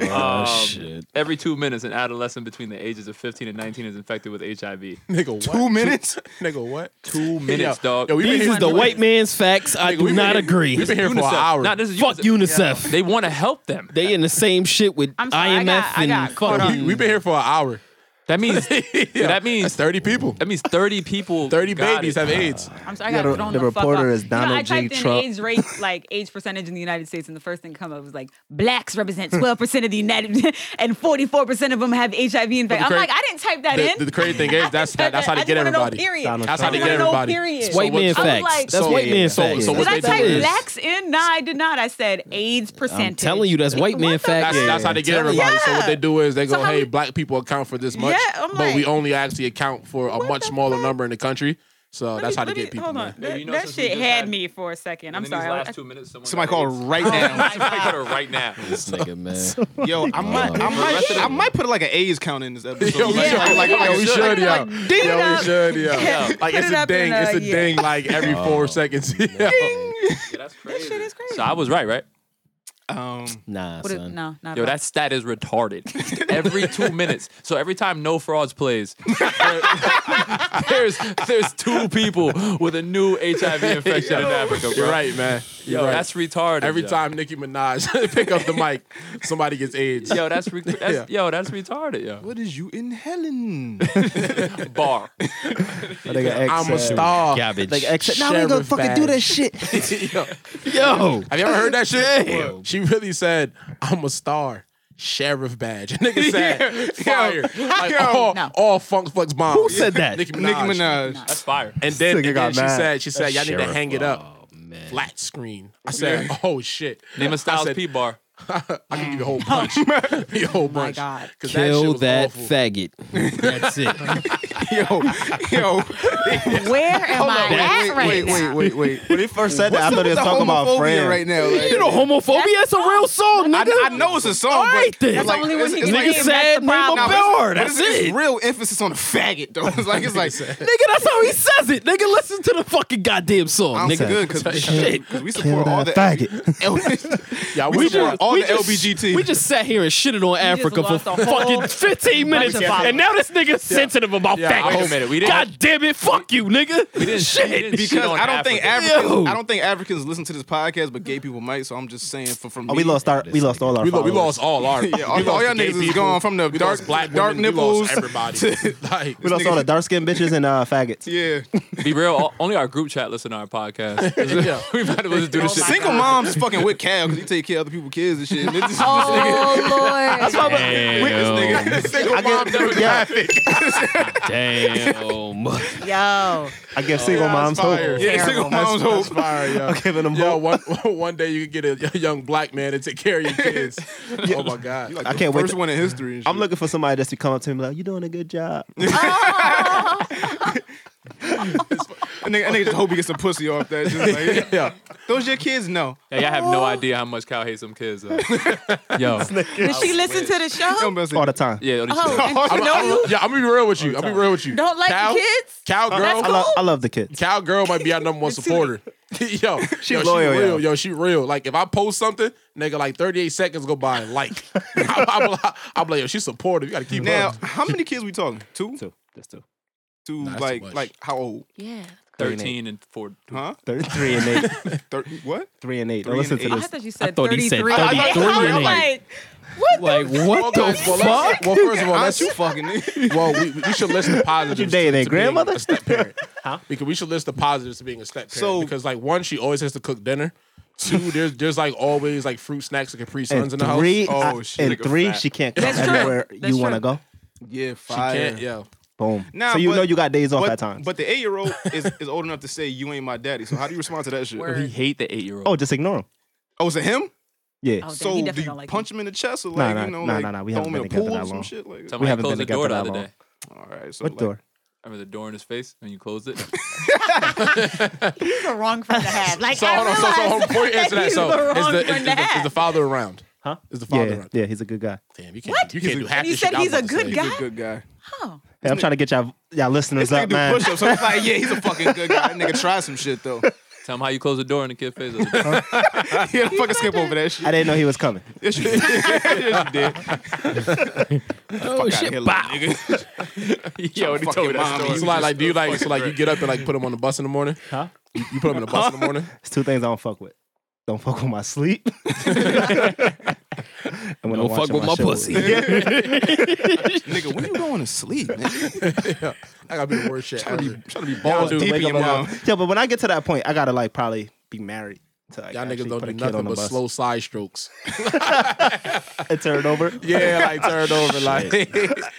S6: Oh,
S9: um,
S6: shit.
S9: every two minutes, an adolescent between the ages of 15 and 19 is infected with HIV.
S7: Nigga, what?
S9: Two minutes?
S7: Nigga, what?
S9: Two minutes, dog.
S6: These is the white man's facts. I do
S9: we've been
S6: not
S9: here-
S6: agree.
S9: we've been here for an
S6: UNICEF.
S9: hour. Nah, this is
S6: Fuck UNICEF.
S9: They want to help them.
S6: They in the same shit with
S10: I'm sorry, I
S6: IMF
S10: got- I
S6: and
S10: got caught
S6: fucking.
S7: We've been here for an hour.
S9: That means that means
S7: 30 people.
S9: That means 30 people.
S7: 30
S9: got
S7: babies
S9: it.
S7: have AIDS.
S10: I'm sorry, I
S8: Yeah,
S10: got
S8: the-
S10: thrown
S8: the
S10: the, fuck
S8: reporter
S10: off.
S8: is
S10: You
S8: Donald
S10: know, I
S8: J.
S10: typed in
S8: Trump.
S10: AIDS rate, like AIDS percentage in the United States, and the first thing come up was like blacks represent 12 percent of the United, and 44 percent of them have HIV infection. I'm
S7: cra-
S10: like, I didn't type that
S7: the,
S10: in.
S7: the crazy thing is that's that, that's how
S10: I
S7: they
S10: just
S7: get
S10: wanna know,
S7: everybody.
S10: period.
S7: That's
S10: I
S7: how they
S10: just wanna
S7: get
S10: know,
S7: everybody.
S10: period.
S6: It's white
S7: what-
S6: man
S7: so-
S6: facts.
S10: like-
S6: that's
S7: so-
S6: white man
S7: so-
S6: facts.
S7: so what
S10: Did I
S7: they do
S10: type
S7: is-
S10: blacks in? No, I did not. I said AIDS percentage.
S6: I'm telling you, that's white man facts.
S7: That's, that's how they get everybody. So what they do is they go, "Hey, black people account for this much,
S10: Yeah, I'm
S7: but
S10: like-
S7: we only actually account for a much smaller number in the country." So that's how they
S10: Let me-
S7: get people.
S10: Hold on,
S7: man.
S10: that,
S9: you know,
S10: that
S9: since we
S10: shit
S9: just
S10: had,
S9: had-
S10: me for a second. I'm
S9: Within these
S10: sorally
S9: last two minutes, someone
S5: Somebody
S9: got
S5: call
S9: AIDS.
S5: right now.
S9: Somebody call her right now.
S6: This nigga, man.
S5: Yo, I might, I might, I might put like an AIDS count in this episode.
S7: Yo, we
S5: Like,
S7: should,
S5: like, like,
S7: yo, we should, yo.
S10: ding it
S7: Yo,
S10: up.
S7: we should, yo.
S10: Yeah.
S7: Like
S10: Put
S7: it's
S10: it
S7: a
S10: up in
S7: ding, it's
S10: a-
S7: a
S10: yeah.
S7: ding, like every four seconds. Yo.
S9: Yeah, that's crazy. That shit is crazy. So I was right, right?
S5: Um,
S6: nah,
S10: What is- son. no, not
S9: Yo,
S10: at all.
S9: that stat is retarded. every two minutes. So every time No Frauds plays, there- there's there's two people with a new HIV infection in Africa, bro.
S7: You're right, man. You're
S9: Yo,
S7: right.
S9: that's retarded.
S7: Every
S9: yo.
S7: time Nicki Minaj pick up the mic, somebody gets AIDS.
S9: Yo, that's, re- that's yo, that's retarded, yo.
S5: What is you in Helen?
S9: Bar.
S7: I'm
S5: uh,
S7: a star.
S8: Like X. Now we gonna
S7: Sheriff
S8: fucking do that
S7: badge.
S8: shit.
S7: Yo.
S8: Yo.
S7: Have you ever heard that shit?
S8: Damn.
S7: Whoa. She really said, I'm a star. Sheriff badge. Nigga said,
S5: Yeah.
S7: fire.
S5: Yo.
S7: Like,
S5: Yo.
S7: all, all funk flex bombs.
S5: Who said that?
S7: Nicki Minaj.
S5: Nicki Minaj.
S9: That's fire.
S7: And then,
S5: This nigga
S7: and
S5: got
S7: then she
S5: mad.
S7: said, she said, y'all need to
S5: Sheriff
S7: hang it up. Flat screen. I said,
S9: Yeah.
S7: oh shit.
S9: Name
S7: I
S9: a Styles
S7: said,
S9: P bar.
S7: I can give you a whole bunch. Give you a whole bunch.
S10: God.
S7: 'Cause that shit
S6: Kill
S7: was
S6: that,
S7: awful.
S6: faggot. That's it.
S5: yo, yo.
S10: Where am
S5: Hold
S10: I
S5: on, wait,
S10: at
S5: wait,
S10: right
S5: wait,
S10: now?
S5: wait, wait, wait.
S8: When he first said that, I thought he was
S5: What's up
S8: talking
S5: with the
S8: about
S5: homophobia
S8: Fran.
S5: right now. Like,
S8: You know homophobia? It's a real song,
S5: I,
S8: nigga.
S5: I know it's a song,
S8: Alright
S5: but
S8: then.
S5: it's like,
S8: That's all he
S5: it's,
S8: was
S5: it's like
S8: nigga
S5: it's-
S8: said
S5: that's the
S8: name a
S5: problem.
S8: bill,
S5: Nah, but it's-
S8: that's
S5: but it's,
S8: it.
S5: real emphasis on the faggot though. It's like it's like
S8: Nigga, that's how he says it. Nigga, listen to the fucking goddamn song.
S5: I'm
S8: nigga.
S5: good because
S8: Shit.
S5: we support all the
S7: Yeah, I
S8: We
S7: wish y'all-
S8: just,
S5: all
S8: we
S5: the
S8: just-
S5: LBGT.
S8: We just sat here and shitted on Africa for
S10: just lost a whole
S8: fucking 15 minutes,
S10: bunch of followers.
S8: and now this nigga's sensitive about
S9: Yeah,
S8: faggots.
S9: wait a minute, we didn't-
S8: God damn it, fuck you, nigga.
S9: didn't-
S8: Shit.
S9: we didn't-
S5: because
S9: shit on
S5: I don't think
S9: Africa.
S8: Yo.
S5: Africans. I don't think Africans listen to this podcast, but gay people might. So I'm just saying for from
S8: Oh, we
S5: me-
S8: lost our, we lost all our.
S7: We, lo- we
S8: followers.
S7: lost all our.
S5: Yeah, all,
S7: we
S5: all
S7: lost
S5: y'all
S7: the gay
S5: niggas is
S7: people.
S5: gone from the
S7: We
S5: dark
S7: lost black
S5: dark
S7: women,
S5: nipples.
S7: We lost everybody.
S5: to-
S7: like,
S8: We lost all the dark skinned bitches and uh, faggots.
S5: yeah, Oh
S9: Be real. all- Only our group chat listen to our podcast.
S7: Yeah.
S9: we might as well just do this shit.
S5: single moms is fucking with Cal because he take care of other people's kids and shit. And this- this nigga-
S10: Oh Lord.
S5: this nigga, single mom demographic.
S6: Damn.
S10: Yo.
S8: I give single moms hope.
S7: Oh, fire.
S5: Yeah, single moms hope.
S7: That's fire, yo.
S8: Giving them
S7: Yo,
S8: hope.
S7: one, one day you could get a young black man to take care of your kids. Oh my god.
S5: Like
S8: I
S5: the
S8: can't wait
S5: First
S8: to-
S5: one in history. and shit.
S8: I'm looking for somebody that's to come up to me like, "You doing a good job."
S5: And they, and they just hope he gets some pussy off that. Just like, yeah. Those your kids? No.
S9: Hey, I have no idea how much Cal hates them kids. Though. Yo,
S10: Did she listen to the show?
S5: Don't mess
S8: all
S5: it.
S8: the time.
S9: yeah, only
S10: Oh, and
S7: I'm,
S10: you know you
S7: I'm, yeah, I'm gonna be real with
S8: Oh,
S7: you. I'm gonna be real with you.
S10: don't like
S7: Cal,
S10: the kids?
S7: Cowgirl,
S10: That's
S8: I love, I love the kids.
S7: cowgirl might be our number one supporter. yo, she's yo,
S8: loyal,
S7: she
S8: yo.
S7: real, yo. she real. Like if I post something, nigga, like 38 seconds go by and like. I'm, I'm, I'm like, yo, she's supportive. You gotta keep
S5: Now,
S7: up.
S5: how many kids we talking? Two?
S8: Two, just two.
S5: Two,
S7: Nah, that's
S5: like,
S7: too much.
S5: like how old?
S10: Yeah.
S9: thirteen and four.
S5: Huh?
S8: Thir- Three and eight.
S5: Thir- what?
S8: Three and eight.
S5: Three
S8: Now listen
S5: and eight.
S8: to
S10: I
S8: this.
S10: thought you said
S6: thought he said
S10: 33.
S6: 33
S10: I'm
S6: and
S10: like,
S6: Like what the
S7: Well, let's-
S6: fuck?
S7: well, first of all,
S5: Aren't
S7: let's
S5: you fucking
S7: well, we, we should list the positives.
S8: you dating
S7: to-
S8: a
S7: to being
S8: grandmother?
S7: A step parent. Because we should list the positives to being a step parent.
S5: So-
S7: because like one, she always has to cook dinner. Two, there's there's like always like fruit snacks and Capri Suns in
S8: And
S7: the house.
S8: three,
S7: oh,
S5: Oh,
S8: I-
S5: shit,
S8: and
S5: nigga,
S8: three,
S5: fat.
S8: she can't come
S10: That's true.
S8: everywhere
S10: That's
S8: you want to
S10: true.
S8: go.
S5: Yeah,
S7: she
S5: fire.
S7: can't. Yo,
S8: Boom.
S5: Nah,
S8: so you
S5: but-
S8: know you got days off
S5: But,
S8: at times.
S5: but the eight year old is, is old enough to say, You ain't my daddy. So, how do you respond to that shit?
S10: Word.
S9: He hate the eight-year-old.
S8: oh, just ignore them.
S5: Oh, is it him?
S8: Yeah.
S10: Oh, damn,
S5: so, do
S10: he definitely
S5: you
S10: don't like
S5: punch
S10: me.
S5: him in the chest or,
S8: Nah,
S5: like,
S8: nah,
S5: you know,
S8: nah,
S5: like,
S8: nah, nah, we
S5: throw
S8: haven't
S5: him in a
S8: been together
S5: pool or
S8: that
S5: some
S8: long.
S5: shit? Like,
S9: Somebody
S8: haven't
S9: closed
S8: been
S9: the
S8: together
S9: door the
S8: that
S9: other
S8: long.
S9: day.
S5: all right. So,
S8: what
S5: like,
S8: door?
S9: I remember the door in his face and you closed it.
S10: he's the wrong friend to have. Like,
S7: So
S10: I
S7: hold on, so, so hold on. Before you
S10: realized
S7: answer that,
S10: he's
S7: so
S10: the wrong
S7: is the, is,
S10: friend
S7: the,
S10: to
S7: is
S10: have.
S7: the father around?
S8: Huh?
S7: Is the father
S8: Yeah,
S7: around?
S8: yeah, he's a good guy.
S7: Damn, you can't. What? You can't do half
S10: And you
S7: the
S10: said
S7: shit I
S10: he's a
S7: was about to
S10: good
S7: say.
S5: He's a
S10: guy?
S5: good guy.
S10: Oh.
S8: Hey, I'm trying to get y'all, y'all listeners
S5: This
S8: up,
S5: nigga do
S8: man.
S5: push ups. So, it's like, Yeah, he's a fucking good guy. That nigga try some shit, though.
S9: Tell him how you close the door in the kid's face. I was like,
S5: Yeah, fucking skip over that shit.
S8: I didn't know he was coming.
S5: Yes, you did. yes, you did.
S6: Oh shit!
S5: Bow. Nigga.
S9: Yo, and he told me
S5: Fucking
S9: that story.
S5: mommy.
S7: So like, like, do you like, so like, you get up and like put him on the bus in the morning? Huh? You, you put him in the bus in the morning?
S8: It's two things I don't fuck with. Don't fuck with my sleep. and when
S6: Don't
S8: I'm
S6: fuck
S8: watching
S6: with my
S8: show.
S6: pussy.
S5: nigga, when you going to sleep, nigga?
S7: I gotta be the worst shit.
S5: Trying to
S7: ever.
S5: be, trying to be
S7: Y'all
S5: balls
S7: do.
S5: deep in
S8: Wake
S5: your
S8: up and
S5: mouth.
S8: go- Yo, but when I get to that point, I gotta like probably be married to like
S7: Y'all niggas
S8: actually
S7: don't
S8: put
S7: do
S8: a kid on
S7: nothing
S8: the
S7: but
S8: bus
S7: slow side strokes.
S8: and turn it over.
S7: Yeah, like turned over, like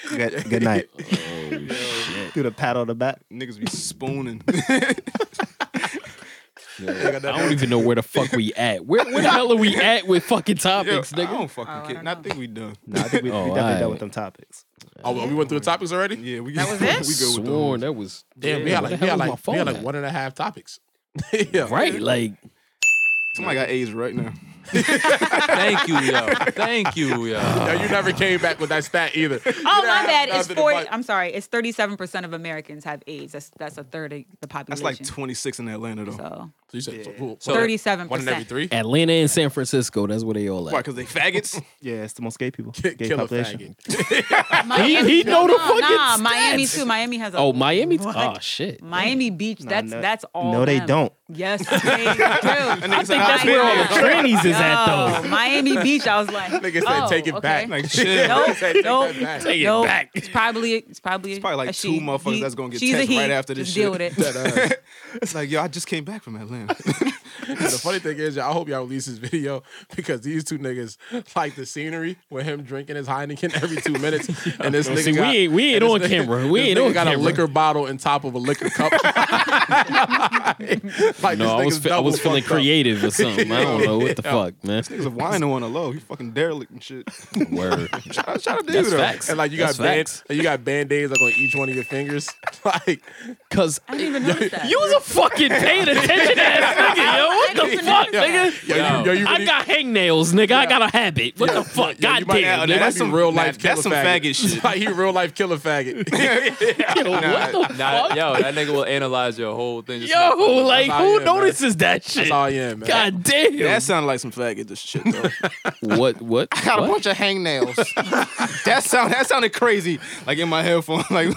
S8: Good, good night.
S6: Oh,
S8: Do the pat on the back.
S5: Niggas be spooning.
S6: I don't even know where the fuck we at. Where, where the hell are we at with fucking topics,
S5: I
S6: nigga?
S5: don't fucking
S10: Oh, I
S5: kid.
S10: don't
S5: I
S10: know.
S5: think we done.
S8: No, I think we,
S6: Oh,
S8: we definitely
S6: alright.
S8: done with them topics.
S7: Oh, we went through the topics already?
S5: Yeah, we
S10: That was
S5: we
S10: it?
S5: good with
S6: Sworn
S5: those.
S6: that was
S7: Damn,
S6: Yeah,
S7: we had
S6: where
S7: like
S6: the
S7: we
S6: hell was my
S7: had like we had
S6: phone
S7: like
S6: at?
S7: one and a half topics. yeah.
S6: right. Like
S5: Somebody got AIDS right now.
S9: Thank you, yo. Thank you, yo.
S7: Yo, you never came back with that stat either. Oh
S10: Oh my bad. It's forty. I'm sorry. It's thirty-seven percent of Americans have AIDS. That's that's a third of the population.
S5: That's like 26 in Atlanta though.
S10: So
S7: So you said so-
S10: So- 37%.
S7: One in every three.
S6: Atlanta and San Francisco. That's where they all at.
S7: Why, 'cause they faggots?
S8: yeah, it's the most gay people.
S6: Gay
S8: Gay population.
S10: Miami-
S6: he know the fucking
S10: Nah,
S6: stats.
S10: Miami too. Miami has a
S6: Oh, Miami.
S10: What?
S6: Oh shit.
S7: Mm.
S10: Miami Beach.
S6: Nah,
S10: That's
S6: no-
S10: that's all.
S6: no, they
S10: them.
S6: don't.
S10: Yes, they do. I
S6: said, "That's where all the trannies is at,
S10: Yo,
S6: though."
S10: Miami Beach. I was like,
S7: Nigga said,
S10: oh,
S7: "Take it
S10: okay.
S7: back." Like, shit.
S10: Nope,
S7: Nigga said, "Take
S10: nope,
S7: that back." Take it
S10: nope.
S7: back.
S10: It's probably it's probably it's
S5: probably like two motherfuckers that's gonna get
S10: she's
S5: text
S10: a he.
S5: right after this
S10: Just
S5: shit.
S10: Deal with it.
S5: That, uh, it's like, yo, I just came back from Atlanta.
S7: the funny thing is, y'all, I hope y'all release this video because these two niggas like the scenery with him drinking his Heineken every two minutes, and this
S6: Yo,
S7: nigga
S6: see, we
S7: got,
S6: ain't- we ain't
S7: and this
S6: on camera. We
S7: this
S6: ain't
S7: nigga
S6: on
S7: got a
S6: camera.
S7: liquor bottle on top of a liquor cup. like
S6: no, I
S7: this
S6: was
S7: nigga's
S6: fe- I was
S7: double
S6: feeling
S7: fucked up.
S6: creative or something. I don't know what the
S7: Yeah.
S6: fuck, man.
S5: Niggas a wino on the low. He fucking derelict and shit.
S6: Word.
S5: Shout out, shout out to
S6: That's
S5: you, though.
S6: facts.
S7: And like you
S6: That's
S7: got band,
S6: facts.
S7: and you got band aids like on each one of your fingers, like
S6: because
S10: I didn't even notice that.
S6: You was a fucking paying attention ass nigga, yo. What the fuck, nigga?
S7: Yo, you- yo, you
S6: I
S7: really-
S6: got hangnails, nigga. I got a habit. What the fuck?
S7: Yo,
S6: God
S7: you might-
S6: damn,
S7: that
S6: nigga.
S7: might be real life.
S6: Nah,
S7: killer
S6: that's some
S7: faggot.
S6: faggot shit.
S7: like he real life killer faggot.
S9: Nah, nah, Yo, that nigga will analyze your whole thing. just
S6: Yo,
S9: not- That's
S6: like,
S9: how I
S6: who
S9: am, man.
S6: notices that shit?
S9: That's all I am, man.
S6: God damn.
S5: That sounded like some faggot shit, though.
S6: what? What?
S5: I got
S6: what?
S5: a bunch of hangnails. that sound that sounded crazy. Like in my headphone. Like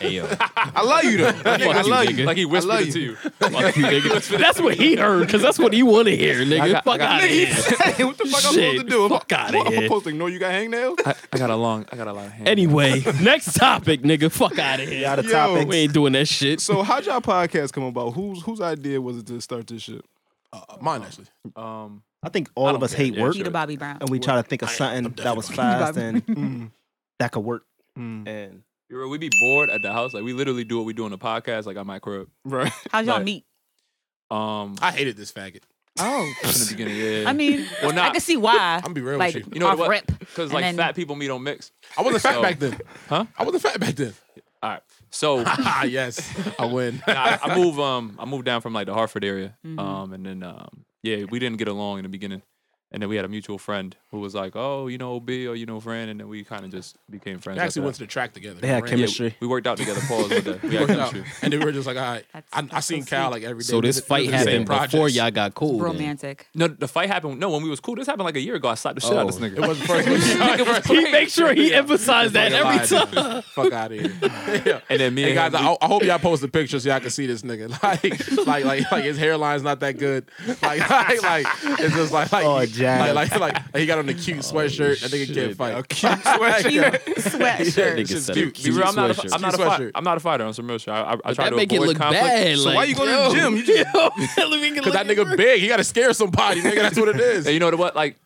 S6: Hey, yo.
S5: I love you though. Nigga, I
S6: Fuck you,
S5: love
S6: nigga.
S5: you.
S6: Like he
S5: I love
S6: whispered it to you. Fuck you, nigga. That's what he heard, because that's what he want to hear, nigga.
S9: got- I
S6: fuck
S9: got-
S6: out of
S9: Nigga,
S6: here.
S5: what the fuck I'm
S6: Shit,
S5: supposed to do?
S6: Fuck out
S5: What am
S6: of
S5: I
S6: here.
S5: supposed to know you got hangnails?
S9: I, I got a long, I got a lot of hands.
S6: Anyway, next topic, nigga. Fuck out of here.
S5: Outta Yo. topics.
S6: We ain't doing that shit.
S5: So how'd y'all podcast come about? Whose whose idea was it to start this shit?
S7: Mine actually.
S9: Um,
S8: I think all of us hate work.
S10: Peter Bobby Brown.
S8: And we try to think of something that was fast and that could work. And
S9: You know, we be bored at the house. Like we literally do what we do on the podcast, like on my crib.
S5: Right.
S10: How'd y'all
S9: Like,
S10: meet?
S9: Um,
S7: I hated this faggot.
S10: Oh,
S9: in the beginning, yeah.
S10: I mean,
S9: Well,
S10: I
S9: not-
S10: can see why.
S7: I'm be real
S10: like,
S7: with you.
S9: you know
S10: off
S9: what?
S10: Rip,
S9: Because
S10: and
S9: like
S10: then-
S9: fat people meat don't mix.
S7: I wasn't fat
S9: So-
S7: back then.
S9: Huh?
S7: I wasn't fat back then.
S9: All right. So
S7: Ah, yes, I win.
S9: nah, I move um I moved down from like the Hartford area.
S6: Mm-hmm.
S10: Mhm.
S9: Um and then um yeah, we didn't get along in the beginning. And then we had a mutual friend who was like, "Oh, you know Bill, you know friend," and then we kind of just became friends.
S7: We actually went to
S9: after
S7: the track together.
S8: They had
S7: Ran-
S8: chemistry.
S9: that. We worked out together. Pause with that. We had
S7: worked out.
S9: chemistry.
S7: And then we were just like, all right. I, I seen Cal like every day.
S6: So
S7: We
S6: this
S7: did- we
S6: fight
S7: did the same
S6: happened
S7: projects.
S6: before y'all got cool. then.
S10: romantic.
S9: No, the fight happened. No, when we was cool, this happened like a year ago. I slapped the shit out of this
S6: Oh.
S9: nigga.
S7: It wasn't first.
S9: Nigga was
S6: He
S9: crazy.
S6: make sure he emphasized that every
S7: Fuck outta
S6: time.
S7: here. Fuck out of here. Yeah.
S9: And then me
S7: Hey
S9: and
S7: guys,
S9: him,
S7: I, I hope y'all post the picture so y'all can see this nigga. Like, like, like, like his hairline's not that good. Like, like, like it's just like, like,
S8: Oh,
S7: like,
S8: Jack.
S7: like, like, he got on a cute sweatshirt. I think he can't
S6: shit.
S7: fight. A
S5: cute sweatshirt.
S7: sweatshirt.
S6: Nigga said a
S7: cute.
S9: we, we
S6: cute
S9: were, I'm not.
S6: sweatshirt.
S9: A, I'm not a
S7: Cute
S9: fighter.
S7: sweatshirt.
S9: I'm not a fighter. I'm some real shit. I, I, I try
S6: that
S9: to
S6: make it
S9: avoid
S6: look
S9: conflict.
S6: bad.
S5: So why you going to the gym? You just
S7: Cause that nigga big, he gotta scare somebody, nigga. That's what it is.
S9: And you know what? Like,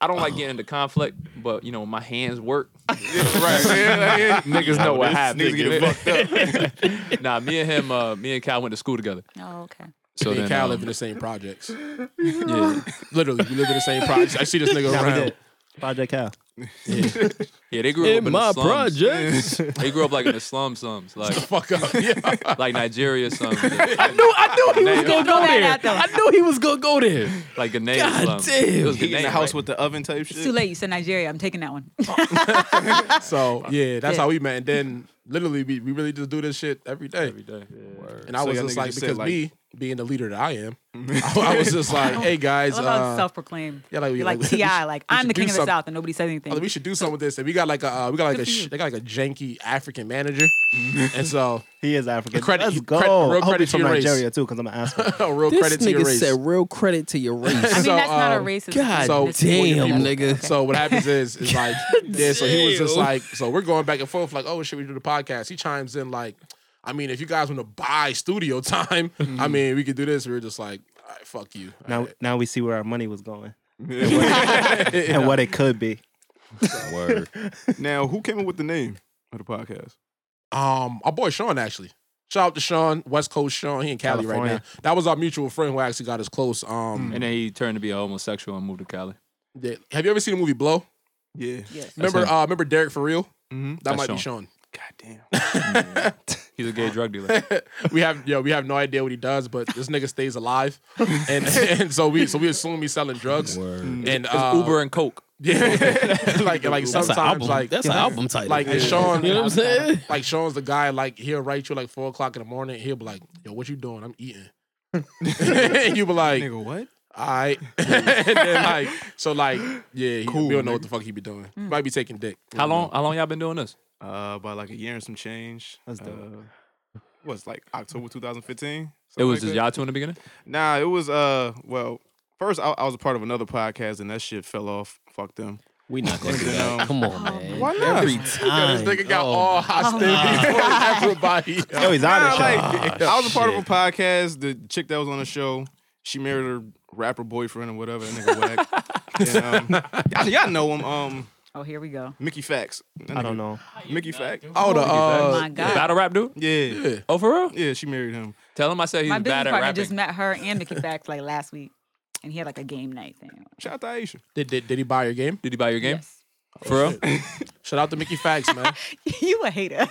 S9: I don't like getting into conflict, but you know my hands work.
S5: right. man.
S9: Niggas know what happened.
S5: Niggas get fucked up.
S9: Nah, me and him, uh, me and Cal went to school together.
S10: Oh, okay.
S9: So
S7: me
S9: then,
S7: and Cal
S9: um,
S7: live in the same projects.
S9: yeah,
S7: Literally, we live in the same projects. I see this nigga
S8: we
S7: around.
S8: did. Project Cal.
S9: yeah, they grew up in,
S6: In my
S9: the slums.
S6: projects.
S9: They grew up like in the slum slums, like
S7: Fuck up. Yeah.
S9: like Nigeria slums,
S6: I knew, I knew he was
S9: Name.
S6: gonna
S10: Throw
S6: go
S10: that
S6: there.
S10: out there.
S6: I knew he was gonna go there.
S9: like Ghanaian
S6: God
S9: slums.
S6: damn.
S9: It was
S5: He in the
S9: Ghanaian,
S5: house
S9: right?
S5: with the oven type
S10: It's too
S5: shit.
S10: late. You said Nigeria. I'm taking that one.
S7: So yeah, that's
S10: Yeah.
S7: how we met. And then literally, we, we really just do this shit every day.
S9: every day. Yeah.
S7: And I
S5: So
S7: was
S5: y'all
S7: just
S5: niggas
S7: like,
S5: just said,
S7: because
S5: like-
S7: me being the leader that I am, I, I was just like, hey
S10: I
S7: guys,
S10: love how
S7: uh,
S10: it's self-proclaimed.
S7: yeah, like, we-
S10: You're like
S7: like, we
S10: Ti.
S7: should-
S10: Like
S7: we
S10: I'm
S7: should
S10: the
S7: do
S10: king of the
S7: something.
S10: South, and nobody says anything.
S7: oh, we should do something with this. And we got like a uh, we got like
S10: Good
S7: a
S10: for
S7: sh-
S10: you.
S7: they got like a janky African manager, and so
S8: He is African.
S7: Credit-
S8: Let's
S7: credit-
S8: go.
S7: real
S8: I hope
S7: credit
S8: he's
S7: to
S8: from
S7: your race.
S8: Nigeria too, because I'm an asshole.
S7: a real credit to your race.
S6: real credit to your
S10: I
S6: race.
S10: mean,
S7: so,
S10: that's not a
S7: um,
S10: racist.
S6: God
S7: so
S6: damn,
S7: people-
S6: nigga.
S7: So what happens is, is like, yeah. So he was just
S6: Damn.
S7: like, so we're going back and forth, like, oh, should we do the podcast? He chimes in like, I mean, if you guys want to buy studio time, I mean, we could do this. We were just like, all right, fuck you.
S8: now, now we see where our money was going
S7: Yeah.
S8: and what it could be.
S6: Word.
S5: Now, who came up with the name of the podcast?
S7: Um, our boy Sean actually. Shout out to Sean, West Coast Sean. He in Cali right now.
S8: California.
S7: That was our mutual friend who actually got us close. Um,
S9: And then he turned to be a homosexual and moved to Cali.
S7: yeah. have you ever seen the movie Blow?
S5: Yeah.
S10: Yes.
S7: Remember, uh, remember Derek for real?
S5: Mhm.
S7: That
S9: That's
S7: might be Sean.
S5: God
S9: He's a gay drug dealer.
S7: we have yo, we have no idea what he does, but this nigga stays alive, and, and so we so we assume he's selling drugs. And uh,
S9: It's Uber and Coke.
S7: yeah, like like
S6: That's an
S7: sometimes
S6: album.
S7: like
S6: That's an album title.
S7: like and
S6: Yeah.
S7: Sean,
S6: You know what I'm saying?
S7: Like Sean's the guy. Like he'll write you like four o'clock in the morning. He'll be like, "Yo, what you doing? I'm eating." and you be like,
S5: Nigga, what?
S7: I and then like so like yeah, he, we don't know what the fuck he be doing.
S5: Mm.
S7: Might be taking dick.
S9: How long? How long y'all been doing this?
S5: Uh, about like a year and some change. That's dope. Uh, was like October 2015.
S9: It was
S5: like
S9: just
S5: that.
S9: y'all two in the beginning.
S5: Nah, it was uh well, first I, I was a part of another podcast and that shit fell off. Fuck them.
S6: We not gonna do
S5: And then,
S6: that.
S5: um,
S6: Come on, man.
S5: Why not?
S6: Every
S7: Yeah,
S6: time.
S7: this nigga got all hostility towards everybody.
S5: No,
S7: Nah,
S5: Like,
S8: Ah,
S5: I was a part of a podcast. The chick that was on the show, she married her rapper boyfriend or whatever. That nigga whack. And, um, y'all, y'all know him. Um,
S10: oh, here we go.
S5: Mickey Facts.
S8: I don't know.
S5: Mickey Facts.
S10: Oh, the, uh, My
S5: Mickey Facts.
S10: God.
S9: Battle rap dude.
S5: Yeah.
S9: Oh, for real?
S5: Yeah, she married him.
S9: Tell him I said he's
S10: My business
S9: bad at
S10: partner
S9: rapping.
S10: just met her and Mickey Facts like last week, and he had like a game night thing.
S5: Shout out to Aisha.
S7: Did, did, did he buy your game?
S9: Did he buy your game?
S7: For real? Shout out to Mickey Facts, man.
S10: you a hater.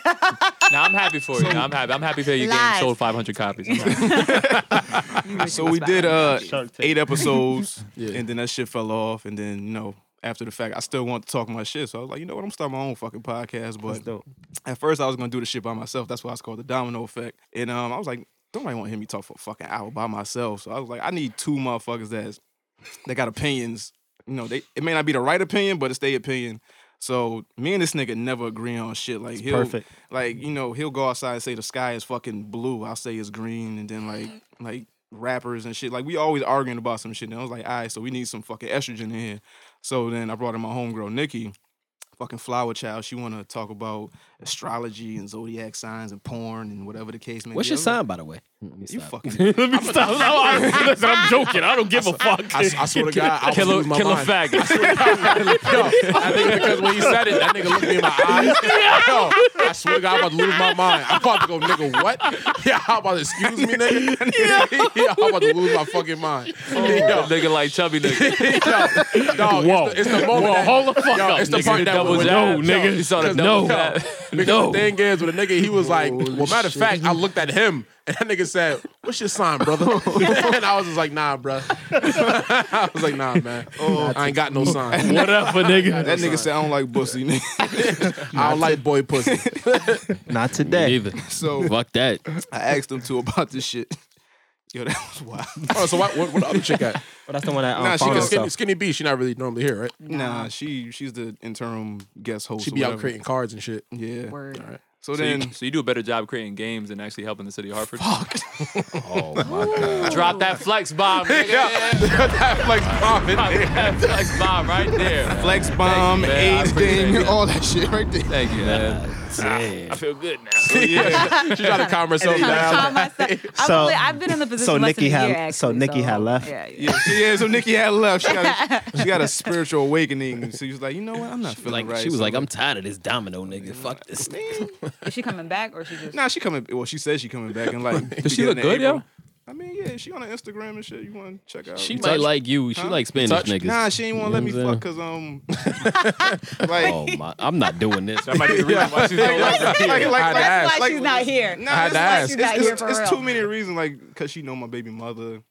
S9: now I'm happy for you. Nah, I'm happy. I'm happy that your game
S10: Lies.
S9: sold 500 copies. I'm happy.
S5: so we did uh eight episodes,
S7: Yeah.
S5: and then that shit fell off. And then you know, after the fact, I still wanted to talk my shit. So I was like, you know what, I'm starting my own fucking podcast. But at first, I was gonna do the shit by myself. That's why it's called the Domino Effect. And um, I was like, don't want to hear me talk for a fucking hour by myself. So I was like, I need two motherfuckers that's that got opinions. You know, they it may not be the right opinion, but it's their opinion. So me and this nigga never agree on shit. Like he'll
S8: perfect.
S5: like you know he'll go outside and say the sky is fucking blue. I'll say it's green, and then like like rappers and shit. Like we always arguing about some shit. And I was like, all right, so we need some fucking estrogen in here. So then I brought in my homegirl Nikki, fucking flower child. She want to talk about astrology and zodiac signs and porn and whatever the case may be.
S6: What's
S5: I
S6: your
S5: was like,
S6: sign, by the way?
S5: You fucking.
S6: Let me stop. I'm, listen, I'm joking. I don't give a fuck.
S7: I, I swear to God, I was
S9: Kill a-
S7: losing my
S9: kill a
S7: mind.
S9: faggot.
S7: I swear to God, yo, I think because when he said it, that nigga looked me in my eyes. Yo, I swear to God, I'm about to lose my mind. I'm about to go, nigga, what? Yeah, I'm about to excuse me, nigga. Yeah, I'm about to lose my fucking mind.
S9: That nigga like chubby nigga.
S7: yo, dog,
S9: Whoa.
S7: It's, the, it's the moment.
S9: Whoa,
S7: that-
S9: hold the fuck
S7: yo,
S9: up,
S7: It's the
S9: nigga.
S7: part that
S9: Double
S7: was
S9: jab. No, nigga.
S7: Yo,
S9: You saw the
S7: because-
S9: double
S7: yo,
S9: jab.
S7: Because
S9: No.
S7: the thing is, with a nigga, he was like, well, matter of fact, I looked at him and that nigga said, "What's your sign, brother?" and I was just like, "Nah, bro." I was like, "Nah, man.
S8: Oh,
S7: I ain't got no sign.
S6: Whatever, nigga.
S5: That nigga said I don't like pussy. nigga."
S7: I don't like boy pussy."
S8: Not today.
S6: Either.
S5: so
S6: Fuck that.
S5: I asked them too about this shit. Yo, that was wild.
S7: Oh, so what? What, what other chick got?
S8: But that's the one that um,
S7: Nah, she
S8: found
S7: got
S8: herself.
S7: skinny, skinny B. She not really normally here, right?
S5: Nah, she she's the interim guest host.
S7: She
S5: or
S7: be out
S5: whatever.
S7: creating cards and shit.
S5: Yeah.
S10: Word.
S5: So,
S9: So
S5: then
S9: you, so you do a better job creating games than actually helping the city of Hartford.
S6: Oh my god.
S9: Drop that flex bomb, nigga.
S7: that flex bomb in
S9: Drop
S7: there.
S9: that flex bomb right there. man.
S5: flex bomb,
S9: man. I
S5: AIDS
S9: appreciate
S5: thing,
S9: that.
S5: all that shit right there.
S9: Thank you, man.
S6: Damn.
S9: I feel good now.
S7: Yeah. She tried to calm herself
S10: Trying to calm
S7: down.
S10: myself. I
S8: So-
S10: really, I've been in the position
S8: so
S10: less than
S8: Nikki
S10: a
S8: had-
S10: year, actually,
S8: so Nikki had left.
S10: Yeah, yeah.
S5: Yeah, yeah. So Nikki had left. She got a, she got a spiritual awakening. So she was like, you know what? I'm not feeling
S6: Like
S5: right.
S6: she was
S5: So,
S6: like, I'm tired of this domino nigga. Fuck this.
S10: Is she coming back or is she just?
S5: Nah, she coming. Well, she said she coming back and like.
S9: Does she look
S5: beginning of
S9: good, yo?
S5: April. I mean, yeah, she on her Instagram and shit. You want to check out?
S6: She
S5: You
S6: might
S5: touch-
S6: like you. She
S5: Huh?
S6: like Spanish
S7: Touch?
S6: niggas.
S5: Nah, she ain't want to let me
S6: You know
S5: fuck
S6: what
S5: because um, like.
S6: I'm saying? Oh my! I'm not doing this.
S9: That might be the reason why she's no longer
S5: Like,
S9: here.
S5: like, like,
S7: I had
S10: That's
S7: asked.
S10: why she's not here.
S5: Nah,
S7: I had
S5: it's
S7: to
S5: like-
S7: ask.
S10: She's
S5: it's,
S10: not
S5: it's,
S10: here for
S5: it's
S10: real.
S5: too many reasons, like, cause she know my baby mother.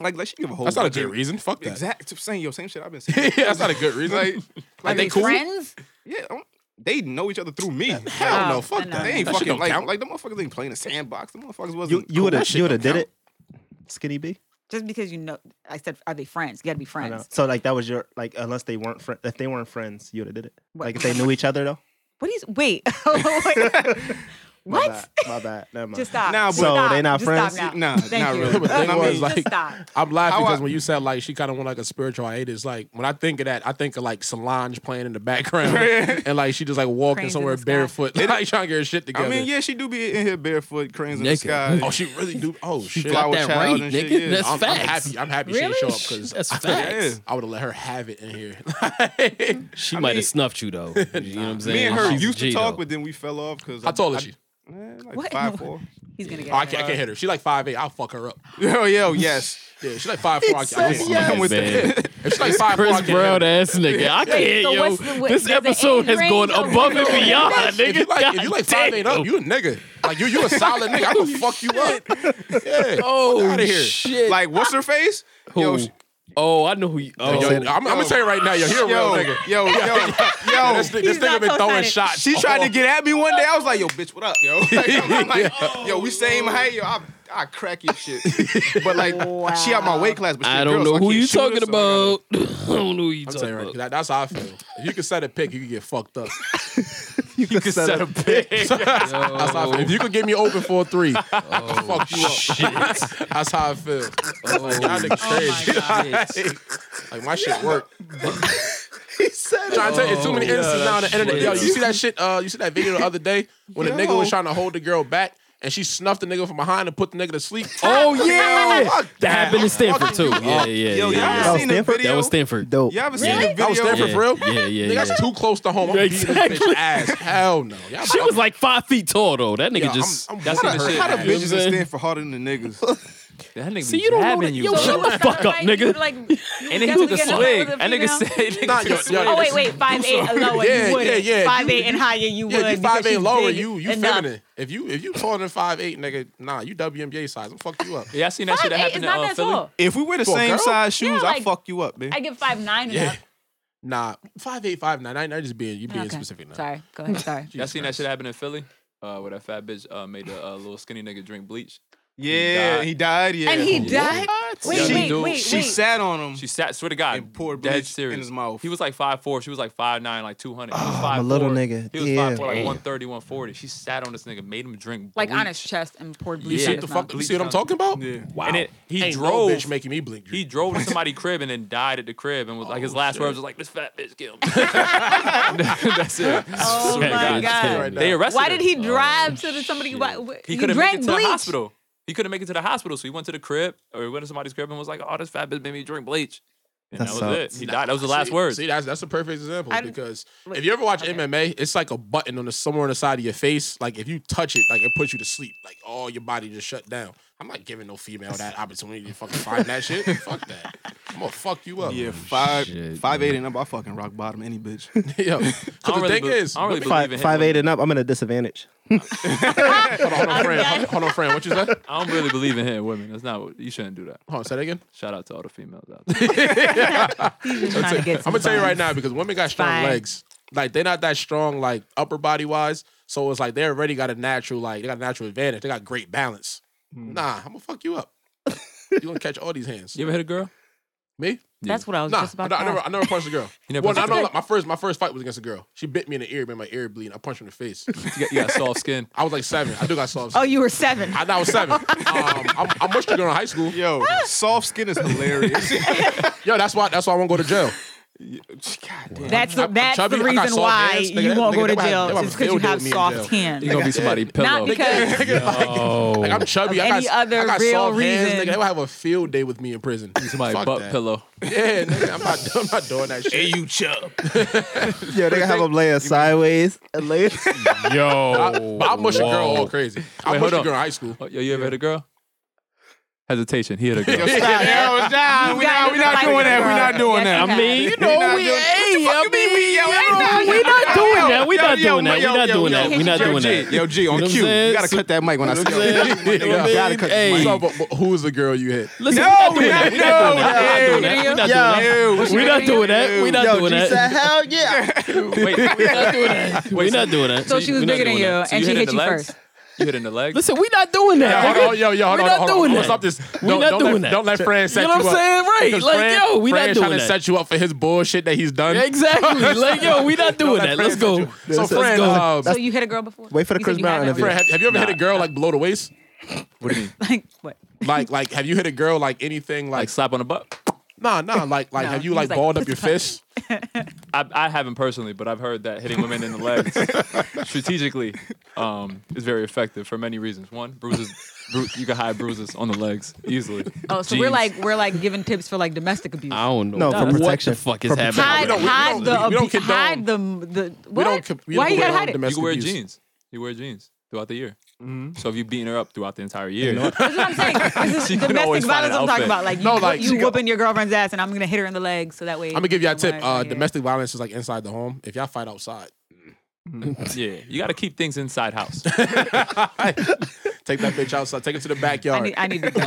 S5: Like, like she give a whole.
S7: That's not a
S5: bunch
S7: good
S5: of-
S7: reason. Fuck that.
S5: Exact same, yo, same shit I've been
S7: yeah,
S5: saying.
S7: that's not a good reason.
S5: Like,
S7: Are
S5: like
S7: they
S5: they,
S7: cool?
S10: Friends?
S5: yeah, I'm- they know each other through me.
S7: Hell no,
S10: Oh,
S7: fuck
S10: I
S7: that.
S10: know.
S5: They ain't
S7: That shit
S5: fucking
S7: don't
S5: like
S7: count.
S5: like the motherfuckers ain't playing the sandbox. The motherfuckers wasn't.
S8: You you would have
S7: shit
S8: you would have
S7: don't
S8: did it, Skinny B.
S10: Just because you know, I said, are they friends? You gotta be
S8: I know.
S10: friends.
S8: So like that was your like unless they weren't friends if they weren't friends you would have did it
S10: What?
S8: like if they knew each other though.
S10: What do you? Wait. what?
S8: My bad. My bad. Never mind.
S10: Just stop.
S5: Nah,
S10: Just
S5: but-
S8: So
S10: stop.
S8: they not
S10: Just
S8: friends?
S10: Stop now.
S5: Nah,
S10: Thank
S5: not
S10: you.
S5: really.
S7: But the thing
S10: I
S7: was,
S10: mean,
S7: like-
S10: just stop.
S7: I'm laughing
S5: How I-
S7: because when you said like she kind of went like a spiritual hiatus, like when I think of that, I think of like Solange playing in the background and like she just like walking
S10: Cranes in
S7: somewhere
S10: the sky.
S7: barefoot, like trying to get her shit together.
S5: I mean, yeah, she do be in here barefoot, cranes in the
S6: Naked.
S5: sky.
S7: Oh, she really do. Oh shit.
S5: got
S7: I'm,
S5: Flower
S6: that
S5: child
S6: right,
S5: and
S6: nigga.
S5: shit, yeah.
S6: That's
S7: I'm
S6: facts.
S7: happy. I'm happy
S6: Really?
S7: she didn't show up because
S6: That's facts.
S7: I would have let her have it in here.
S6: She might have snuffed you though. You know what I'm saying?
S5: me and her
S6: She's
S5: used to
S6: G,
S5: talk,
S6: though.
S5: but then we fell off because
S7: How tall is she?
S5: like
S10: What?
S5: five four.
S10: He's gonna get.
S7: Oh, I
S10: it.
S7: can't, I can't hit her. She like five eight. I'll fuck her up.
S5: Yo, yo, yes.
S7: Yeah, she's like five four. I can't. I
S6: said
S7: can't-
S6: yes.
S7: I'm with
S6: Man.
S7: that. If she's like five four, I
S6: Chris
S7: can't hit her.
S6: Brown ass nigga. I can't,
S10: so
S6: yo.
S10: what's the- what-
S6: this
S10: does it
S6: episode has
S10: age
S6: gone
S10: range?
S6: above and
S10: Okay.
S6: beyond, nigga.
S7: If you like, if you like five eight
S6: Goddamn.
S7: up, you a nigga. Like you, you a solid nigga. I can fuck you up. Yeah.
S6: Oh
S7: outta here.
S6: shit!
S5: Like, what's her face?
S6: Who?
S5: Yo, she,
S9: Oh, I know who. You, oh,
S7: Yo, I'm, I'm gonna tell you right now, yo, he a real
S5: Yo,
S7: nigga.
S5: yo, yo, yo.
S7: this, nigga- this nigga been throwing shots.
S5: She tried to
S7: all-
S5: get at me one day. I was like, yo, bitch, what up, yo? Like, I'm like, yo, we same height, yo. I, I crack your shit. But like, she out my weight class, but she
S6: I
S5: a
S6: don't
S5: girl,
S6: know
S5: so I
S6: who
S5: can't
S6: you
S5: shoot her,
S6: talking
S5: so I gotta-
S6: about. I don't know who you
S7: I'm
S6: talking
S7: telling you,
S6: about.
S7: right, Oh, that, that's how I feel. If you can set a pick, you can get fucked up.
S6: You
S7: can set, a pick. that's how I feel. If you could get me open for a three, I can fuck you up. that's how I feel. Oh, y'all niggas crazy. like my shit work.
S5: He said
S7: Trying to tell you, it's too many
S5: Oh,
S7: instances
S5: yeah,
S7: now on the
S5: that's
S7: internet. Yo,
S5: funny.
S7: you see that shit? Uh, you see that video the other day when the nigga was
S5: Yo.
S7: trying to hold the girl back and she snuffed the nigga from behind and put the nigga to sleep.
S6: Oh yeah,
S7: Fuck
S6: that happened in Stanford too. Yeah, yeah,
S7: Yo,
S6: yeah.
S7: y'all
S6: yeah.
S7: ever seen the
S6: That
S7: video?
S6: was Stanford.
S8: Dope.
S7: You ever
S6: seen Yeah. the
S7: That was
S6: video?
S7: Stanford for
S6: Yeah,
S7: real?
S6: yeah, yeah,
S7: Nigga,
S6: yeah.
S7: That's too close to home. I'm beating this
S6: Exactly.
S7: bitch ass. Hell no. Y'all
S6: She was like five feet tall though. That nigga
S7: Yo,
S6: just.
S7: I'm- I'm
S6: that's
S7: with
S6: the
S7: her.
S6: shit.
S7: How the
S6: You know what I'm
S5: Bitches
S6: saying?
S5: that stand for harder than the niggas.
S9: That nigga
S6: See, you don't know that.
S9: jabbing you,
S6: Yo,
S9: bro.
S6: shut the fuck up, nigga.
S10: Like,
S9: And then he took a swig. That nigga said,
S7: Nah,
S9: nigga
S7: yo,
S9: took a
S7: yo,
S10: Oh wait,
S9: swig.
S10: wait, five eight and lower,
S7: Yeah,
S10: you would.
S7: yeah, yeah.
S10: Five
S7: You-
S10: eight and higher, you
S7: Yeah,
S10: would.
S7: you five eight
S10: because
S7: lower,
S10: she's
S7: you you
S10: big enough.
S7: feminine. If you if you taller than five eight, nigga, nah, you WNBA size. I'm fuck you up.
S9: Yeah, I seen that shit that
S10: 5'8"
S9: happened
S10: is
S9: in
S10: not
S9: uh,
S10: that
S9: Philly.
S10: tall.
S5: If we wear the
S7: For a
S5: same
S7: girl?
S5: size shoes,
S10: Yeah,
S5: I
S10: like-
S5: fuck you up, man.
S10: I give five nine and
S7: Yeah.
S10: up.
S7: Nah, five eight, five nine. I, I just being you being
S10: Okay.
S7: specific now.
S10: Sorry, go ahead. Sorry.
S9: Y'all seen that shit happen in Philly? Uh, where that fat bitch uh, made the uh, little skinny nigga drink bleach.
S5: Yeah, he died. Yeah,
S10: And he died. Wait,
S9: Yeah,
S10: wait,
S9: dude,
S10: wait,
S5: She
S10: wait.
S5: sat on him.
S9: She sat. Swear to God,
S5: And poured
S9: dead
S5: bleach
S9: serious.
S5: in his mouth.
S9: He was like 5'4", She was like 5'9", like two hundred.
S8: Oh, I'm a little nigga.
S9: He was
S8: Yeah.
S9: 5'4", like
S8: Damn.
S9: 130, 140. She sat on this nigga, made him drink
S10: Like
S9: bleach.
S10: on his chest and poured
S9: Yeah.
S10: bleach.
S7: You
S10: down
S7: see what the
S10: his
S7: fuck?
S10: mouth.
S7: You see what I'm talking about?
S9: Yeah. And it, he
S7: Ain't no
S9: drove.
S7: bitch making me blink.
S9: he drove to somebody's crib and then died at the crib and was like
S5: Oh,
S9: his last words was like this fat bitch killed me. That's it.
S10: Oh
S9: Swear to
S10: my
S5: Uh,
S9: God.
S10: God.
S9: They arrested
S10: Why
S9: him.
S10: did he drive
S7: Oh,
S10: to the somebody? Why, wh-
S9: He
S10: you
S9: couldn't make
S10: drank
S9: it to
S10: bleach.
S9: the hospital. He couldn't make it to the hospital, so he went to the crib or he went to somebody's crib and was like, "Oh, this fat bitch made me drink bleach." And that,
S8: That
S9: was
S8: sucks.
S9: it. He died. That was the last
S7: see,
S9: word.
S7: See, that's that's a perfect example
S10: I didn't-
S7: because if you ever watch MMA, it's like a button on the somewhere on the side of your face. Like if you touch it, like it puts you to sleep. Like all your body just shut down. I'm not giving no female that opportunity to fucking find that shit. Fuck that. I'm gonna fuck you up.
S5: Yeah, five, five, eight and up. I fucking rock bottom any bitch.
S7: Yo, because the
S9: really
S7: thing
S9: be-
S7: is,
S9: I don't really
S7: women-
S8: Five,
S9: in him.
S8: five eight and up, I'm at a disadvantage.
S7: hold on, hold on, friend, hold, hold on, friend. What you say? Hold
S9: I don't really believe in hitting women. That's not what you shouldn't do that.
S7: on, say that again.
S9: Shout out to all the females out there.
S10: trying to get
S7: I'm
S10: some
S7: gonna tell you right
S10: buns.
S7: now because women got strong
S10: Fine.
S7: legs. Like they're not that strong, like upper body wise. So it's like they already got a natural, like they got a natural advantage. They got great balance.
S10: Hmm.
S7: Nah, I'm gonna fuck you up. you gonna catch all these hands.
S9: You ever hit a girl?
S7: Me?
S10: That's what I was
S7: Nah,
S10: just about
S7: I,
S10: to
S7: I never,
S10: ask.
S7: I never punched a girl.
S9: You never
S7: Well, I
S9: punched a
S7: know, like, my first, my first fight was against a girl. She bit me in the ear, made my ear bleed. I punched her in the face.
S9: You got, you got soft skin.
S7: I was like seven. I do got soft.
S10: Oh, you were seven.
S7: I, I was seven. um, I, I mushed a girl in high school.
S5: Yo, soft skin is hilarious.
S7: Yo, that's why, that's why I won't go to jail.
S10: That's the,
S7: I'm
S10: that's
S7: chubby,
S10: the
S7: I got
S10: reason
S7: soft
S10: why
S7: hands, nigga.
S10: you
S7: That
S10: won't
S7: nigga-
S10: go to
S7: they might-
S10: jail.
S7: they might
S10: It's because you
S7: still
S10: have
S7: do me in
S10: soft
S7: jail.
S10: hands.
S9: You gonna be somebody pillow?
S10: Not because
S7: Nigga, like, like, I'm chubby.
S10: Of
S7: I got,
S10: any other
S7: I got
S10: real
S7: soft hands,
S10: reason.
S7: nigga. They will have a field day with me in prison.
S9: somebody
S7: Fuck
S9: butt
S7: that.
S9: pillow.
S7: Yeah, nigga, I'm not, I'm not doing that shit. Hey, you chub.
S8: Yeah, they have them laying sideways and laying.
S7: Yo, I, I mush a girl
S9: Whoa.
S7: all crazy. I
S9: Wait,
S7: mushed
S9: hold
S7: a
S9: on.
S7: girl in high school.
S9: Oh, yo, you ever hit a girl? Hesitation. He hit a girl.
S5: Yo, nah, we not, we not
S10: Like
S5: doing that. We not
S10: that.
S5: doing that.
S10: Yes, you
S6: I mean, you
S5: We not
S6: know, we
S5: doing- What
S6: hey,
S5: the fuck
S6: I
S5: you mean
S6: mean,
S5: we- yo, yo,
S6: we not doing that. We
S5: yo,
S6: not
S5: yo,
S6: doing that. We
S5: yo,
S6: not
S5: yo,
S6: doing
S5: yo,
S6: that. We not
S5: yo,
S6: doing
S5: G,
S6: that.
S5: Yo, G, on
S6: You know what I'm
S5: cue. You
S6: saying?
S5: gotta
S6: So-
S5: cut that mic when I
S6: you
S5: say
S6: know what
S5: it.
S6: I'm saying? You know what I
S5: You gotta
S6: mean?
S5: cut the
S6: Hey.
S5: mic.
S7: So, but, but who was the girl you hit?
S6: Listen,
S5: No,
S6: we not doing that. We not doing that. We not doing that. We not doing that. We not doing that.
S8: hell yeah.
S9: Wait,
S6: We not doing that. We not doing that.
S10: So she was
S6: We not
S10: bigger than
S6: doing
S10: you,
S6: that.
S9: So
S10: and she
S9: in
S10: hit
S9: the
S10: you
S9: legs?
S10: first.
S9: You hit in the leg.
S6: Listen, we not doing that.
S7: Hold on, yo, yo, hold
S6: we
S7: on,
S6: not
S7: hold on.
S6: doing
S7: I'm gonna
S6: that.
S7: Stop this.
S6: We
S7: Don't,
S6: not
S7: don't
S6: doing
S7: let,
S6: that.
S7: Don't let Fran set
S6: You know what I'm saying? Right.
S7: Because
S6: Like,
S7: Fran,
S6: yo, we not
S7: Fran
S6: doing
S7: trying
S6: that.
S7: to set you up for his bullshit that he's done.
S6: Exactly. Like, yo, we not doing that. Let's go.
S7: So,
S6: Let's
S7: Fran,
S6: go.
S7: um,
S10: So you hit a girl before?
S8: Wait for the
S10: You said
S8: Chris
S10: you had
S8: Brown
S10: that
S8: interview.
S7: Fran, have, have you ever hit a girl like below the waist?
S9: What do you mean?
S10: before? Like what?
S7: Like, like, have you hit a girl like anything
S9: Like
S7: like?
S9: slap on the butt?
S7: Nah, nah. Like, like,
S10: No,
S7: have you
S10: he was
S7: like
S10: like,
S7: balled up
S10: "Pussy
S7: your
S10: punch."
S7: fist?
S9: I, I haven't personally, but I've heard that hitting women in the legs strategically um, is very effective for many reasons. One, bruises. Bru- you can hide bruises on the legs easily.
S10: Oh, so we're
S9: Jeans.
S10: like we're like giving tips for like domestic abuse.
S6: I don't know.
S8: No, for
S6: What
S8: protection.
S6: the fuck is
S8: For
S10: Hide,
S6: happening?
S7: don't- we
S10: hide
S7: don't-
S10: the
S7: we don't
S10: abu-
S7: condone-
S10: hide the the what?
S7: don't co- we
S10: Why
S7: don't
S10: you gotta
S7: condone
S10: hide it?
S7: domestic-
S9: you can wear
S7: abuse.
S9: jeans. You wear jeans throughout the year. So if you beating her up throughout the entire year,
S10: That's what I'm saying. This
S9: She
S10: is
S9: could
S10: domestic
S9: always find
S10: violence
S9: an
S10: I'm talking
S9: outfit.
S10: about. Like you,
S7: No, like, she
S10: you
S7: go-
S10: whooping your girlfriend's ass, and I'm gonna hit her in the leg so that way.
S7: I'm gonna give y'all a tip.
S10: Right,
S7: Uh,
S10: yeah.
S7: domestic violence is like inside the home. If y'all fight outside,
S9: yeah, you got to keep things inside house.
S7: Take that bitch outside. Take it to the backyard.
S10: I need- I need to go.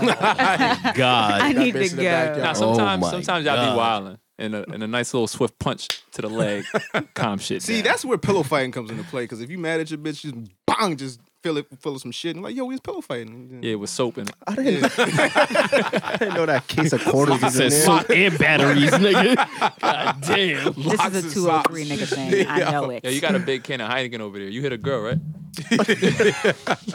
S6: God.
S10: I
S7: That
S10: need
S7: bitch
S10: to
S7: in the
S10: go.
S7: backyard.
S9: Now,
S7: Oh
S9: sometimes,
S7: my
S9: sometimes y'all be
S7: God.
S9: wilding and a, and a nice little swift punch to the leg, calm shit.
S5: See, that's where pillow fighting comes into play. Because if you mad at your bitch, just bang, just fill it, fill it some shit, and like, yo, we was pillow fighting.
S9: yeah, with soap and
S5: I didn't, I didn't know that
S8: Case of quarters is in there.
S9: and batteries, nigga. God damn.
S10: This is a 203 nigga thing. I know it.
S9: Yeah, you got a big can of Heineken over there. You hit a girl, right?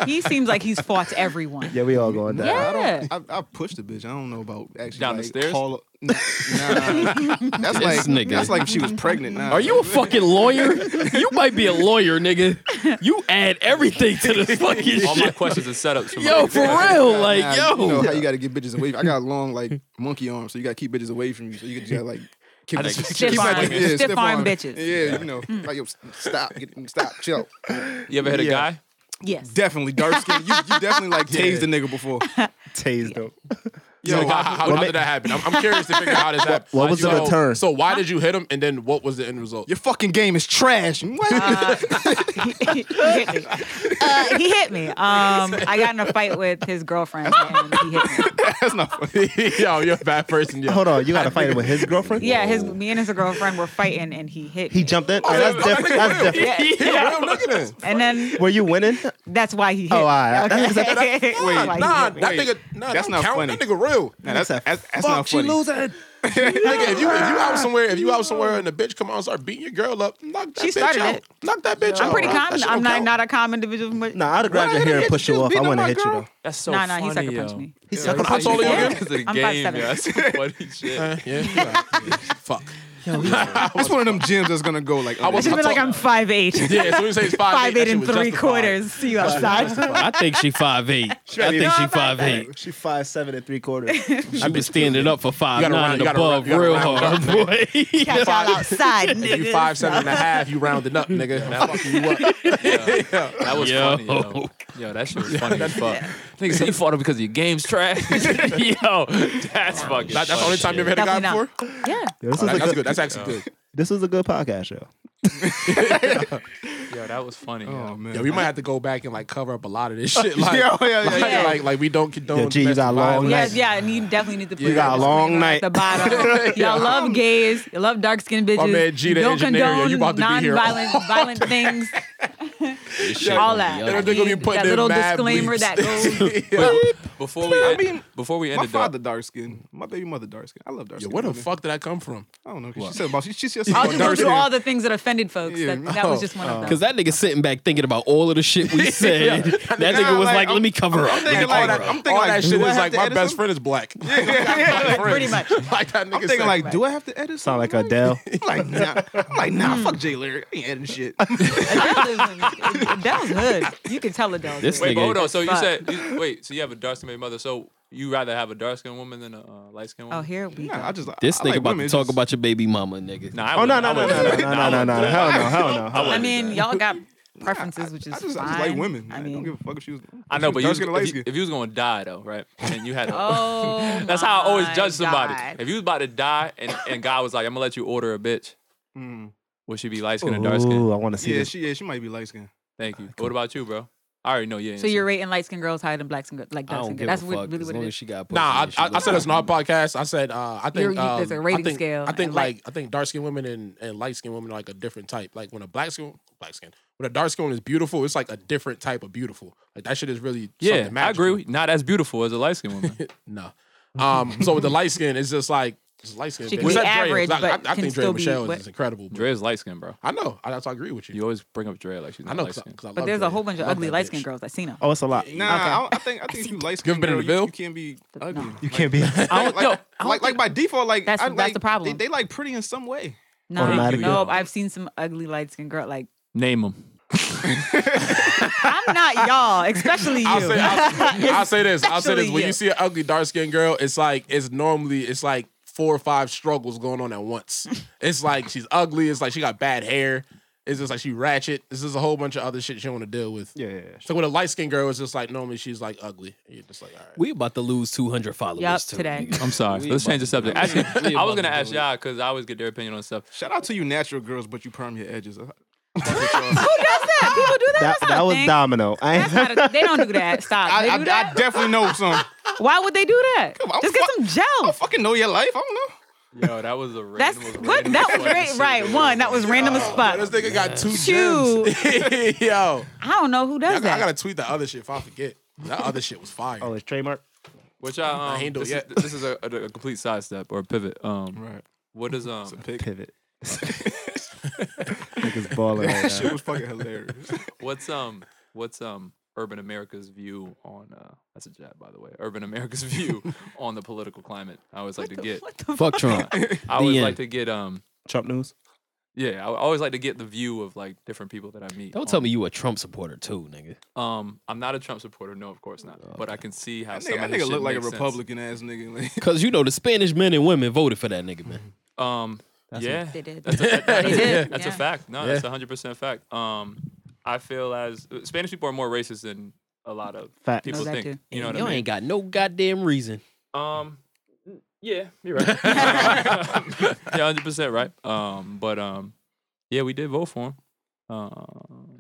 S10: He seems like he's fought everyone.
S8: Yeah, we all going down.
S10: Yeah.
S5: I, I pushed the bitch. I don't know about actually
S9: Down the
S5: like,
S9: stairs?
S5: Call up. Nah, that's
S6: This
S5: like
S6: nigga.
S5: that's like if she was pregnant. Nah.
S6: Are you a fucking lawyer? you might be a lawyer, nigga. You add everything to this fucking
S9: All my
S6: shit.
S9: questions are set up. for
S6: Yo,
S9: me.
S6: for real, like
S5: Nah,
S6: yo.
S5: you know how you got to get bitches away. I got long like monkey arms, so you got to keep bitches away from you. So you just gotta like. keep-
S9: I just-
S5: keep
S9: Stiff
S5: that-
S9: arm-
S5: yeah,
S9: stiff
S10: arm bitches.
S5: Yeah, you know, like yo, s- stop, get, stop, chill.
S9: You ever hit a
S5: Yeah.
S9: guy?
S10: Yes.
S5: Definitely dark skin. You, you definitely like tased a nigga before.
S8: tased him.
S7: Yo,
S5: Yo,
S7: how, how-
S5: what
S7: how
S5: ma-
S7: did that happen? I'm, I'm curious to figure out how this happened.
S8: what
S7: Why'd
S8: was
S7: you
S8: the
S7: go-
S8: return?
S7: So why did you hit him, and then what was the end result?
S5: Your fucking game is trash. What?
S10: he hit me. Uh, he hit me. Um, I got in a fight with his girlfriend and he hit me.
S5: That's not funny.
S7: yo, you're a bad person. Yo.
S8: Hold on, you got to fight it with his girlfriend?
S10: Yeah, his me and his girlfriend were fighting and he hit
S8: He
S10: me.
S8: jumped in. Oh, that's different. That's different.
S10: Yeah.
S7: Yeah, real nigga then.
S10: And then
S8: Were you winning?
S10: that's why he hit
S8: Oh, all right.
S10: me.
S8: That's- that's-
S10: Okay.
S5: wait,
S10: That's why he
S7: Nah,
S10: hit me.
S7: that nigga. Nah,
S5: That's
S7: that
S5: not
S7: count.
S5: funny.
S7: That nigga real.
S5: Nah, that's that's, that's, not
S8: Fuck, she
S5: funny.
S8: losing.
S7: nigga, if you if you out somewhere, if you out somewhere and the bitch come out and start beating your girl up, knock that
S10: She
S7: bitch
S10: started
S7: out.
S10: it.
S7: Knock that bitch out.
S10: I'm pretty
S7: bro. That
S10: calm.
S7: shit
S10: I'm
S7: don't
S10: not,
S7: count.
S10: not a calm individual. but-
S8: Nah, I'd have grabbed your hair and pushed you off. I wouldn't have hit you, though.
S9: That's so
S10: Nah, nah,
S9: funny.
S10: he sucker punched
S9: yo.
S10: me.
S8: He sucking
S7: How
S8: punch
S7: tall are you
S10: Yeah.
S7: again?
S9: This is a
S10: I'm
S9: game,
S10: 5'7".
S9: yo. That's some funny shit.
S7: Uh, yeah, you right. Yeah, Fuck.
S5: That's one of them gyms that's gonna go like.
S10: It's just been like I'm five eight.
S7: Yeah, as soon as you say it's five,
S10: Five
S7: eight,
S10: eight and three
S7: quarters.
S10: quarters. See you outside.
S6: I think she five eight. I think she five eight.
S8: She five seven and three
S5: Oh,
S8: quarters.
S6: She been standing up for five
S7: gotta
S6: nine
S7: round- you gotta
S6: above
S7: round- you gotta
S6: real
S7: round
S6: hard, boy.
S10: Catch y'all outside,
S7: If you
S10: nigga.
S7: five seven and a half, you rounding up, nigga. I'm fucking you up.
S9: That was
S6: Yo.
S9: funny, yo. Yo, that shit was funny as fuck. Nigga said you fought him because your game's trash. yo, that's fucking
S7: That- that's the only time you ever hit a guy
S10: Definitely
S7: before.
S10: not.
S8: This
S10: Yeah.
S7: Oh,
S8: was
S7: that-
S8: a
S7: that's
S8: good,
S7: good. That's actually good.
S8: This was a good podcast show.
S9: Yo, that was funny.
S5: Oh
S9: yo.
S5: man.
S7: Yeah, we might have to go back and like cover up a lot of this shit. Like,
S5: Yeah, oh, yeah, yeah,
S7: like,
S10: yeah.
S7: like, like, we don't condone.
S8: Yeah, G, you got
S7: domestic
S8: long
S10: Yeah,
S7: violence.
S10: yeah, and you definitely need to put
S7: You got
S10: that
S7: a
S8: long
S10: disclaimer
S8: night.
S10: At the bottom. Y'all love gays. You love dark skinned bitches.
S7: My man G, the
S10: you don't
S7: engineer, yo,
S10: condone
S7: you about to be here
S10: non-violent violent things. all that.
S7: They're gonna be
S10: That
S7: putting in
S10: little
S7: mad
S10: disclaimer
S7: bleeps.
S10: that goes.
S9: Wait, before we
S5: I
S9: end,
S5: mean,
S9: before we end
S5: My
S9: it though,
S5: father dark skin. My baby mother dark skin. I love dark
S7: Yo,
S5: skin.
S7: where the
S5: women.
S7: fuck did I come from?
S5: I don't know. She said about she. She said
S10: I'll
S5: something about
S10: just go
S5: dark
S10: through
S5: skin.
S10: all the things that offended folks.
S5: Yeah.
S10: That, that was just one of
S6: Cause
S10: them.
S6: that nigga sitting back thinking about all of the shit we said. That nigga
S5: Nah,
S6: was
S5: like,
S6: like,
S5: I'm-
S6: "Let me cover up."
S5: I'm thinking like, I'm thinking
S7: All
S5: like,
S7: that
S5: do
S7: shit
S5: I
S7: is
S5: have
S7: like
S5: to
S7: my
S5: edit
S7: best
S5: something?
S7: friend is black.
S10: Pretty much.
S7: like that nigga
S5: I'm
S7: said.
S5: thinking like, do I have to edit?
S8: Sound like
S5: something?
S8: Adele.
S5: I'm like, nah. I'm like, nah. Fuck Jay Larry. I ain't editing shit.
S10: That was hood. You can tell Adele's
S6: This
S10: hood.
S9: wait, but hold on. So you
S10: Fuck.
S9: said you, wait. So you have a dark skinned mother. So you rather have a dark skinned woman than a uh, light skinned woman?
S10: Oh, here we go.
S5: Nah, I just. I-
S6: This
S5: I
S6: nigga
S5: like
S6: about
S5: women,
S6: to
S5: it's
S6: talk
S5: just-
S6: about your baby mama, nigga.
S9: Nah, I
S8: Oh no
S9: wouldn't-
S8: no no
S9: I
S8: no
S9: wouldn't
S8: no
S9: do that.
S8: no no no no! Hell no hell no!
S10: I mean, y'all got preferences, which is
S5: I just,
S10: fine.
S5: I just like women.
S10: I
S5: I, don't give
S10: mean,
S5: a fuck if she was. if
S9: I
S5: she
S9: know,
S5: was
S9: but you,
S5: dark skin or light
S9: if, you,
S5: skin.
S9: if you was gonna die though, right? And you had a,
S10: oh,
S9: that's how I always
S10: my
S9: judge somebody.
S10: God.
S9: If you was about to die and, and God was like, I'm gonna let you order a bitch, would she be light skinned or dark skinned?
S8: Ooh, I want to see
S5: Yeah,
S8: this.
S5: she yeah she might be light skin.
S9: Thank you. What about you, bro? I already know you. ain't
S10: So you're
S9: shit.
S10: rating light skinned girls higher than black skinned girls, like
S6: I
S10: dark
S6: don't
S10: skinned
S6: give
S10: girls. That's
S6: a
S10: what,
S6: fuck.
S10: really
S6: As
S10: what
S6: long
S10: it
S6: as
S10: is.
S6: she got pussy
S7: Nah,
S6: and she
S7: I, I, I
S6: look
S7: said this in our
S6: good.
S7: podcast. I said uh, I think
S10: You're- you- there's a
S7: um, I
S10: rating
S7: think-
S10: scale
S7: I think
S10: and
S7: like I think dark skinned women and, and light skinned women are like a different type. Like when a black skin black skin when a dark skin woman is beautiful, it's like a different type of beautiful. Like that shit is really
S9: yeah,
S7: Something
S9: I
S7: magical.
S9: agree. with- Not as beautiful as a light skinned woman.
S7: No. Um, so with the light skin, it's just like it's light skin.
S10: She
S7: bitch.
S10: can be
S7: Except Drea,
S10: average,
S7: 'cause I, I-
S10: but
S7: I
S10: can
S7: think Drea
S10: still be
S7: Michelle
S10: what-
S7: is incredible. but
S9: Dre's light skinned, bro.
S7: I know. I, that's- I agree with you.
S9: You always bring up Dre like she's
S7: I
S9: not
S7: know
S9: light
S7: because
S9: skinned.
S7: I love
S10: But there's a
S7: Drea.
S10: whole bunch of
S7: Love
S10: ugly
S7: that
S10: light
S7: bitch.
S10: skinned girls. I seen them.
S8: Oh, it's a lot.
S5: Nah, I, don't- I think I think if you light skin,
S7: Give 'em a bit of the bill?
S5: You can't be ugly.
S8: You can't be
S9: I don't
S5: like,
S9: know.
S5: like, like by default, like
S10: That's-
S5: I,
S10: that's
S5: like,
S10: the problem.
S5: They, they like pretty in some way.
S10: No,
S8: Automatically.
S10: no, I've seen some ugly light skinned girl. Like
S9: Name him.
S10: I'm not y'all, especially you.
S7: I'll say, I'll, I'll say this. I'll say this.
S10: Especially
S7: When you
S10: you.
S7: see an ugly dark skinned girl, it's like it's normally it's like four or five struggles going on at once. It's like she's ugly. It's like she got bad hair. It's just like she ratchet. This is a whole bunch of other shit she don't want to deal with.
S5: Yeah, yeah, yeah.
S7: So with a light skinned girl, it's just like normally she's like ugly. You're just like all right.
S6: We about to lose two hundred followers
S10: Yup,
S6: too,
S10: today.
S6: nigga.
S9: I'm sorry. Let's change the subject. Actually, I was gonna ask y'all because I always get their opinion on stuff.
S5: Shout out to you, natural girls, but you perm your edges.
S10: Who does that? Black people do that?
S8: That,
S10: That's not
S8: that
S10: a
S8: was
S10: thing.
S8: domino. I ain't-
S10: That's not a, they don't do that. Stop.
S5: I-
S10: They
S5: I-
S10: do
S5: I
S10: that?
S5: definitely know some.
S10: Why would they do that? Just get some gel. I
S5: fucking know your life. I don't know.
S9: Yo, that was a
S10: That's what that was ra- right. One that was random as fuck.
S7: This nigga got two
S10: Shoot.
S7: gems. Yo.
S10: I don't know who does
S7: I,
S10: that.
S7: I gotta tweet the other shit if I forget. That other shit was fire. Oh,
S8: it's trademark.
S9: Which I, um,
S7: I ain't do
S9: this,
S7: yet.
S9: Is, this is a, a, a complete sidestep or a pivot. Um, right. What is um?
S8: pivot. Niggas balling right now.
S5: That shit was fucking hilarious.
S9: What's um? What's um? Urban America's view on uh that's a jab by the way. Urban America's view on the political climate. I always like to get
S6: Fuck Trump.
S9: I always
S6: The
S9: like
S6: end.
S9: to get um
S8: Trump news.
S9: yeah, I always like to get the view of like different people that I meet.
S6: Don't
S9: on-
S6: tell me you a Trump supporter too, nigga.
S9: Um, I'm not a Trump supporter. No, of course not. But I can see how
S5: That
S9: some
S5: nigga,
S9: of
S5: that
S9: his
S5: nigga
S9: shit
S5: look like a
S9: makes sense.
S5: Republican ass nigga. Like,
S6: Cause you know the Spanish men and women voted for that nigga, man.
S9: Um,
S6: That's
S9: yeah,
S6: what- They did.
S9: That's a, that- that's
S6: They
S9: a-
S6: did,
S9: that's a
S6: yeah.
S9: fact. No, that's
S6: Yeah.
S9: a hundred percent fact. Um, I feel as uh, Spanish people are more racist than a lot of
S6: Fact.
S9: people think. You know what
S6: you
S9: I mean?
S6: ain't got no goddamn reason.
S9: Um, yeah, you're right. yeah, hundred percent right. Um, but um, yeah, we did vote for him. Uh,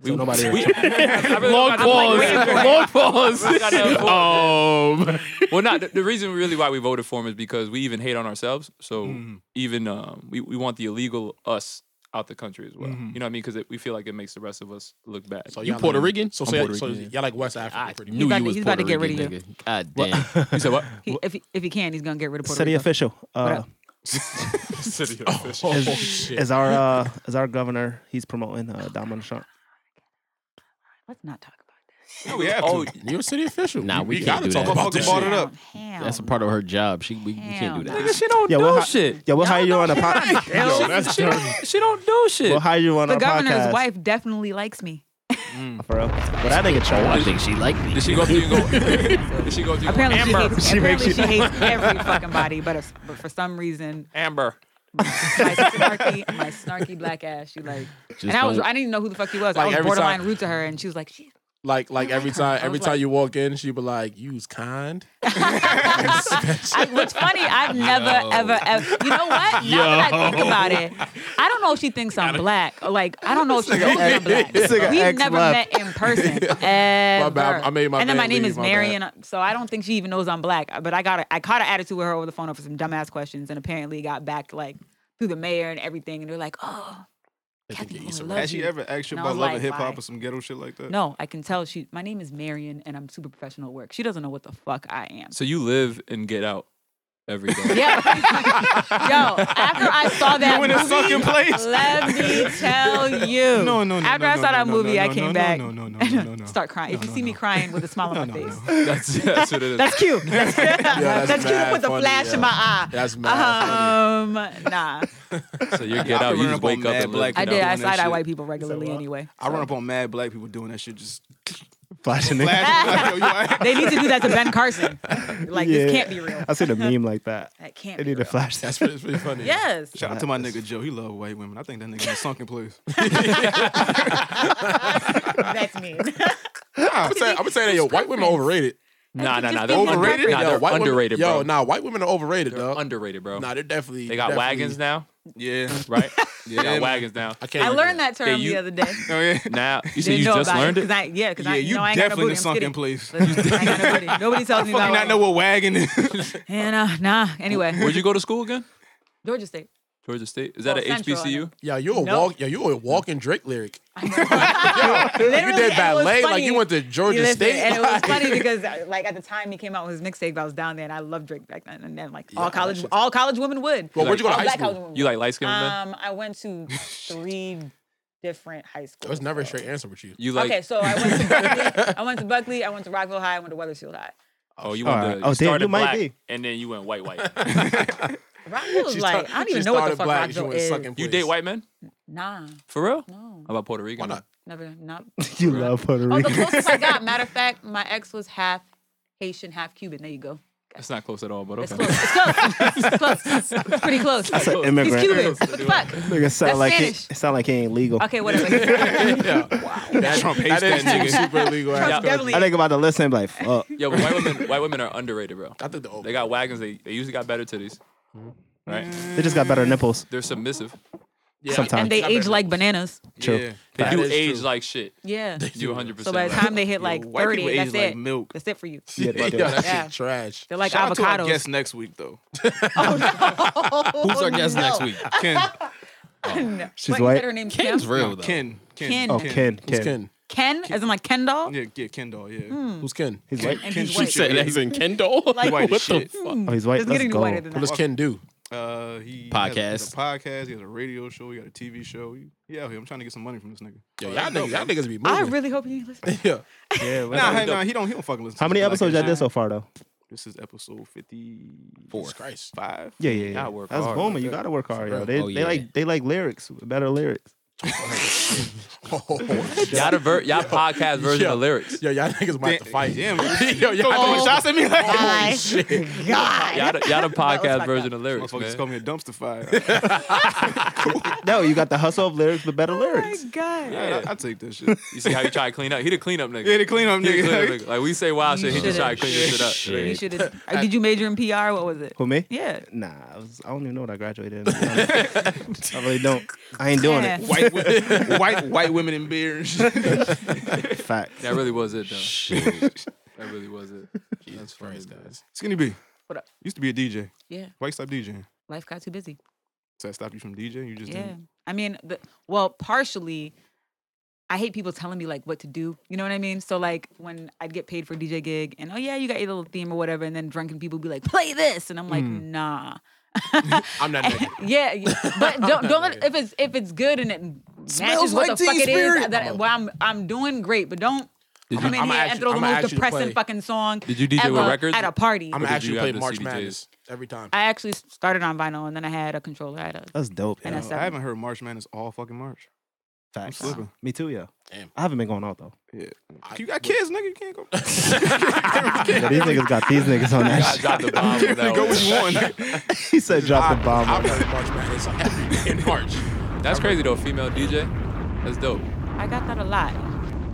S9: we,
S6: So nobody-
S9: we- I really-
S6: Long
S9: I really-
S6: pause. Long pause.
S9: I got that
S6: vote.
S9: well, not the, the reason really why we voted for him is because we even hate on ourselves. So
S8: Mm-hmm.
S5: Mhm.
S9: even um, we we want the illegal us out the country as well.
S7: Mhm.
S8: Mm-hmm.
S9: You know what I mean? Because we feel like it makes the rest of us look bad.
S7: So y'all like- So, so,
S9: I'm
S7: y'all-
S9: Puerto
S7: so
S9: Rican. Ah,
S7: y'all like West Africa pretty much.
S9: knew you
S10: about to- was he's about to Puerto get rid of Rican,
S6: you. God
S9: damn. you said what?
S10: He- if, he, if he can, he's gonna get rid of Puerto
S8: City
S10: Rico.
S8: official. Uh,
S9: City
S10: official.
S7: Oh,
S8: is, is our uh, is our governor? He's promoting uh, Donald Trump.
S10: Let's not talk.
S5: no, we have
S9: oh,
S5: to.
S7: You're a city official.
S6: Nah, we,
S7: We
S6: can't
S7: gotta
S6: do
S7: talk
S6: that.
S7: about
S6: Fuck
S7: this
S6: that
S7: shit.
S6: shit.
S10: Hell
S6: That's a part of her job. She we, we can't do that.
S9: Nigga, she don't
S8: Yeah, we'll
S9: do
S8: hi-
S9: shit.
S8: Yeah, we'll hire you on a podcast.
S9: Yo, that's she, don't, she don't do shit.
S8: We'll hire you on
S10: the
S8: our
S10: governor's
S8: podcast.
S10: wife definitely likes me.
S8: For real. But that nigga Trump.
S6: I think she liked me.
S9: Did she go through you go? did she go through
S10: Apparently,
S9: you go, Amber?
S10: she hates, apparently she hates every fucking body, but, if, but for some reason,
S9: Amber.
S10: my snarky, my snarky black ass, she like.
S7: Just
S10: and I was,
S7: don't-
S10: I didn't even know who the fuck he was.
S7: Like,
S10: I was
S7: every
S10: borderline
S7: time-
S10: rude to her, and she was like, she,
S7: Like, like
S10: Oh
S7: every time, every
S10: was
S7: time
S10: like-
S7: you walk in, she be like, "You's kind."
S10: I, "What's funny? I've never,
S7: Yo.
S10: ever, ever. You know what? Now that I think about it, I don't know if she thinks I'm black. Or like, I don't know if she thinks I'm black.
S7: This nigga
S10: We've
S7: ex
S10: never
S7: left.
S10: met in person ever.
S7: I made my
S10: and then my
S7: man
S10: name
S7: leave,
S10: is
S7: my bad.
S10: Marion, uh, so I don't think she even knows I'm black. Uh, But I got, a, I caught an attitude with her over the phone for some dumbass questions, and apparently got back like through the mayor and everything, and they're like, oh. Kathy Moore loves
S5: Has she
S10: you."
S5: ever asked you
S10: And I
S5: about love
S10: was like,
S5: and hip
S10: "Why?"
S5: hop or some ghetto shit like that?
S10: No, I can tell she. My name is Marion, and I'm super professional at work. She doesn't know what the fuck I am.
S9: So you live and get out every day.
S10: Yeah. Yo, after I saw that
S5: You in a
S10: movie,
S5: sunken place.
S10: let me tell you.
S5: No, no, no,
S10: After
S5: no,
S10: I
S5: no,
S10: saw that
S5: no, no,
S10: movie,
S5: no,
S10: I
S5: no,
S10: came
S5: no,
S10: back.
S5: no, no, no, no, no, no.
S10: Start crying. if you see me crying with a smile on my face,
S9: That's, that's what it is.
S10: that's cute. That's,
S9: that's
S10: that's cute
S9: mad
S10: with a
S9: funny,
S10: flash
S9: yeah.
S10: in my eye.
S9: That's
S10: um, Nah,
S9: So you get out, you just wake up and live.
S10: I did. I side eye
S5: shit.
S10: white people regularly anyway.
S5: I run up on mad black people doing that shit, just
S8: flashing it.
S5: flashing. like, yo, you all right?
S10: They need to do that to Ben Carson. Like this can't be real.
S8: I seen a meme like that.
S10: That can't
S8: They
S10: be
S8: need to flash that.
S5: That's pretty, pretty funny.
S10: Yes.
S5: Shout out to my nigga Joe. He love white women. I think that nigga in a sunken place.
S10: That's mean.
S7: I'm saying, I'm saying that yo, white women are overrated.
S9: Nah, nah, nah.
S7: Just
S9: They're
S7: give me
S9: overrated.
S7: preference.
S9: Nah,
S7: Yo,
S9: they're
S7: white women-
S9: underrated,
S7: yo,
S9: bro.
S7: nah, white women are overrated,
S9: They're underrated, bro.
S7: Nah, they're definitely.
S9: They got
S7: definitely-
S9: wagons now.
S5: Yeah,
S9: right.
S5: Yeah,
S9: they
S5: man.
S9: got wagons now. I
S10: I learned that term the other day.
S5: Oh yeah.
S9: Now you said
S10: Didn't
S9: you
S10: know
S9: just
S10: about
S9: learned
S10: it. 'cause I, yeah, because I
S5: Yeah, you
S10: know I ain't got no
S5: definitely in
S10: booty.
S5: a
S10: I'm
S5: sunken
S10: skinny.
S5: place.
S10: Listen, I ain't got no booty. Nobody tells me
S5: Fucking
S10: about
S5: not know what wagon is.
S10: And uh, nah. Anyway,
S9: Where'd you go to school again?
S10: Georgia State.
S9: Georgia State. Is that
S10: Oh,
S9: an
S10: Central, I
S9: HBCU?
S7: Yeah, you a
S10: No.
S7: walk. Yeah, you a walking Drake lyric.
S10: Literally,
S7: you did
S10: and it was
S7: ballet like
S10: funny.
S7: you went to Georgia
S10: Listen,
S7: State.
S10: and it was
S7: like-
S10: funny because uh, like at the time he came out with his mixtape, I was down there and I loved Drake back then. And then like all college, all college women would.
S9: Well, where'd you go to
S10: All
S9: high
S10: black
S9: school?
S10: college women
S9: You
S10: would.
S9: like light-skinned women?
S10: Um, I went to three different high schools.
S7: There was never a straight answer with you.
S9: You like?
S10: okay, so I went to Buckley. I went to Buckley. I went to Rockville High. I went to Weathersfield High.
S9: Oh, you went
S8: Alright.
S9: to.
S8: Oh,
S9: you
S8: damn,
S9: started
S8: you might
S9: black,
S8: be.
S9: and then you went white, white.
S10: Rockville was like I don't even know what the fuck Rockville is.
S9: You date white men?
S10: Nah,
S9: For real? No. How about Puerto Rican? Why not?
S10: never, not
S8: You love Puerto
S10: Oh, the
S8: Rican.
S10: closest I got. Matter of fact, my ex was half Haitian, half Cuban. There you go.
S9: That's not close at all, but okay.
S10: It's close. It's close. It's pretty close.
S8: That's an immigrant.
S10: He's Cuban. What the fuck?
S8: Nigga sound
S10: That's
S8: like he,
S10: Spanish.
S8: sound like he ain't legal.
S10: Okay, whatever.
S7: That-
S5: Trump
S7: that
S5: hates that
S7: is
S5: nigga.
S7: super illegal.
S10: Trump's
S7: ass country.
S10: definitely-
S8: I think about to listen be like, fuck.
S9: Yo, but white women, white women are underrated, bro. I think they got wagons. They, they usually got better titties, right?
S8: They just got better nipples.
S9: They're submissive. Yeah.
S8: sometimes.
S10: And they age like bananas.
S8: True.
S9: They do
S8: Facts.
S9: age like shit.
S10: Yeah. They
S9: You 100%.
S10: So by the
S9: right.
S10: time they hit like
S9: white people
S10: thirty,
S9: age
S10: that's
S9: like
S10: it.
S9: milk.
S10: That's it for you.
S9: Yeah, they do.
S7: Yeah, that shit
S10: Yeah.
S7: trash.
S10: They're like
S7: Shout out to our
S10: avocados.
S7: guest
S5: next week though.
S10: Who's
S6: our guest next week?
S5: Ken.
S10: no.
S8: She's
S10: What, you
S8: white?
S10: said her name
S6: Ken's
S10: Kim?
S6: real
S5: No,
S6: though.
S5: Ken. Ken.
S10: Ken.
S8: Oh, Ken. Ken.
S10: Ken, as in like Ken doll.
S5: Yeah, yeah, Ken doll, yeah.
S10: Hmm.
S7: Who's Ken?
S8: He's
S5: Ken,
S8: white.
S10: And
S5: Ken
S10: he's
S5: shoot
S10: white.
S5: your
S6: Said that
S5: ass.
S6: he's in Ken doll.
S10: Like-
S5: White
S6: what the
S5: as shit.
S6: fuck?
S8: Oh, he's white.
S10: It's
S8: Let's
S10: getting
S8: go.
S10: whiter than
S7: What
S10: that.
S7: does Ken do?
S5: Uh, he
S6: Podcast.
S5: Has a, he has a podcast. He has a radio show. He got a TV show. He, he out here. I'm trying to get some money from this nigga.
S7: Yo, y'all niggas, y'all niggas be moving.
S10: I really hope you ain't listening.
S7: yeah.
S8: Yeah,
S5: Nah,
S8: whatever.
S5: hey, nah, he don't. He don't fucking listen.
S8: How
S5: to
S8: many
S5: this
S8: episodes y'all
S5: podcast.
S8: did so far though?
S5: This is episode fifty-four,
S7: Jesus Christ.
S5: five.
S8: Yeah, yeah, yeah.
S9: Gotta work
S8: That's
S9: hard
S8: Boomer.
S9: with
S8: You
S9: that.
S8: gotta work hard, yo.
S9: real.
S8: They,
S6: Oh,
S8: they
S6: yeah.
S8: like they like lyrics, better lyrics.
S9: Y'all, the ver- y'all podcast version
S7: Yeah.
S9: of lyrics.
S7: Yo, y'all niggas might have to fight.
S5: Damn,
S7: Yo, y'all
S10: Oh
S7: niggas-
S5: shots at me. Like,
S10: Bye. God.
S9: Y'all, the, y'all the podcast
S10: fucked
S9: version of lyrics,
S5: motherfucker just
S9: man.
S5: called me a dumpster fire. Yeah,
S8: No, you got the hustle of lyrics, but better
S10: Oh my
S8: lyrics.
S10: God.
S5: I, I take that shit.
S9: You see how he tried to clean up? He the cleanup nigga.
S5: Yeah, the cleanup
S9: He the
S5: nigga.
S9: cleanup nigga. Like we say wild shit, he
S10: should've-
S9: just tried to clean this shit up.
S10: You should have. Did you major in PR? What was it?
S8: Who me?
S10: Yeah.
S8: Nah, I, was, I don't even know what I graduated. In. to be honest. I really don't. I ain't doing
S10: Yeah.
S8: it.
S5: White, wo- white, white women in beer. And shit.
S8: Fact.
S9: That really was it, though. Shit. that really was it. That's funny, guys.
S5: Skinny B.
S10: What up?
S5: Used to be a DJ.
S10: Yeah.
S5: Why you stop DJing?
S10: Life got too busy.
S5: Does that stop you from DJing? You just
S10: Yeah.
S5: didn't.
S10: I mean, the, well, partially, I hate people telling me like what to do. You know what I mean? So like when I'd get paid for a DJ gig and oh yeah, you got your little theme or whatever, and then drunken people be like, play this, and I'm like, nah.
S7: I'm not nigga.
S10: yeah, yeah. but don't don't let, if it's if it's good and it matches what
S5: like
S10: the fuck
S5: Teen
S10: it is.
S5: Spirit.
S10: That, well, I'm I'm doing great, but don't.
S9: Did
S10: come
S9: you-
S10: in
S7: I'ma
S10: here
S7: ask
S10: and
S7: you-
S10: throw the
S7: I'ma ask
S10: most
S7: you to
S10: depressing
S7: play.
S10: fucking song
S9: Did you DJ with
S10: ever
S9: records?
S10: at a party.
S7: I'm
S9: did you
S7: actually
S9: have
S7: play
S9: the
S7: March
S9: CDJs?
S7: Madness every time.
S10: I actually started on vinyl and then I had a controller. I had a
S8: That's dope.
S10: And
S8: yo.
S10: that's-
S5: I haven't heard March Madness all fucking March.
S8: Facts.
S5: slipping.
S8: Me too, yeah.
S7: Damn.
S8: I haven't been going out though.
S5: Yeah. you got kids, nigga. You can't go. you
S8: Yeah, these niggas got these niggas on that
S9: I
S8: shit.
S9: dropped the bomb with
S5: can't
S9: that
S5: go
S9: one.
S5: what you want.
S8: He said drop the bomb.
S7: I'm playing March Madness every day in March.
S9: That's crazy, though. Female DJ. That's dope.
S10: I got that a lot.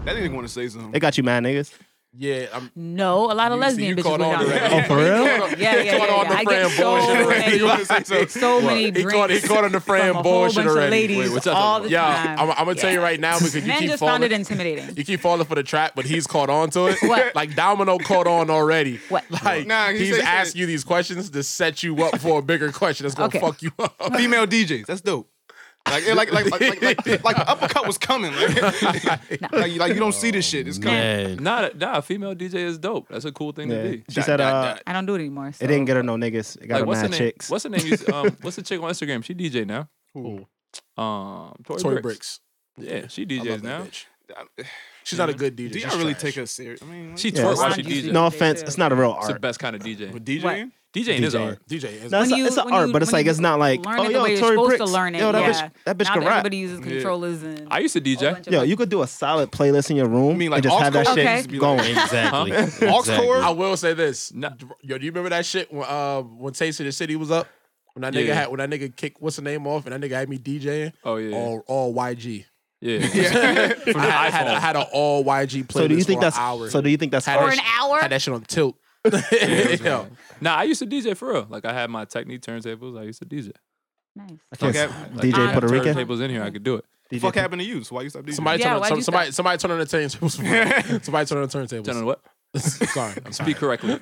S5: That nigga want to say something.
S8: They got you mad niggas.
S7: Yeah, I'm
S10: No, a lot of
S7: You see, you
S10: lesbian bitches
S7: caught on
S10: went down
S7: to
S10: there.
S7: that.
S8: Oh, for real?
S10: Yeah, yeah, yeah.
S7: caught on
S10: yeah.
S7: the
S10: I get
S7: Fran
S10: so
S7: Boy shit
S10: many,
S5: You wanna say something.
S10: so many
S7: he
S10: drinks.
S7: caught, he caught on the
S10: from a
S7: Fran
S10: whole
S7: Boy shit
S10: bunch of
S7: already.
S10: ladies
S9: Wait, what's that
S10: all
S9: though?
S10: the
S7: Yeah,
S10: time.
S7: I'm, I'm gonna tell you right now because you
S10: Men
S7: keep
S10: just
S7: falling.
S10: found it intimidating.
S7: you keep falling for the trap, but he's caught on to it.
S10: What?
S7: Like Domino caught on already.
S10: What?
S7: Like
S5: Nah, he
S7: he's
S5: said- he
S7: asking
S5: said-
S7: you these questions to set you up for a bigger question that's gonna
S10: Okay.
S7: fuck you up.
S5: Female DJs. That's dope. Like, yeah, like, like, like, like, like, like the uppercut was coming. Like, like, you- like you don't see this shit. It's coming.
S6: Man,
S9: Nah, nah, female DJ is dope. That's a cool thing
S8: Yeah.
S9: to be.
S8: She said uh,
S10: I don't do it anymore. So.
S8: it didn't get her no niggas. It got
S9: Like,
S8: her
S9: what's the
S8: mad
S9: name?
S8: chicks.
S9: What's the name? you- Um, what's the chick on Instagram? She DJ now. Um, Tori,
S7: Tory
S9: Bricks.
S7: Bricks.
S9: Yeah, she
S7: I
S9: DJs
S7: love that
S9: now.
S7: bitch. She's not a good DJ.
S5: Do
S7: She's
S5: y'all really
S7: trash.
S5: take her serious? I mean, like,
S9: She
S8: Yeah,
S9: twerk
S8: it's
S9: while
S10: not
S9: she
S10: usually-
S9: DJs.
S8: no offense,
S10: too.
S8: it's not a real
S9: It's the
S8: art.
S9: best kind of DJ.
S5: with DJing?
S9: DJing is
S8: DJing.
S9: art.
S7: DJ is
S8: No, it's,
S10: When
S8: a,
S10: you-
S8: it's an
S10: when
S8: art,
S10: you-
S8: but it's
S10: when
S8: like
S10: you
S8: it's not like
S10: learn it
S8: oh
S10: the
S8: yo,
S10: way you're
S8: Tory
S10: supposed
S8: Bricks.
S10: to learn it.
S8: yo, that
S10: yeah.
S8: bitch, that bitch
S10: now
S8: can
S10: that
S8: rap.
S10: Everybody uses controllers and.
S9: I used to
S10: a whole
S9: DJ.
S10: bunch of
S8: Yo,
S10: other-
S8: you could do a solid playlist in your room
S5: mean, like,
S8: and just
S5: all
S8: have that
S10: schools
S8: shit
S10: just
S5: be
S8: going.
S5: like-
S6: exactly.
S5: Aux cord?
S7: I will say this.
S9: No.
S7: Yo, do you remember that shit when uh, when Taste of the City was up? When that nigga
S9: Yeah.
S7: had when that nigga kicked what's the name off and that nigga had me DJing?
S9: Oh, yeah.
S7: All, all YG.
S9: Yeah.
S7: From the I, had, I had an all YG playlist.
S8: So do you think
S7: for an
S8: that's
S7: hour.
S8: so? Do you think that's
S7: Had that
S10: For
S8: art?
S10: an
S7: shit-
S10: hour?
S7: Had that shit on tilt. Yo,
S9: Nah, I used to DJ for real. Like I had my Technique turntables. I used to DJ.
S10: Nice.
S8: I can't-
S5: Okay.
S9: Like,
S8: DJ
S9: if I had
S8: Puerto Rican?
S9: Turntables in here, I could do it.
S8: DJ
S5: Fuck happened to you? So why you stop DJing?
S7: somebody
S10: Yeah,
S7: turn
S10: why'd
S7: on,
S10: you
S7: somebody somebody turn on the turntables. somebody turn on the turntables.
S9: Turn on what?
S7: sorry, I'm sorry.
S9: Speak correctly.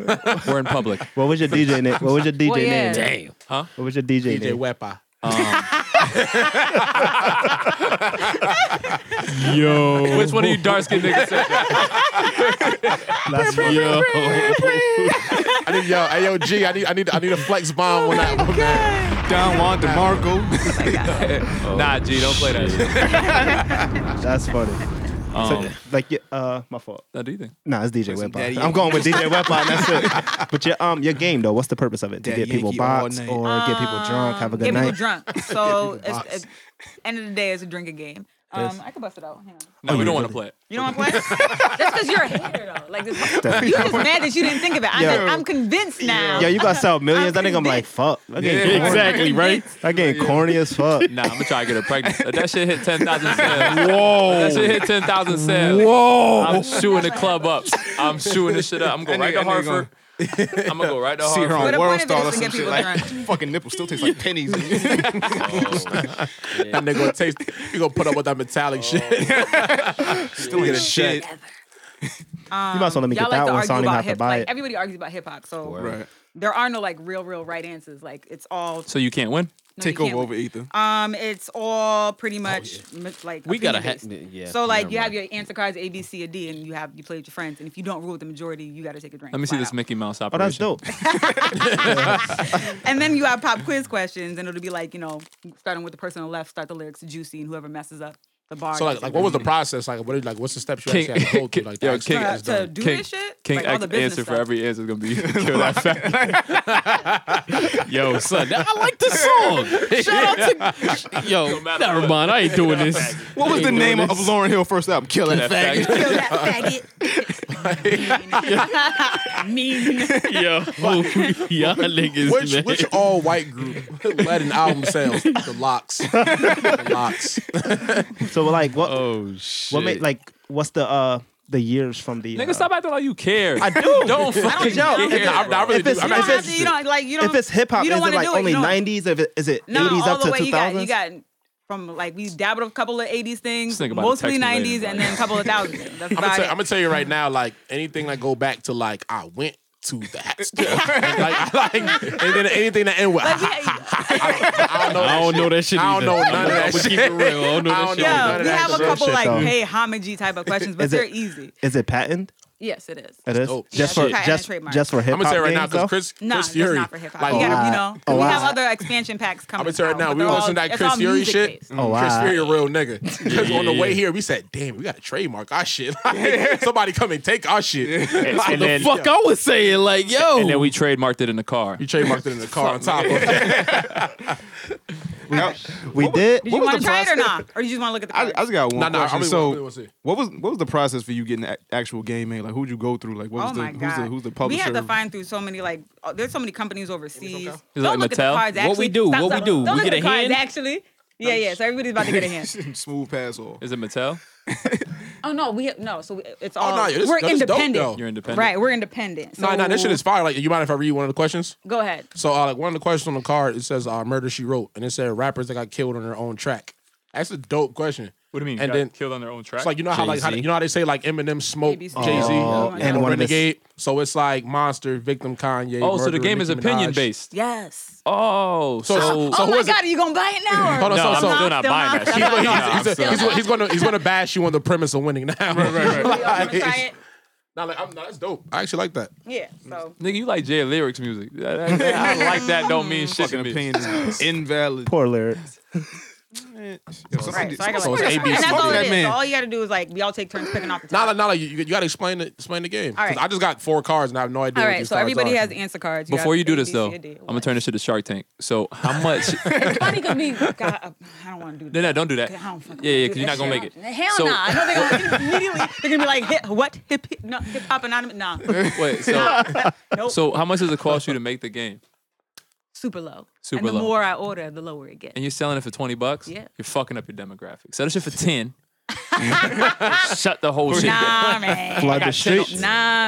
S9: We're in public.
S8: What was your DJ name? What was your DJ
S10: Well, yeah.
S8: name?
S6: Damn.
S8: What was your DJ,
S7: DJ
S8: name?
S7: Wepa.
S6: Yo.
S9: Which one of you dark skinned niggas said that?
S8: That's yo.
S7: I need yo, hey, yo, G. I need I need I need a flex bomb when I when that.
S5: Don Juan DeMarco.
S9: Nah, G, don't play that shit.
S8: That's funny. so,
S9: Um,
S8: like, yeah, uh, my fault.
S9: now, do you think?
S8: Nah, it's DJ
S5: Listen,
S8: Weapon.
S5: Daddy
S8: I'm going with DJ Weapon. That's it. But your um your game though, what's the purpose of it? To
S5: Daddy
S8: get people
S5: Yankee all
S8: boxed
S5: night.
S8: or get people drunk, have a good
S10: Get people
S8: night.
S10: drunk. So, it's,
S7: boxed.
S10: it's, end of the day, it's a drinking game. Um,
S8: Yes.
S10: I could bust it out. Hang on.
S9: No, we don't want to play it.
S10: You know what I'm playing? That's because you're a hater, though. Like, this, you just mad that you didn't think of it. I'm,
S8: Yo.
S10: I'm convinced now.
S8: Yo, you gotta sell millions.
S10: I'm
S8: That nigga, I'm like, fuck. That game
S5: Yeah,
S8: corny.
S6: Exactly, right?
S8: That game corny as fuck.
S9: Nah, I'm gonna try to get her pregnant. If that shit hit ten thousand sales. Whoa. That shit hit ten thousand sales.
S6: Whoa.
S9: I'm shooting the club up. I'm shooting this shit up. I'm going
S5: That
S9: right
S5: nigga-
S9: to
S5: that nigga
S9: Hartford. I'm gonna go right to
S5: See her
S9: Harvard.
S5: on World Star or some shit like fucking nipples still taste like pennies.
S7: That nigga gonna taste. You gonna put up with that
S9: Oh.
S7: metallic shit?
S8: Still ain't shit.
S10: Um,
S8: You might as well make
S10: y'all
S8: it that one, so I don't even
S10: like to argue about
S8: have to
S10: hip-
S8: buy
S10: like,
S8: it.
S10: Everybody argues about hip hop, so
S9: Right.
S10: there are no like real, real right answers. Like it's all
S9: So you can't win.
S10: No, you Takeover can't win. over
S9: Ether.
S10: Um, it's all
S8: Oh,
S10: pretty much mi- like
S9: We gotta
S10: opinion-based.
S9: ha- n- yeah,
S10: So like
S9: never
S10: you have your answer cards A, B, C, or D, and you have you play with your friends, and if you don't rule with the majority, you got to take a drink.
S9: Let me see
S10: Flat
S9: this Mickey Mouse
S8: Oh, that's
S9: operation.
S8: dope.
S10: out. And then you have pop quiz questions, and it'll be like you know starting with the person on the left, start the lyrics juicy, and whoever messes up the bar.
S7: So like,
S10: gets
S7: like what was the
S10: eliminated.
S7: process? Like, what are, like, what's the steps you
S9: King,
S7: actually have to go through? Like, to
S9: yo,
S7: actually
S9: King,
S7: get this
S10: To
S7: done?
S10: do this shit?
S9: King
S10: Like, all the
S9: X
S10: business
S9: answer for
S10: stuff.
S9: every answer is gonna be kill that fat. yo, son, that- I like this song. Shout out to yo. Never mind, I ain't doing this.
S5: What was
S9: Ain't
S5: the
S9: doing
S5: name
S9: this.
S5: of Lauren Hill first album? Kill that faggot.
S10: mean.
S9: Yo, y'all niggas,
S7: Which
S9: man.
S7: which all white group led an album sales? The Locks. The Locks.
S8: So like what?
S7: Uh.
S9: Oh
S8: What made
S9: shit.
S8: like what's the uh the years from the uh,
S9: Nigga, stop acting like you care.
S8: I do.
S9: Don't
S8: I don't
S9: fucking
S8: care.
S9: care.
S8: Yo, I- I
S9: bro.
S8: really do. If I'm
S10: You
S8: not
S10: don't have to- you don't like you don't.
S8: if it's hip hop,
S10: you
S8: is
S10: don't
S8: it
S10: wanna
S8: like
S10: do
S8: only
S10: You don't-
S8: nineties? If it, is it
S10: No,
S8: eighties
S10: all
S8: up
S10: the
S8: to
S10: way
S8: two
S10: you got you
S8: thousands?
S10: got from like we dabbled a couple of '80s things,
S7: Just think about it,
S10: mostly
S7: text me later,
S10: '90s, and then a couple of thousands. That's
S7: I'm gonna,
S10: about
S7: tell,
S10: it.
S7: I'm gonna tell you right now, like anything that go back to like I went to that stuff, like, I like and then anything that end with ha, ha, ha, ha,
S9: I don't know that shit.
S7: I don't know
S9: either.
S7: none of that
S9: I'ma
S7: shit.
S9: keep it real. I don't know
S7: I
S9: that
S7: don't
S9: shit.
S7: know
S10: Yeah,
S7: none of
S10: we
S7: that
S10: have a
S7: shit,
S10: couple like
S8: though.
S10: hey homagey type of questions, but
S8: Is
S10: they're
S8: it-
S10: easy.
S8: Is it patent?
S10: Yes, it is.
S8: It is
S10: dope.
S8: just
S10: Yeah,
S8: for
S10: patent
S8: just,
S10: trademark.
S8: just for hip hop.
S7: I'ma tell you right now,
S8: things,
S7: 'cause
S8: though?
S7: Chris-
S10: No, that's
S7: Fury,
S10: not for hip hop.
S7: like-
S10: we
S7: Oh,
S10: gotta, you
S7: wow.
S10: know,
S7: Oh,
S10: we have
S7: wow.
S10: other expansion packs coming.
S7: I'm gonna tell you right
S10: out,
S7: now,
S10: but
S7: we
S10: they're
S7: on
S10: all-
S7: some that
S10: it's
S7: Chris
S10: all
S7: Fury
S10: music
S7: shit.
S10: based.
S8: Oh,
S7: Chris
S8: wow.
S7: Fury a real nigga. Because
S8: yeah,
S7: on the
S8: yeah.
S7: way here, we said, damn, we gotta trademark our shit. Like, somebody come and take our shit.
S9: And-
S7: What
S9: and
S7: the
S9: then-
S7: fuck
S9: I was saying, like, yo. And then we trademarked it in the car. You
S7: trademarked it in the car on top of
S8: we did.
S10: Did you
S5: What was
S10: want to
S5: the
S10: try it or
S5: process?
S10: not, or you just want to look at the?
S5: I, I just got one
S7: Nah, nah, I
S5: question.
S7: really wanna-
S5: so,
S7: really wanna see.
S5: what was what was the process for you getting a- actual game in? Like, who'd you go through? Like, what was
S10: oh
S5: the,
S10: my
S5: who's
S10: god!
S5: the who's the
S10: We
S5: publisher?
S10: had to find through so many like oh, there's so many companies overseas.
S9: Is it
S10: Don't
S9: like
S10: look
S9: Mattel?
S10: at the cards.
S9: What
S10: Actually,
S9: we do,
S10: Stop,
S9: what we
S10: stop.
S9: do,
S10: Don't
S9: we
S10: look
S9: get
S10: at the
S9: a
S10: cards,
S9: hand?
S10: Actually, yeah, yeah. So everybody's about to get a hand.
S5: Smooth pass off.
S9: Is it Mattel?
S10: Oh no, we have, no. So we- it's all
S7: no, yeah, Oh, this-
S10: we're
S7: no, this dope,
S10: independent.
S7: though. You're independent.
S10: right? We're independent.
S7: No,
S10: so-
S7: no, this shit is fire. Like, you mind if I read one of the questions?
S10: Go ahead.
S7: So, uh, like one of the questions on the card, it says uh, "Murder She Wrote," and it said rappers that got killed on their own track. That's a dope question.
S9: What do you mean?
S7: And
S9: got
S7: then
S9: killed on their own track.
S7: it's like you know how like how,
S9: Jay-Z?
S7: you know how they say like Eminem smoked Jay
S9: Maybe
S7: Z
S9: so.
S8: Oh, and one of his-
S7: Renegade. So it's like Monster, Victim, Kanye.
S9: Oh, so the
S7: Murder,
S9: game is
S7: Nicki Minaj.
S9: opinion based.
S10: Yes.
S9: Oh, so,
S7: So- so
S10: oh
S7: who
S10: my
S7: is it?
S10: god, are you gonna buy it now? Or?
S7: Hold on,
S9: No,
S7: so,
S9: I'm
S7: so
S9: still not buying that
S7: He's,
S9: shit.
S7: gonna- he's,
S9: No, I'm
S7: he's-
S9: still
S7: he's-
S9: not.
S7: he's gonna he's gonna bash you on the premise of winning now. right, right,
S10: right. Wanna try it?
S7: No, like, I'm, no, that's dope. I actually like that.
S10: Yeah. So
S9: Nigga, you like Jay lyrics music. That- that- I like that. Don't mean shit to me.
S5: invalid.
S8: Poor lyrics.
S10: right. So I got
S7: so
S10: like,
S7: it's
S10: and
S7: ABC.
S10: that's all
S7: Fuck
S10: it
S7: that
S10: is.
S7: man.
S10: So all you got to do is like we all take turns picking off the top.
S7: Not like, not like you, you got to explain the explain the game. 'Cause
S10: All right.
S7: I just got four cards and I have no idea.
S10: all
S7: what
S10: right.
S7: these
S10: So
S7: cards
S10: everybody
S7: are.
S10: has answer cards.
S9: Before
S10: have
S9: you do
S10: A,
S9: this
S10: B,
S9: though,
S10: C, or D.
S9: I'm gonna turn this shit to Shark Tank. So how much?
S10: It's funny because we got. I don't want to do that.
S9: no, no, don't do that.
S10: I don't fucking
S9: Yeah, yeah,
S10: do
S9: because you're
S10: that
S9: not gonna make
S10: shit.
S9: it.
S10: Hell
S9: So-
S10: no! Nah. I know they're gonna immediately they're gonna be like, hip, what hip hip no, hip hop anonymous? Nah,
S9: Wait, so so how much does it cost you to make the game?
S10: super low.
S9: Super
S10: and the
S9: low.
S10: more I order, the lower it gets.
S9: And you're selling it for 20 bucks?
S10: Yeah.
S9: You're fucking up your demographic. Sell this shit for 10. Shut the whole shit
S10: Nah,
S9: down.
S10: man.
S9: I got 10 on-
S10: Nah,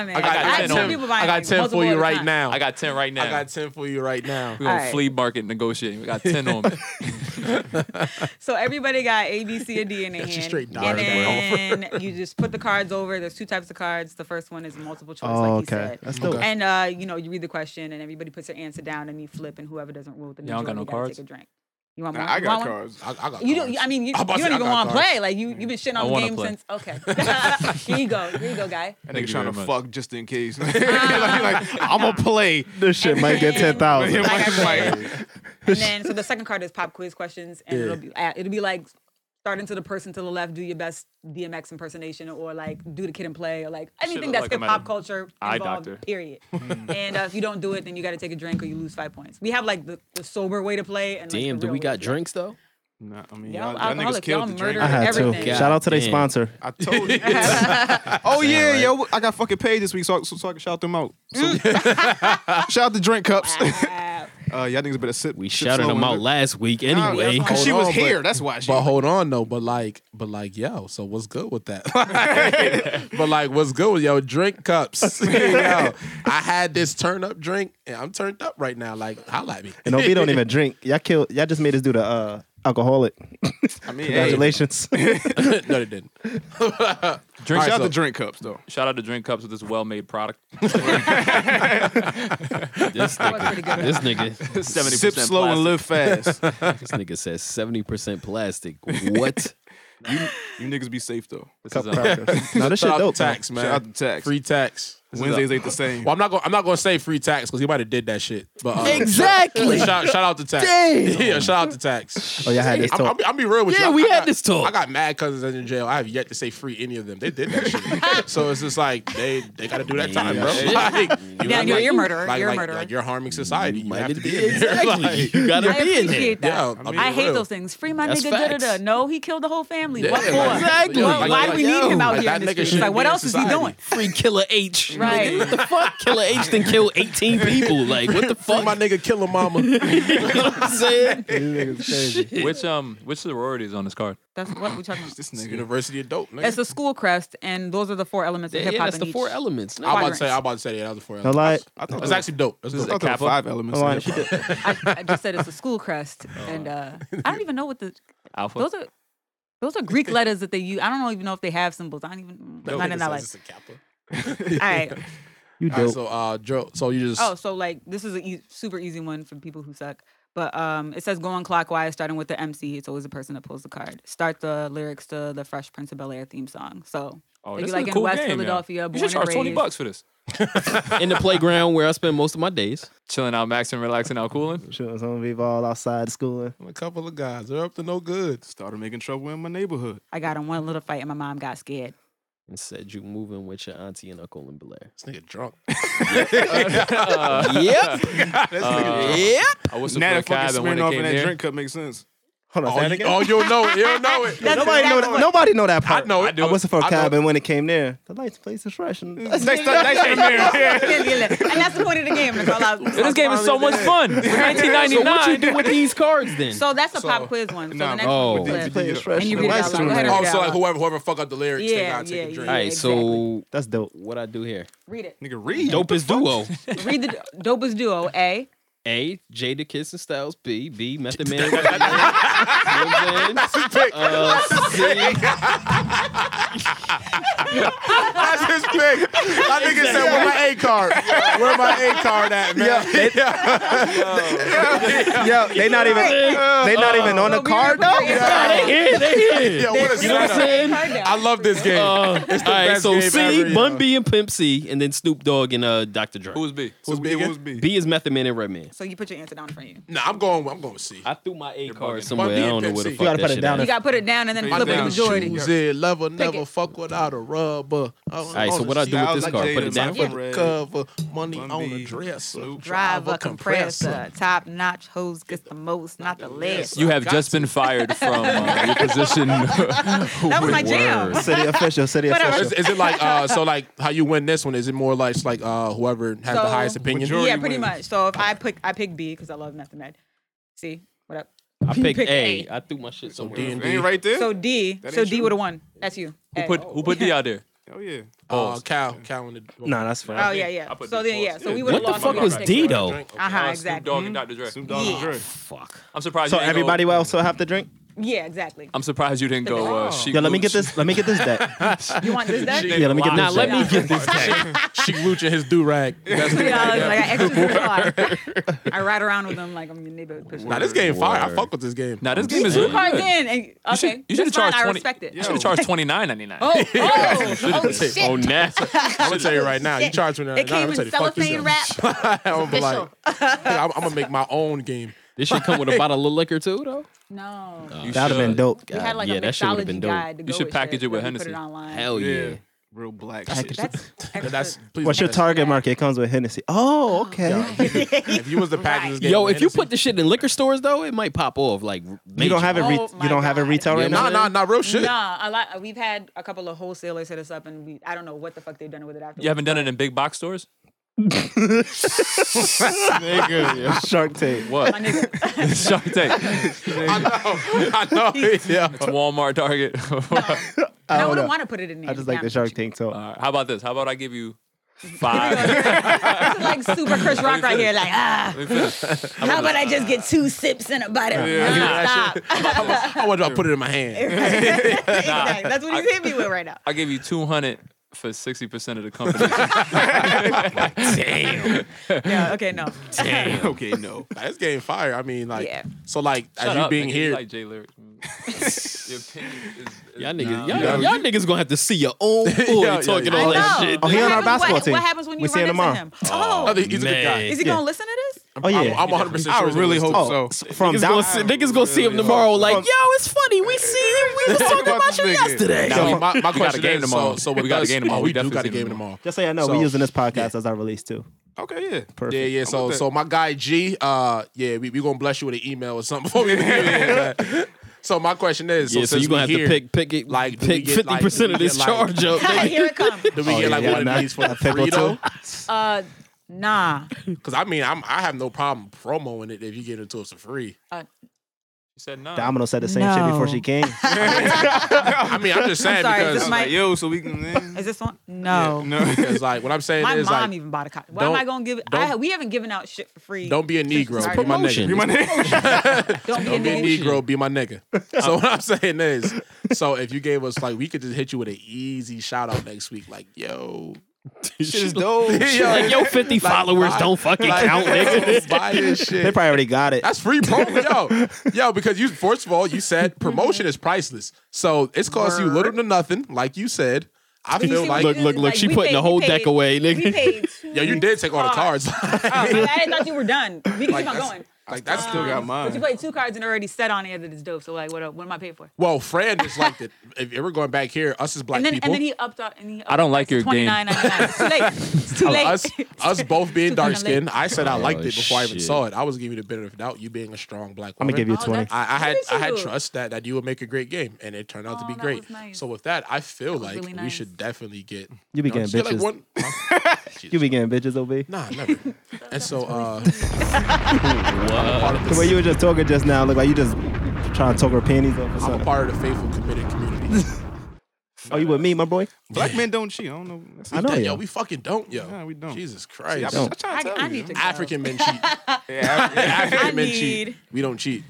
S10: man.
S9: I got
S10: I
S9: 10
S10: see
S9: on-
S10: people
S7: I
S10: buying,
S7: got
S10: like,
S7: ten
S10: multiple
S7: for you
S10: at a
S7: right
S10: time.
S7: now.
S9: I got 10 right now.
S7: I got ten for you right now.
S9: We're going
S10: Alright.
S9: to flea market negotiating. We got 10 on me.
S10: So everybody got A, B, C, and D in their
S9: That's a
S10: hand.
S9: straight dollar
S10: and
S9: bill.
S10: then you just put the cards over. There's two types of cards. The first one is multiple choice,
S8: Oh,
S10: like he
S8: okay.
S10: said.
S8: That's dope. Okay.
S10: And uh, you know, you read the question and everybody puts their answer down and you flip and whoever doesn't rule with the
S9: Y'all
S10: majority
S9: don't got no
S10: gotta
S9: cards?
S10: take a drink. You want
S9: Nah,
S10: more?
S9: I
S10: You
S9: got
S10: want one?
S9: cards. I- I got
S10: You don't
S9: cards.
S10: I mean you,
S9: I'm
S10: you
S9: about
S10: don't
S9: to say I
S10: even
S9: got
S10: want to
S9: cards.
S10: play. Like you you've been shitting
S9: I
S10: on the
S9: wanna
S10: game
S9: play.
S10: since okay. here you go. Here you go, guy.
S5: That nigga trying to
S9: much.
S5: fuck just in case. like, I'm gonna play.
S8: This shit might get ten thousand.
S10: And then so the second card is pop quiz questions, and
S8: Yeah.
S10: it'll be uh, it'll be like starting to the person to the left, do your best DMX impersonation, or like do the kid and play, or like
S9: Shit
S10: anything
S9: look
S10: that's
S9: like
S10: hip
S9: I'm at
S10: hop
S9: a
S10: culture
S9: eye
S10: involved.
S9: doctor. Mm.
S10: Period. and uh, if you don't do it, then you got to take a drink or you lose five points. We have like the, the sober way to play. And, like,
S6: Damn,
S10: the
S6: do
S10: real
S6: we
S10: way
S6: got
S10: to play.
S6: drinks though?
S5: Nah, I mean, y'all,
S10: Y'all
S5: y'all niggas
S10: alcoholic,
S5: killed
S10: y'all
S5: the drink.
S10: murdered I had to.
S8: everything. Shout out to their
S5: Damn.
S8: sponsor.
S5: I told you. oh
S8: Damn
S5: yeah,
S8: right.
S5: yo, I got fucking paid this week, so, so, so I can shout them out. So- shout out the drink cups. Uh, y'all niggas better sit.
S6: We
S5: sit
S6: shouted
S5: slow
S6: them
S5: and
S6: out
S5: look-
S6: last week
S5: Nah,
S6: anyway.
S5: that's- 'cause she was here. That's why she.
S7: But hold on though. But like, but like, yo. So what's good with that? but like, what's good with yo? Drink cups. yo, I had this turn up drink, and I'm turned up right now. Like, holla at me.
S8: And OB don't even drink. Y'all killed. Y'all just made us do the uh, alcoholic.
S7: I mean, hey.
S8: Congratulations.
S7: no, they didn't.
S9: Drink-
S5: Shout out
S9: so-
S5: to drink cups though.
S9: Shout out to Drink Cups with this well-made product.
S6: This nigga, this nigga,
S9: 70% Sip slow and
S6: plastic.
S9: live fast.
S6: this nigga says seventy percent plastic. What?
S5: You you niggas be safe though.
S6: This is a-
S8: No, this shit
S7: Shout out to
S8: dope,
S7: Tax, man.
S5: Shout out to tax.
S7: Free tax. This is
S5: Wednesdays
S7: a-
S5: ain't the same.
S7: Well, I'm not. Gonna, I'm not going to say free tax because he might have did that shit. But uh,
S6: Exactly.
S7: Shout, shout out to tax.
S6: Damn.
S7: Yeah, shout out to tax.
S8: Oh, y'all had this
S7: I'm,
S8: talk.
S7: I'm, I'll be real with you.
S6: Yeah,
S7: I-
S6: we
S7: I
S6: had
S7: got-
S6: this talk.
S7: I got mad cousins that's in jail. I have yet to say free any of them. They did that shit. so it's just like they they got to do that time, bro.
S6: Shit.
S7: Like, you
S10: Yeah,
S7: know,
S10: you're-
S7: like-
S10: you're a murderer.
S7: Like,
S10: You're a
S7: like-
S10: murderer.
S7: Like you're harming society. You, have to be in there.
S6: exactly.
S7: Like,
S6: you gotta
S10: I
S6: be in there.
S10: appreciate that.
S7: Yeah,
S10: I,
S7: I'm being
S10: hate
S7: real.
S10: those things. Free my
S6: That's
S10: nigga.
S6: facts.
S10: Da-da-da. No, he killed the whole family.
S7: Yeah,
S10: what
S7: like-
S10: for?
S6: Exactly.
S10: Why-
S6: Like,
S10: why
S6: like,
S10: do we need him
S6: yo,
S10: out
S7: like,
S10: here?
S7: that
S10: in
S7: nigga
S10: this
S7: shouldn't
S10: like, what
S7: be in
S10: else is he
S7: society.
S10: doing?
S6: Free Killer H. nigga.
S10: Right.
S6: What the fuck? Killer H then killed 18 people. Like, what the
S7: Free
S6: fuck?
S7: my nigga, kill a mama.
S6: You know what I'm saying?
S9: Which um, which sorority is on this card?
S10: That's what we're talking about.
S5: This nigga.
S7: University of dope. Nigga.
S10: It's a school crest, and those are the four elements of
S6: Yeah,
S10: hip
S6: yeah,
S10: hop.
S6: that's the four elements. No,
S7: I'm about to
S10: quadrants.
S7: say. I'm about to say yeah, that was four.
S8: No lie.
S5: I thought
S7: That's actually dope. That's
S5: I
S7: dope.
S5: thought there were
S9: Kappa?
S5: five elements.
S8: No
S5: in
S8: lie,
S5: it.
S8: she did-
S10: I, I just said it's a school crest, and uh, I don't even know what the
S9: Alpha.
S10: those are. Those are Greek letters that they use. I don't even know if they have symbols. I don't even.
S7: That
S10: not
S7: nigga
S10: in that
S7: says
S10: life.
S7: it's a kappa.
S10: All right.
S8: You
S7: All right,
S8: dope.
S7: so uh, Joe, so you just
S10: Oh, so like this is a ea- super easy one for people who suck. But um, it says going clockwise, starting with the MC. It's always the person that pulls the card. Start the lyrics to the Fresh Prince of Bel Air theme song. So
S9: Oh,
S10: if you
S9: this is
S10: like
S9: a
S10: in
S9: cool
S10: West
S9: game, yo.
S10: Philadelphia,
S9: You
S10: born
S9: should
S10: and
S9: charge twenty
S10: raised-
S9: bucks for this.
S6: in the playground where I spend most of my days.
S9: Chilling out, maxing, relaxing, out, cooling.
S8: Sure, it's gonna be all outside schooling.
S7: a couple of guys. They're up to no good.
S5: Started making trouble in my neighborhood.
S10: I got in one little fight and my mom got scared.
S6: And said, You moving with your auntie and uncle in Bel Air.
S7: This nigga drunk.
S9: Uh,
S6: yep. yep.
S9: I was
S5: Now
S9: a
S5: that fucking
S9: cab, and when
S5: smearing
S9: it
S5: off
S9: came
S5: in that
S9: here,
S5: drink cup makes sense.
S8: Hold on,
S7: Oh,
S8: say that
S7: you,
S8: again.
S7: oh, you don't know it. You don't know it.
S10: That's
S8: Nobody know that.
S10: exactly what-
S8: Nobody know that part.
S7: I know it.
S8: I whistled for a
S7: I know
S8: cab,
S7: it. Mm-hmm.
S8: and when it came there, the lights place is fresh. And
S5: Next, next, next in the mirror. Yeah.
S10: Yeah, yeah, yeah. and that's the point of the game. That's all I was-
S9: this game is so much fun. It's
S6: So
S9: 1999.
S6: what you do with these cards then?
S10: So that's a
S7: So-
S10: pop quiz one. So
S5: nah,
S10: the next
S6: oh.
S10: one
S6: With
S10: is
S8: place is
S10: the-
S8: fresh.
S10: and you
S8: the
S10: read it
S8: lights
S10: out
S8: through
S10: loud. Go ahead
S8: it.
S10: and read
S7: Oh,
S10: it
S7: so
S10: out
S7: like
S10: loud.
S7: whoever whoever fuck up the lyrics, they
S10: Yeah,
S7: gotta take
S10: yeah,
S7: a drink.
S6: All
S10: yeah.
S6: right, so
S8: That's dope.
S6: what I do here?
S10: Read it.
S5: Nigga, read.
S6: Dopest duo.
S10: Read the dopest duo. A.
S6: A, Jada Kiss and Styles. B, B, Method Man. You know what I'm saying? Uh, C,
S7: That's his pick. That nigga said, "Where my A card? Where my A card at, man?"
S8: Yo, they not even they not even on the
S10: So we
S8: card
S10: were
S8: though.
S10: prepared.
S6: they here, they here.
S7: Yo, what a
S6: You know what I'm
S7: setup.
S6: saying?
S10: Card down.
S7: I love this game.
S6: Uh, all right,
S7: best
S6: so
S7: game ever,
S6: C,
S7: yeah.
S6: Bun B, and Pimp C, and then Snoop Dogg and uh, Dr. Dre.
S9: Who's B?
S7: Who's big?
S5: Who's B?
S6: B is Method Man and Redman.
S10: So you put your answer down in front of you.
S7: nah, I'm going. I'm going with C.
S6: I threw my A card
S9: bugging.
S6: somewhere.
S7: Bun
S6: I
S7: B and
S6: don't know
S7: Pimp
S6: where the
S7: C.
S6: fuck
S8: You gotta
S6: that
S8: put it
S6: shit
S8: down
S10: You
S6: is.
S8: in-
S10: gotta put it down and then flip it to
S5: down.
S10: majority.
S7: Choose it, lover, never
S10: it.
S7: fuck without a rubber. All
S6: right, so what I do with this card? Put it down?
S7: Cover money
S5: Bun
S7: on
S5: B,
S7: a dresser.
S5: Snoop.
S10: Drive a compressor. Top notch hose gets the most, not the less.
S9: You have just been fired from uh, your position.
S10: That was my jam.
S9: Word.
S8: City official, city
S10: Whatever.
S8: official.
S7: Is, is it like uh, so? Like how you win this one? Is it more like it's like uh, whoever has
S10: So-
S7: the highest opinion?
S10: Yeah, pretty much. So if I pick, I pick B because I love Method Man. See what up?
S6: I picked
S10: picked
S6: A.
S10: A.
S6: I threw my shit somewhere.
S7: D and
S5: It
S7: D.
S5: ain't right there.
S10: So D.
S5: That
S10: So
S5: ain't
S10: D
S5: true.
S10: would have won. That's you.
S9: Who
S10: A.
S9: put who put D out there?
S5: Hell yeah.
S7: Uh, Cal, Cal in the.
S8: Nah, that's fine.
S10: Oh yeah, yeah.
S9: I put
S10: So
S9: D
S10: then yeah.
S9: first.
S10: So we would
S6: what
S10: have
S6: the
S10: lost.
S6: fuck was D though?
S10: Uh huh.
S9: Snoop
S10: Exactly.
S9: Dogg and Dr. Dre.
S5: Snoop Dogg and Dre.
S6: Fuck.
S9: I'm surprised.
S8: So
S9: you didn't go-
S8: everybody else will have to drink.
S10: Yeah, exactly.
S9: I'm surprised you didn't go.
S10: Oh.
S9: Uh, Sheik
S8: Yo, let me
S9: Luch.
S8: get this. Let me get this deck.
S10: You want this deck?
S8: Yeah, let me get
S6: Now
S8: this.
S6: let me
S8: deck.
S6: get this.
S7: She lucha his do rag.
S10: Three dollars. Like I extra in the car. I ride around with them like I'm your neighborhood pusher.
S7: Nah, this game fire. I fuck with this game.
S9: Now this game is
S10: Two
S9: really
S10: cards
S9: good.
S10: in. And,
S9: You
S10: okay.
S9: should, you should have
S10: that's fine,
S9: charged
S10: I
S9: twenty.
S10: respect it.
S9: You should have charged twenty nine ninety nine.
S10: Oh, oh, oh, shit.
S6: Oh, now.
S7: I'm gonna tell you right now, you
S10: Shit.
S7: charge me now.
S10: It came in cellophane wrap.
S7: I'm gonna be like, nigga, I'm, I'm gonna make my own game.
S6: This should come with a bottle of liquor too, though.
S10: No.
S9: You
S8: That'd have been
S9: should.
S8: dope.
S10: we had like
S6: yeah,
S10: a
S6: that shit would've
S10: mixology
S6: been dope.
S10: guide to go
S9: You should
S10: with
S9: package
S10: shit,
S9: it with
S10: then we Put
S9: Hennessy.
S10: it online.
S6: Hell yeah.
S5: Real black. shit.
S10: That's extra.
S7: That's please.
S8: What's your
S7: that's-
S8: target market? It comes with Hennessy. Oh, okay.
S7: If you was the package this game,
S6: Yo, if you put this shit in liquor stores though, it might pop off. Like
S8: You don't have it. Re-
S10: Oh my
S8: you don't have it
S10: God.
S8: retail
S6: Yeah,
S8: right
S7: nah,
S8: now.
S7: nah, nah, real shit.
S10: Nah, a lot. We've had a couple of wholesalers hit us up, and we I don't know what the fuck they've done with it after.
S9: You haven't done it in big box stores.
S5: Nigga, yo.
S8: Shark Tank.
S9: What?
S10: My nigga.
S9: Shark Tank.
S7: I know. I know. Yeah.
S9: It's Walmart, Target.
S10: I wouldn't want to put it in there.
S8: I just like the
S10: Nah.
S8: Shark Tank talk.
S9: All right, how about this? How about I give you five?
S10: This is like super Chris Rock right here. Like ah,
S9: Let me finish.
S10: how about I just get two sips and a bottle?
S7: Yeah.
S10: Nah, stop.
S7: I wonder if I put it in my hand.
S10: Exactly. That's what he's hitting me with right now.
S9: I'll give you 200 for 60% of the company. Damn.
S10: Yeah. Okay. No.
S7: Damn. okay, no. That's getting fire. I mean, like,
S10: Yeah.
S7: so, like, as
S9: Shut
S7: you
S9: up,
S7: being
S9: nigga.
S7: here,
S9: You like Jay Lyric. Your opinion is, is
S6: Y'all niggas,
S9: Nah.
S6: y'all, y'all niggas gonna have to see your own boy
S7: yeah,
S6: talking
S7: yeah.
S6: all that
S10: I know.
S6: shit.
S8: Oh, he on our
S10: What happens-
S8: basketball
S10: what,
S8: team.
S10: What happens when you
S8: We
S10: run
S8: seeing
S10: into
S8: him tomorrow.
S10: him? Oh,
S7: I think he's a good
S6: man.
S7: guy.
S10: is he
S6: Yeah.
S10: gonna listen to this?
S8: Oh yeah. Oh.
S7: I'm, I'm 100% sure
S5: I
S7: he's
S5: really
S7: gonna
S5: hope
S7: listen.
S5: so.
S8: from
S6: Niggas gonna,
S8: down.
S6: see, niggas gonna see him tomorrow. Like, yo, it's funny. We see him. We was talking about you yesterday.
S7: Now,
S8: So-
S7: my, my
S9: got a
S7: question
S9: game
S7: is,
S9: tomorrow.
S7: so, so
S9: We
S7: with
S9: got a
S7: us-
S9: game tomorrow.
S7: oh,
S9: We
S7: We do
S9: definitely
S7: got a
S9: see him
S7: game tomorrow.
S8: Just so you know,
S7: So-
S8: we're using this podcast as our release too.
S5: Okay, yeah.
S8: Perfect.
S7: Yeah, yeah. So,
S5: with that.
S7: so my guy G, uh, yeah, we we gonna bless you with an email or something. Before we leave here, but- so my question is, so,
S6: yeah, so
S7: since
S6: you gonna have
S7: we here,
S6: to pick pick it,
S7: like,
S6: like
S7: do we
S6: pick
S7: get,
S6: fifty
S7: like,
S6: percent
S7: do
S6: of
S7: we
S6: this
S7: get, like-
S6: charge up. nigga.
S10: Here it comes.
S7: Do we
S8: Oh,
S7: get
S8: yeah,
S7: like
S8: yeah,
S7: one
S8: not-
S7: of these for the
S8: not pickle
S7: free though?
S10: Uh, nah.
S7: Because I mean, I'm I have no problem promoing it if you get it to us for free.
S9: You said no.
S8: Domino said the same shit
S10: No.
S8: before she came.
S7: I mean, I'm just saying
S10: sorry,
S7: because
S10: this
S7: like,
S10: might-
S5: Like, yo, so we can. eh.
S10: Is this one? No.
S5: No.
S7: because like what I'm saying
S10: My
S7: is
S10: mom
S7: like,
S10: even bought a copy. Why am
S7: don't-
S10: I gonna give it?
S7: don't-
S10: I, we haven't given out shit for free.
S7: don't be a
S10: It's
S7: negro, be my
S6: promotion.
S7: nigga.
S5: You my nigga.
S10: Don't be a
S7: Don't be a
S10: nigga.
S7: negro, be my nigga. So what I'm saying is, so if you gave us like, we could just hit you with an easy shout out next week, like yo.
S5: Shit is dope.
S6: Shit, like, yo, fifty followers
S7: buy-
S6: don't fucking
S7: like,
S6: count, nigga.
S7: Buy this shit.
S8: They probably already got it.
S7: That's free promo, yo, yo. Because you, first of all, you said promotion is priceless, so it's cost you little to nothing, like you said. I
S10: You see
S7: feel
S10: what
S7: like,
S10: we
S6: Look,
S10: did?
S6: look, look,
S10: Like,
S6: she
S10: we
S6: putting the
S10: paid-
S6: whole
S10: we paid-
S6: deck away, nigga.
S10: We paid two
S7: yo, you did take all the cards.
S10: Oh, my bad. I didn't thought you were done. We can keep on going.
S7: like that's
S5: Still got
S10: But you
S5: mine.
S10: played two cards and already said on air that it's dope. So like, what? What am I paying for?
S7: well, Fran just liked it. If we're going back here, us as black
S10: and then
S7: people,
S10: and then he upped up and he. Upped
S9: I don't like your
S10: Twenty
S9: game.
S10: nine ninety nine. It's too late. It's too late.
S7: us us both being
S10: Too kinda
S7: dark skinned, I said I liked
S8: Oh,
S7: it before I even
S6: shit.
S7: saw it. I was giving you the benefit of the doubt. You being a strong black
S8: I'm
S7: woman,
S8: gonna give you a
S10: Oh,
S8: twenty.
S10: that's-
S7: I, I had
S10: Look at
S7: I had
S10: you.
S7: trust that that you would make a great game, and it turned out to
S10: Oh,
S7: be
S10: that
S7: great.
S10: was nice.
S7: So with that, I feel
S10: was
S7: like
S10: really
S7: we
S10: nice.
S7: should definitely get
S8: You be
S7: know,
S8: getting
S7: just get, like
S8: bitches.
S7: one-
S8: You be getting bitches, OB.
S7: nah, never. and so uh,
S6: What?
S7: part of
S8: The way
S7: this-
S8: you were just talking just now, look like you just trying to talk her panties off or
S7: I'm a
S8: something.
S7: part of the faithful committed community.
S8: Oh, you with me, my boy?
S5: Black men don't cheat. I don't know. That's
S8: I know
S7: Damn, yo,
S8: you.
S7: we fucking don't, yo.
S5: Nah, we don't.
S7: Jesus
S5: I,
S7: Christ.
S5: I, I try to
S10: I,
S5: tell
S10: I
S5: you.
S10: need to go.
S7: African men cheat. African
S10: I
S7: men
S10: need.
S7: cheat. We don't cheat.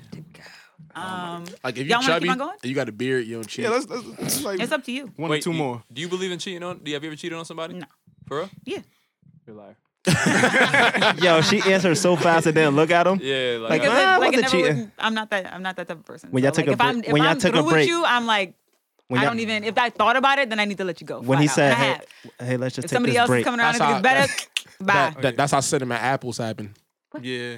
S10: Um,
S7: Like if you
S10: Y'all wanna keep
S7: chubby,
S10: on going?
S7: and you got a beard, you don't cheat.
S5: Yeah, let's, let's, let's like
S10: it's up to you.
S5: one or
S9: Wait,
S5: two
S9: you-
S5: more.
S9: Do you believe in cheating on? Do you, have you ever cheated on somebody?
S10: No.
S9: For real?
S10: Yeah.
S9: You're a liar.
S8: Yo, she answered so fast and then look at him.
S9: Yeah,
S8: Like,
S10: Like,
S9: like,
S8: I
S10: if it- like
S8: wasn't
S10: it never
S8: cheating.
S10: was- I'm not that. I'm not that type of person.
S8: When
S10: So,
S8: y'all took
S10: like,
S8: a
S10: if I'm,
S8: break-
S10: if
S8: when y'all
S10: I'm
S8: took a
S10: through
S8: break-
S10: with you, I'm like,
S8: When
S10: I
S8: y'all-
S10: don't even. If I thought about it, then I need to let you go.
S8: When
S10: flat
S8: he
S10: out.
S8: said,
S10: And I
S8: hey,
S10: have.
S8: hey, let's just
S10: if
S8: take
S10: somebody
S8: this
S10: else
S8: break.
S10: is coming around
S7: That's
S10: and
S7: how-
S10: thinks better, bye.
S7: That- that's how cinnamon apples happen.
S5: Yeah.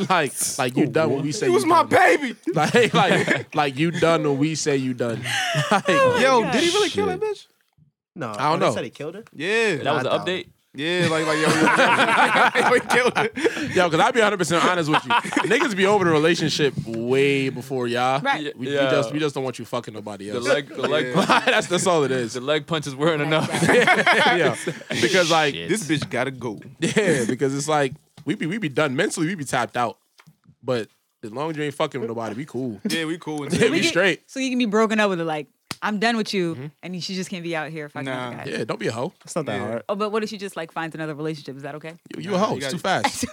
S7: like, like you done when we say
S5: It was
S7: you
S5: my
S7: done.
S5: baby.
S7: Like, like, like you done when we say you done. Like,
S5: Yo,
S10: God.
S5: did he really kill that bitch?
S8: No,
S7: I don't
S8: they
S7: know.
S8: Said he killed her.
S5: Yeah.
S9: that was an
S8: I doubt
S9: update.
S5: Yeah, like, like, yo, yo, yo, yo, he killed it.
S7: yo, because I'll be 100 percent honest with you. Niggas be over the relationship way before y'all.
S10: Right.
S7: We, we
S9: Yeah.
S7: just we just don't want you fucking nobody
S9: The
S7: else.
S9: leg, the leg,
S7: that's that's all it is.
S9: the leg punches weren't enough.
S7: yeah, because like
S5: This bitch gotta go.
S7: yeah, because it's like we be we be done mentally. We be tapped out, but as long as you ain't fucking with nobody, we cool.
S5: Yeah, we cool.
S7: Yeah,
S5: Until
S7: we
S10: get-
S7: straight.
S10: So you can be broken up with it, like I'm done with you,
S7: Mm-hmm.
S10: and she just can't be out here fucking
S5: Nah.
S10: other guys.
S7: Yeah, don't be a hoe.
S8: It's not that
S5: Yeah.
S8: hard.
S10: Oh, but what if she just like finds another relationship? Is that okay?
S7: You, you a hoe. It's too fast.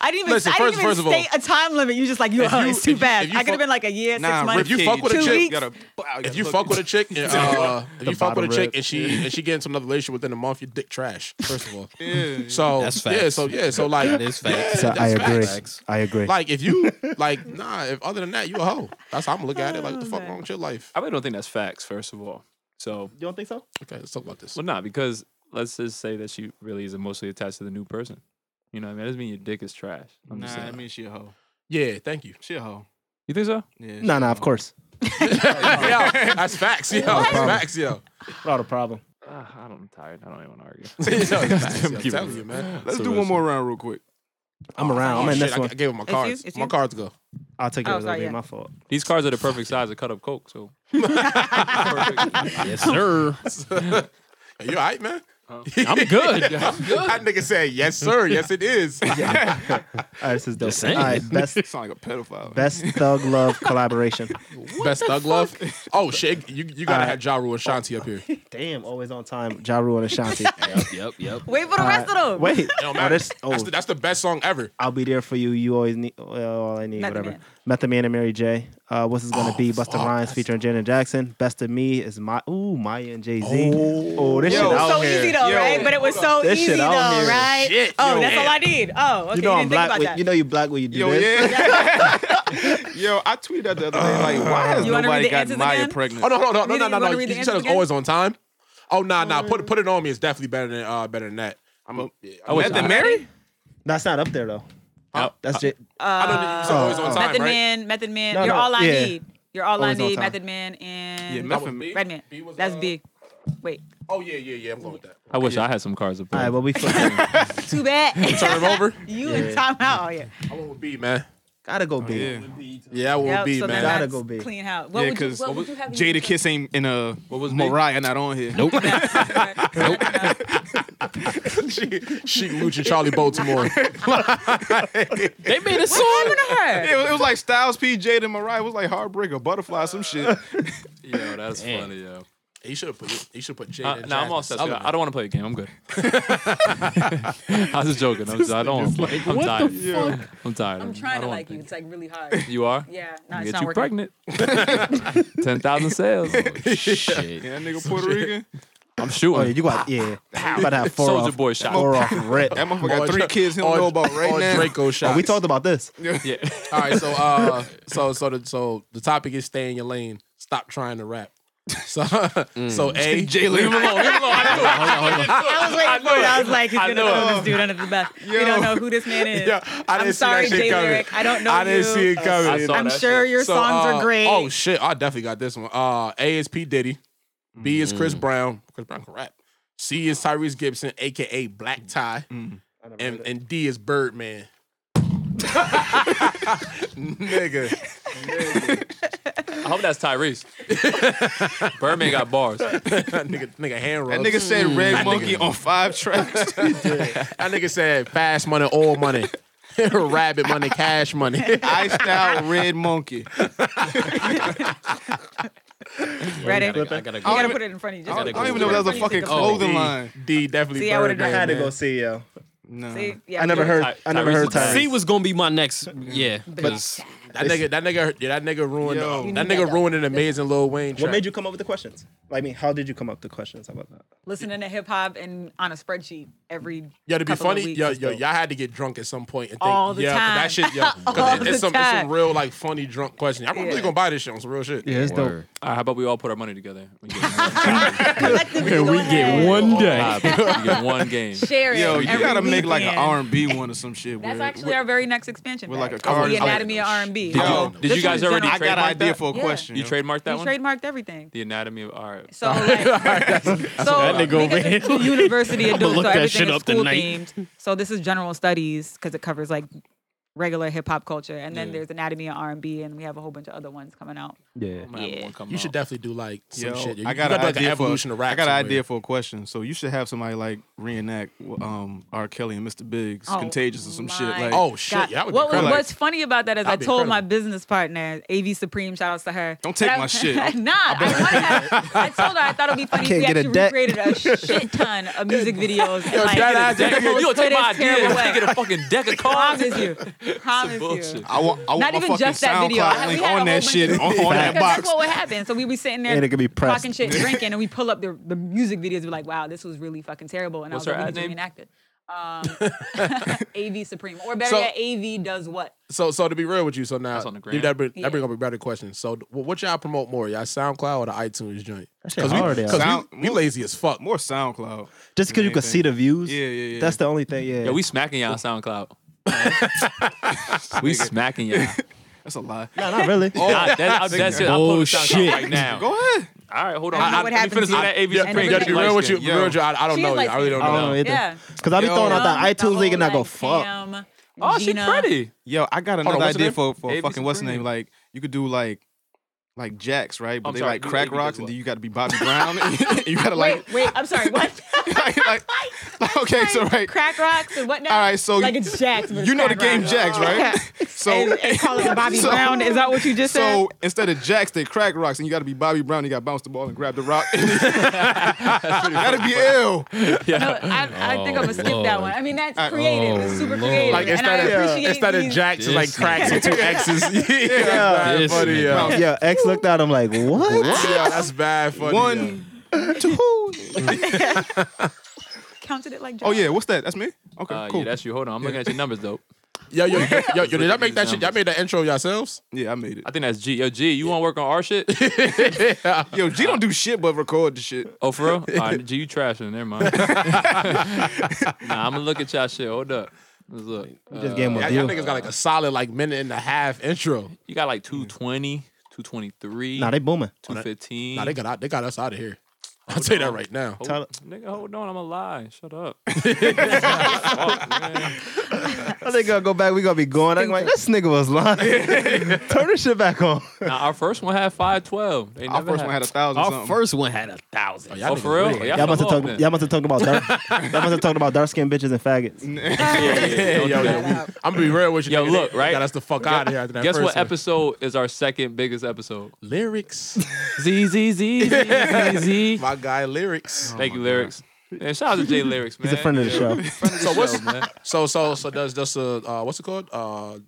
S10: I didn't even,
S7: Listen,
S10: I didn't
S7: first-
S10: even
S7: first of all-
S10: state a time limit. You just like you.
S7: you-
S10: it's too
S7: if you-
S10: bad.
S7: if you
S10: I could
S7: fuck-
S10: have been like a year,
S5: nah,
S10: six months.
S7: if you fuck with a
S10: two
S7: chick,
S10: weeks.
S5: Gotta,
S7: If you fuck with a chick, and, uh, if you fuck with a
S8: bottom
S7: chick
S8: rib.
S7: and she and she gets into another relationship within a month, your dick trash. First of all,
S5: Yeah.
S7: so
S6: That's
S7: yeah,
S6: facts.
S7: so yeah, so like
S6: That is facts.
S8: So I
S7: that's
S8: agree.
S6: facts.
S8: I agree.
S7: Like if you like nah, if other than that you a hoe. That's how I'm gonna look at it. Like what the fuck wrong with your life?
S9: I really don't think that's facts. First of all, so
S8: you don't think so?
S7: Okay, let's talk about this.
S9: well, not because let's just say that she really is emotionally attached to the new person. You know, what I mean, that doesn't mean your dick is trash. I'm
S5: Nah,
S9: just
S5: I
S9: saying.
S5: mean, she a hoe.
S7: Yeah, thank you.
S5: She a hoe.
S9: You think so?
S5: Yeah.
S8: No, no, of course.
S7: yeah, that's facts, yo. That's facts, yo.
S8: Not a problem.
S9: Uh, I don't, I'm tired. I don't even want to argue.
S7: Yo, it's facts, yo. I'm telling you, man.
S5: Let's do one more round real quick.
S8: I'm around. I'm
S7: Oh,
S8: in
S7: shit,
S8: this
S7: I,
S8: one.
S7: I gave him my
S10: you,
S7: cards.
S10: it's
S7: my
S10: you.
S7: cards go.
S8: I'll take
S10: Oh,
S8: it. as
S10: sorry,
S8: it'll
S10: yeah.
S8: be my fault.
S9: These cards are the perfect size to cut up coke. So
S6: Yes, sir.
S7: Are you all right, man?
S9: I'm good. I'm good.
S7: that nigga said, yes, sir. Yes, it is.
S8: All right, this is dope.
S7: Just saying.
S8: All right, best
S5: Sound like a pedophile.
S8: best thug love collaboration.
S7: Best thug love. Oh, shit. You, you got to
S8: Uh,
S7: have Ja Rule and Shanti up here.
S8: Damn, always on time. Ja Rule and Ashanti.
S7: Yep, yep, yep.
S10: Wait for the
S8: All
S10: rest
S8: right.
S10: of them.
S8: Wait,
S7: don't
S8: Oh,
S7: matter.
S8: that's-
S7: That's,
S8: oh.
S7: the, that's the best song ever.
S8: I'll be there for you. You always need well, all I need,
S7: Method
S8: whatever.
S7: Man.
S8: Method Man and Mary J. Uh, what's it gonna be? Busta
S7: Oh, fuck,
S8: Rhymes featuring Janet Jackson. Best of Me is my ooh Maya and Jay Z. Oh, this
S10: Yo,
S8: shit
S10: it was
S8: out
S10: so
S8: here.
S10: easy though,
S8: Yo,
S10: right? But it was so
S8: This
S10: easy
S8: shit
S10: though,
S8: out here.
S10: right?
S8: Shit,
S10: oh,
S8: yo.
S10: that's all I need. Oh, okay.
S8: you know
S10: you
S8: I'm
S10: didn't think
S8: black.
S10: about
S8: When,
S10: that.
S8: you know you black when you do
S5: Yo,
S8: this.
S5: Yo, I tweeted out the other day, like, why has
S10: You wanna read
S5: nobody
S10: the
S5: got
S10: answers
S5: Maya
S10: again?
S5: pregnant?
S7: Oh, no, no, no, no,
S10: You
S7: no,
S10: didn't
S7: no,
S10: wanna
S7: no.
S10: read
S7: You
S10: the
S7: you said
S10: answers
S7: it's always on time. Oh, nah, nah. Put, put it on me. It's definitely better than uh, better than that. I'm a,
S8: I wish
S7: Method
S8: I-
S7: Man-
S8: That's not up there though.
S9: Huh?
S8: That's just
S7: I don't know. You said always on time,
S10: Method
S7: right?
S10: Man, Method Man,
S8: No,
S10: you're
S8: no,
S10: all I
S8: yeah.
S10: need. You're all
S8: Always
S10: I
S8: on
S10: need.
S8: time.
S10: Method Man and
S7: Yeah, Method Man.
S10: Redman. That's big. Wait,
S7: Oh, yeah, yeah, yeah. I'm going with that.
S9: I wish I had some cars up
S8: All right,
S9: there.
S8: well we
S10: too bad.
S7: Turn it over.
S10: you
S8: Yeah.
S10: in timeout. Oh yeah.
S7: I went with B, man. Oh,
S8: gotta go B.
S5: yeah.
S7: Yeah, I went
S10: Yep,
S7: with B,
S10: so
S7: man.
S10: then
S8: Gotta
S10: that's
S8: go B.
S10: Clean house. What
S5: yeah,
S10: would you, what would you have? in your-
S5: Jada Kiss ain't in uh, what was Mariah not on here.
S9: Nope.
S7: she, she Lucha Charlie Baltimore.
S9: They made a
S10: What
S9: song.
S10: happened to her?
S5: It was, it was like Styles P, Jada, and Mariah. It was like Heartbreak or Butterfly, some shit.
S9: Yo, that's funny, yo.
S7: he should have put he should put Jada.
S9: Uh,
S7: and
S9: nah, I'm
S7: Jasmine
S9: all set.
S7: Sullivan.
S9: I don't want to play the game. I'm good. I was joking. I'm, I don't. wanna play. I'm tired. I'm tired.
S10: I'm trying
S9: I
S10: to
S9: don't wanna
S10: like
S9: play.
S10: you. It's like really hard.
S9: You are.
S10: Yeah, no,
S9: I'll
S10: it's not
S9: Get you
S10: working.
S9: pregnant. Ten thousand sales. Oh, shit.
S5: Yeah, that nigga Puerto Rican.
S9: I'm
S8: Oh,
S9: shooting.
S8: you got yeah. You about to have four
S9: Soldier
S8: off,
S9: Boy shot.
S8: four off rip.
S5: That motherfucker
S7: Or-
S5: got three kids he don't
S7: or-
S5: know about right
S7: or
S5: now.
S7: Draco
S8: Oh,
S7: shots.
S8: we talked about this.
S9: Yeah.
S7: All right, so uh, so so the so the topic is stay in your lane. Stop trying to rap. So
S8: Mm.
S7: so a
S9: Leave him alone. Leave him alone. I knew it.
S10: I was waiting for it. I was like, he's
S9: I
S10: gonna
S9: know.
S10: throw this dude under the bus. We don't know who this man is.
S7: Yeah, I
S10: I'm
S7: didn't see
S10: sorry,
S7: that shit
S10: Jay
S7: coming.
S10: Lyric. I don't know
S7: I didn't
S10: you.
S7: see it coming.
S9: I saw
S10: I'm
S9: that
S10: sure
S9: shit.
S10: your
S7: So,
S10: songs
S7: uh,
S10: are great.
S7: Oh shit, I definitely got this one. Uh, A is P Diddy, B is
S8: Mm.
S7: Chris Brown. Chris Brown can rap. C is Tyrese Gibson, aka
S8: Mm.
S7: Black Tie, and and D is Birdman. Nigga,
S9: I hope that's Tyrese. Birdman got bars.
S7: nigga, nigga, hand
S5: That
S7: rubs.
S5: nigga said Red Monkey on five tracks.
S7: That nigga said fast money, oil money, rabbit money, cash money.
S5: Iced out Red Monkey.
S10: Ready?
S9: I gotta
S10: You
S9: go.
S10: gotta put it in front of you. Just
S5: I
S10: put
S5: don't,
S10: it
S5: I don't even
S10: in
S5: know if that was
S10: front of
S5: a
S10: you.
S5: fucking
S10: Just put it
S5: clothing line.
S7: Oh, D definitely
S10: See, I would've
S7: Birdman.
S10: done-
S8: I had to go
S7: man.
S8: see yo.
S5: No.
S10: in front of you. See? Yeah,
S8: I never
S10: you're
S8: heard.
S9: Ty-
S8: I never heard
S9: Tyrese-
S8: Tyrese.
S6: C was gonna be my next. Yeah, but
S7: That nigga, that nigga, yeah, that nigga ruined.
S5: Yo.
S7: that nigga ruined an amazing Lil Wayne. Track.
S8: What made you come up with the questions? Like, I mean, how did you come up with the questions? How about that?
S10: Listening to hip hop and on a spreadsheet every.
S7: Yo, to be
S10: couple of
S7: funny,
S10: weeks.
S7: yo, yo, y'all had to get drunk at some point and think,
S10: All the
S7: yeah, 'cause
S10: time.
S7: that shit, yo, 'cause
S10: All
S7: it-
S10: the
S7: it's some, it's some
S10: time.
S7: real like funny drunk question. I'm
S10: Yeah.
S7: really gonna buy this shit on some real shit.
S8: Yeah, it's dope.
S6: Word.
S9: All right, how about we all put our money together? We get
S10: Collectively, go ahead.
S6: one
S9: five. We get one game.
S10: Share it.
S5: Yo, you
S10: every
S5: gotta make like an
S10: weekend.
S5: R and B one or some shit.
S10: That's
S5: where-
S10: actually our very next expansion.
S5: with,
S10: pack.
S5: like, a card
S10: The
S5: or something.
S10: anatomy of R&B.
S9: Did you-
S10: So
S9: did
S10: this
S9: you
S10: is
S9: guys already
S10: general.
S5: I got an
S9: trademarked
S5: idea
S9: that?
S5: for a
S10: Yeah.
S5: question.
S9: You
S5: yo.
S9: trademarked that
S10: we
S9: one.
S10: trademarked everything.
S9: The anatomy of art.
S7: Oh,
S10: So, like, so
S6: that nigga over
S10: because it's the university of
S6: I'ma
S10: doing so
S6: look that
S10: everything
S6: shit
S10: is
S6: up
S10: school
S6: tonight.
S10: themed. So this is general studies because it covers like regular hip hop culture, and then there's anatomy and R and B, and we have a whole bunch of other ones coming out.
S8: Yeah.
S9: I'm gonna have
S10: Yeah.
S9: one come
S7: You should
S9: out.
S7: definitely do like some
S5: Yo,
S7: shit.
S5: I got
S7: You you
S5: an
S7: gotta do, like,
S5: idea
S7: evolution
S5: for
S7: of rap.
S5: I got an
S7: somewhere.
S5: idea for a question. So you should have somebody like reenact um, R. Kelly and Mr. Biggs,
S10: Oh,
S5: Contagious or some shit.
S10: my
S5: Like,
S7: Oh shit,
S10: God,
S7: yeah, that would
S10: what
S7: be
S10: was
S7: crazy.
S10: what's funny about that is I
S7: That'd be
S10: told my
S7: incredible.
S10: business partner, AV Supreme, shout outs to her.
S5: Don't take
S10: that I-
S5: my shit.
S10: nah, I, wanted to- I told her I thought it'd be funny if
S8: can't
S10: we
S8: get a
S10: actually
S8: debt.
S10: recreated a shit ton of music videos. and, like,
S7: dead ass,
S10: the
S9: Deck-
S10: most
S9: you gonna take my
S10: fittest, terrible
S9: idea
S10: way.
S9: and get a fucking deck of cards?
S10: Promise you. Promise you.
S9: Bullshit.
S5: I want, I want
S10: Not
S5: my
S10: even
S5: fucking
S10: just that video.
S5: SoundCloud
S10: I- we
S5: link
S10: had a
S5: on
S10: whole
S5: that
S10: bunch
S5: shit,
S10: of-
S5: on, on that
S10: Because
S5: box.
S10: that's what would happen. So we be sitting there
S8: And it could be pressed.
S10: talking shit, drinking, and we pull up the, the music videos. We're like, wow, this was really fucking terrible. And
S9: What's
S10: I was
S9: her
S10: like, we
S9: ad name?
S10: need to reenact it. Um, AV Supreme. Or better
S7: So-
S10: yet, AV does what?
S7: So, so to be real with you, so now
S9: That's on the
S7: you- that, bring,
S10: Yeah.
S7: that bring up a better question. So, wh- what y'all promote more, y'all SoundCloud or the iTunes joint?
S8: shit
S7: we,
S8: hard, yeah.
S7: 'cause we-
S5: Sound-
S7: we, lazy as fuck.
S5: More SoundCloud.
S8: Just because you could see the views.
S5: Yeah, yeah, yeah.
S8: That's the only thing. Yeah.
S9: Yo, we smacking y'all SoundCloud. we smacking y'all.
S5: That's a lie. Oh,
S8: no, not really.
S9: Nah, that, I, that's it. I'm pulling SoundCloud
S6: Bullshit.
S9: right now.
S5: Go ahead.
S9: All right, hold on.
S10: I don't know
S9: I-
S10: what
S9: let me
S10: happened
S9: finish
S10: to
S9: with
S10: you.
S9: that AV
S10: Yeah,
S9: Supreme.
S10: and
S7: Yeah, to be real with you,
S5: Yo.
S7: be real with you, I, I don't
S10: She
S7: know.
S10: is
S7: I really don't
S8: I
S7: know.
S8: don't know either.
S10: Yeah.
S8: Cause I be
S5: Yo.
S8: throwing out
S10: Um,
S8: that iTunes link and I
S10: whole,
S8: go
S10: like,
S8: fuck.
S10: Cam,
S9: Oh, she
S10: Gina.
S9: pretty.
S5: Yo, I got
S7: on,
S5: another
S7: what's her
S5: idea
S7: name?
S5: for, for
S9: A.B.
S5: fucking what's the name?
S9: Supreme.
S5: Like you could do like like jacks, right? But
S9: I'm
S5: they
S9: sorry,
S5: like
S9: you-
S5: crack
S9: you did
S5: rocks, and then you got to be Bobby Brown. you got to like
S10: wait, wait, I'm sorry. What?
S5: okay, so right.
S10: Crack rocks and whatnot.
S5: All right, so
S10: like
S5: you-
S10: it's jacks. but
S5: you
S10: it's
S5: know the
S10: crack
S5: game
S10: rocks.
S5: jacks, right?
S10: Yeah.
S5: So
S10: and, and call it the Bobby Brown. Is that what you just
S5: so,
S10: said?
S5: So instead of jacks, they crack rocks, and you got to be Bobby Brown. You got to bounce the ball and grab the rock. That'd be ill.
S10: No, I, I think I'm gonna skip
S9: Oh,
S10: that one. I mean, that's creative. it's super creative.
S7: Like
S10: and I
S7: instead of
S10: appreciate
S7: instead of
S10: these-
S7: jacks, it's like cracks with two X's. yeah,
S8: Yeah,
S7: that's bad funny.
S8: yo.
S7: Yeah.
S8: Yo, X looked at him like, what?
S7: Yeah, that's bad funny.
S5: One,
S8: two.
S10: counted it like.
S5: Oh yeah, what's that? That's me. Okay,
S9: Uh,
S5: cool.
S9: Yeah, that's you. Hold on, I'm looking at your numbers though.
S7: Yo, yo, yo, yo, yo, did I make that shit? Y'all made that intro yourselves?
S5: Yeah, I made it.
S9: I think that's G. Yo, G, you want to work on our shit?
S5: Yo, G don't do shit but record the shit.
S9: Oh, for real? All right, G, you trashing. Never mind. nah, I'm gonna look at y'all shit. Hold up. Let's look.
S8: just gave him a
S7: Y'all
S8: deal.
S7: y'all niggas got like a solid like minute and a half intro.
S9: You got like 220, 223.
S8: Nah, they booming.
S9: 215.
S7: Nah, they got out, they got us out of here. Mm-hmm. I'll tell you that right now.
S9: Hold, nigga, hold on. I'm a lie. Shut up.
S8: I think I'll go back. We gonna be going. I'm like, this nigga was lying. Turn the shit back on.
S9: Now, our first one had 512. They
S8: Our
S9: never
S8: first one had a thousand
S9: Our
S8: something.
S6: first one had a thousand.
S9: Oh, for real? Y'all,
S8: Y'all must have
S9: talked.
S8: talked. Y'all must have talked about dark. y'all must have talked about dark skinned bitches and faggots.
S7: yo, yo, we- I'm gonna be real with you.
S9: Yo,
S7: nigga.
S9: look,
S7: They
S9: right?
S7: Got us the fuck out of here after that.
S9: Guess
S7: first
S9: what
S7: one.
S9: episode is our second biggest episode?
S7: Lyrics.
S9: Z, Z, Z, Z, Z.
S7: My guy, lyrics.
S9: Thank you, lyrics. And shout out to Jay Lyrics, man.
S8: He's a friend of the show.
S9: Friend of the
S7: So
S9: show,
S7: what's
S9: man.
S7: so so so does does uh, uh what's it called uh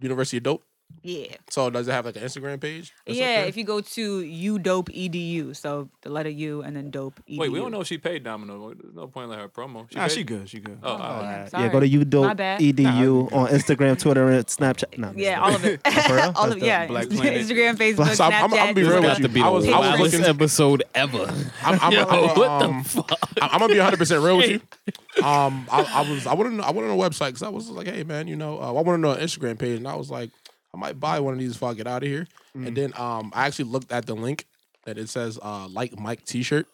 S7: University of Dope?
S10: Yeah.
S7: So does it have like an Instagram page? or
S10: Yeah,
S7: something?
S10: if you go to udope edu, so the letter U and then dope edu.
S9: Wait, we don't know if she paid Domino. There's no point in letting her promo. She
S5: Nah,
S9: paid?
S5: she good, she good.
S9: Oh, all right.
S8: Yeah, go to
S10: My bad.
S7: E
S8: udope.edu on Instagram, Twitter, and Snapchat. Nah,
S10: Yeah, all of it.
S8: For real?
S10: all of
S8: That's
S10: yeah.
S8: the Black Planet.
S10: Instagram, Facebook,
S7: So I'm-
S10: Snapchat.
S7: I'm- I'm be real
S10: Insta.
S7: with you. I was- I was
S6: wildest
S7: looking-
S6: episode ever.
S7: I'm, I'm,
S6: Yo,
S7: I'm,
S6: what the
S7: um, I'm, I'm gonna be 100 percent real with you. Um, I, I was I wanted to know- I wanted to know a website because I was like, hey man, you know, uh, I want to know an Instagram page, and I was like, I might buy one of these before I get out of here.
S6: Mm.
S7: And then um, I actually looked at the link that it says uh, like Mike T-shirt,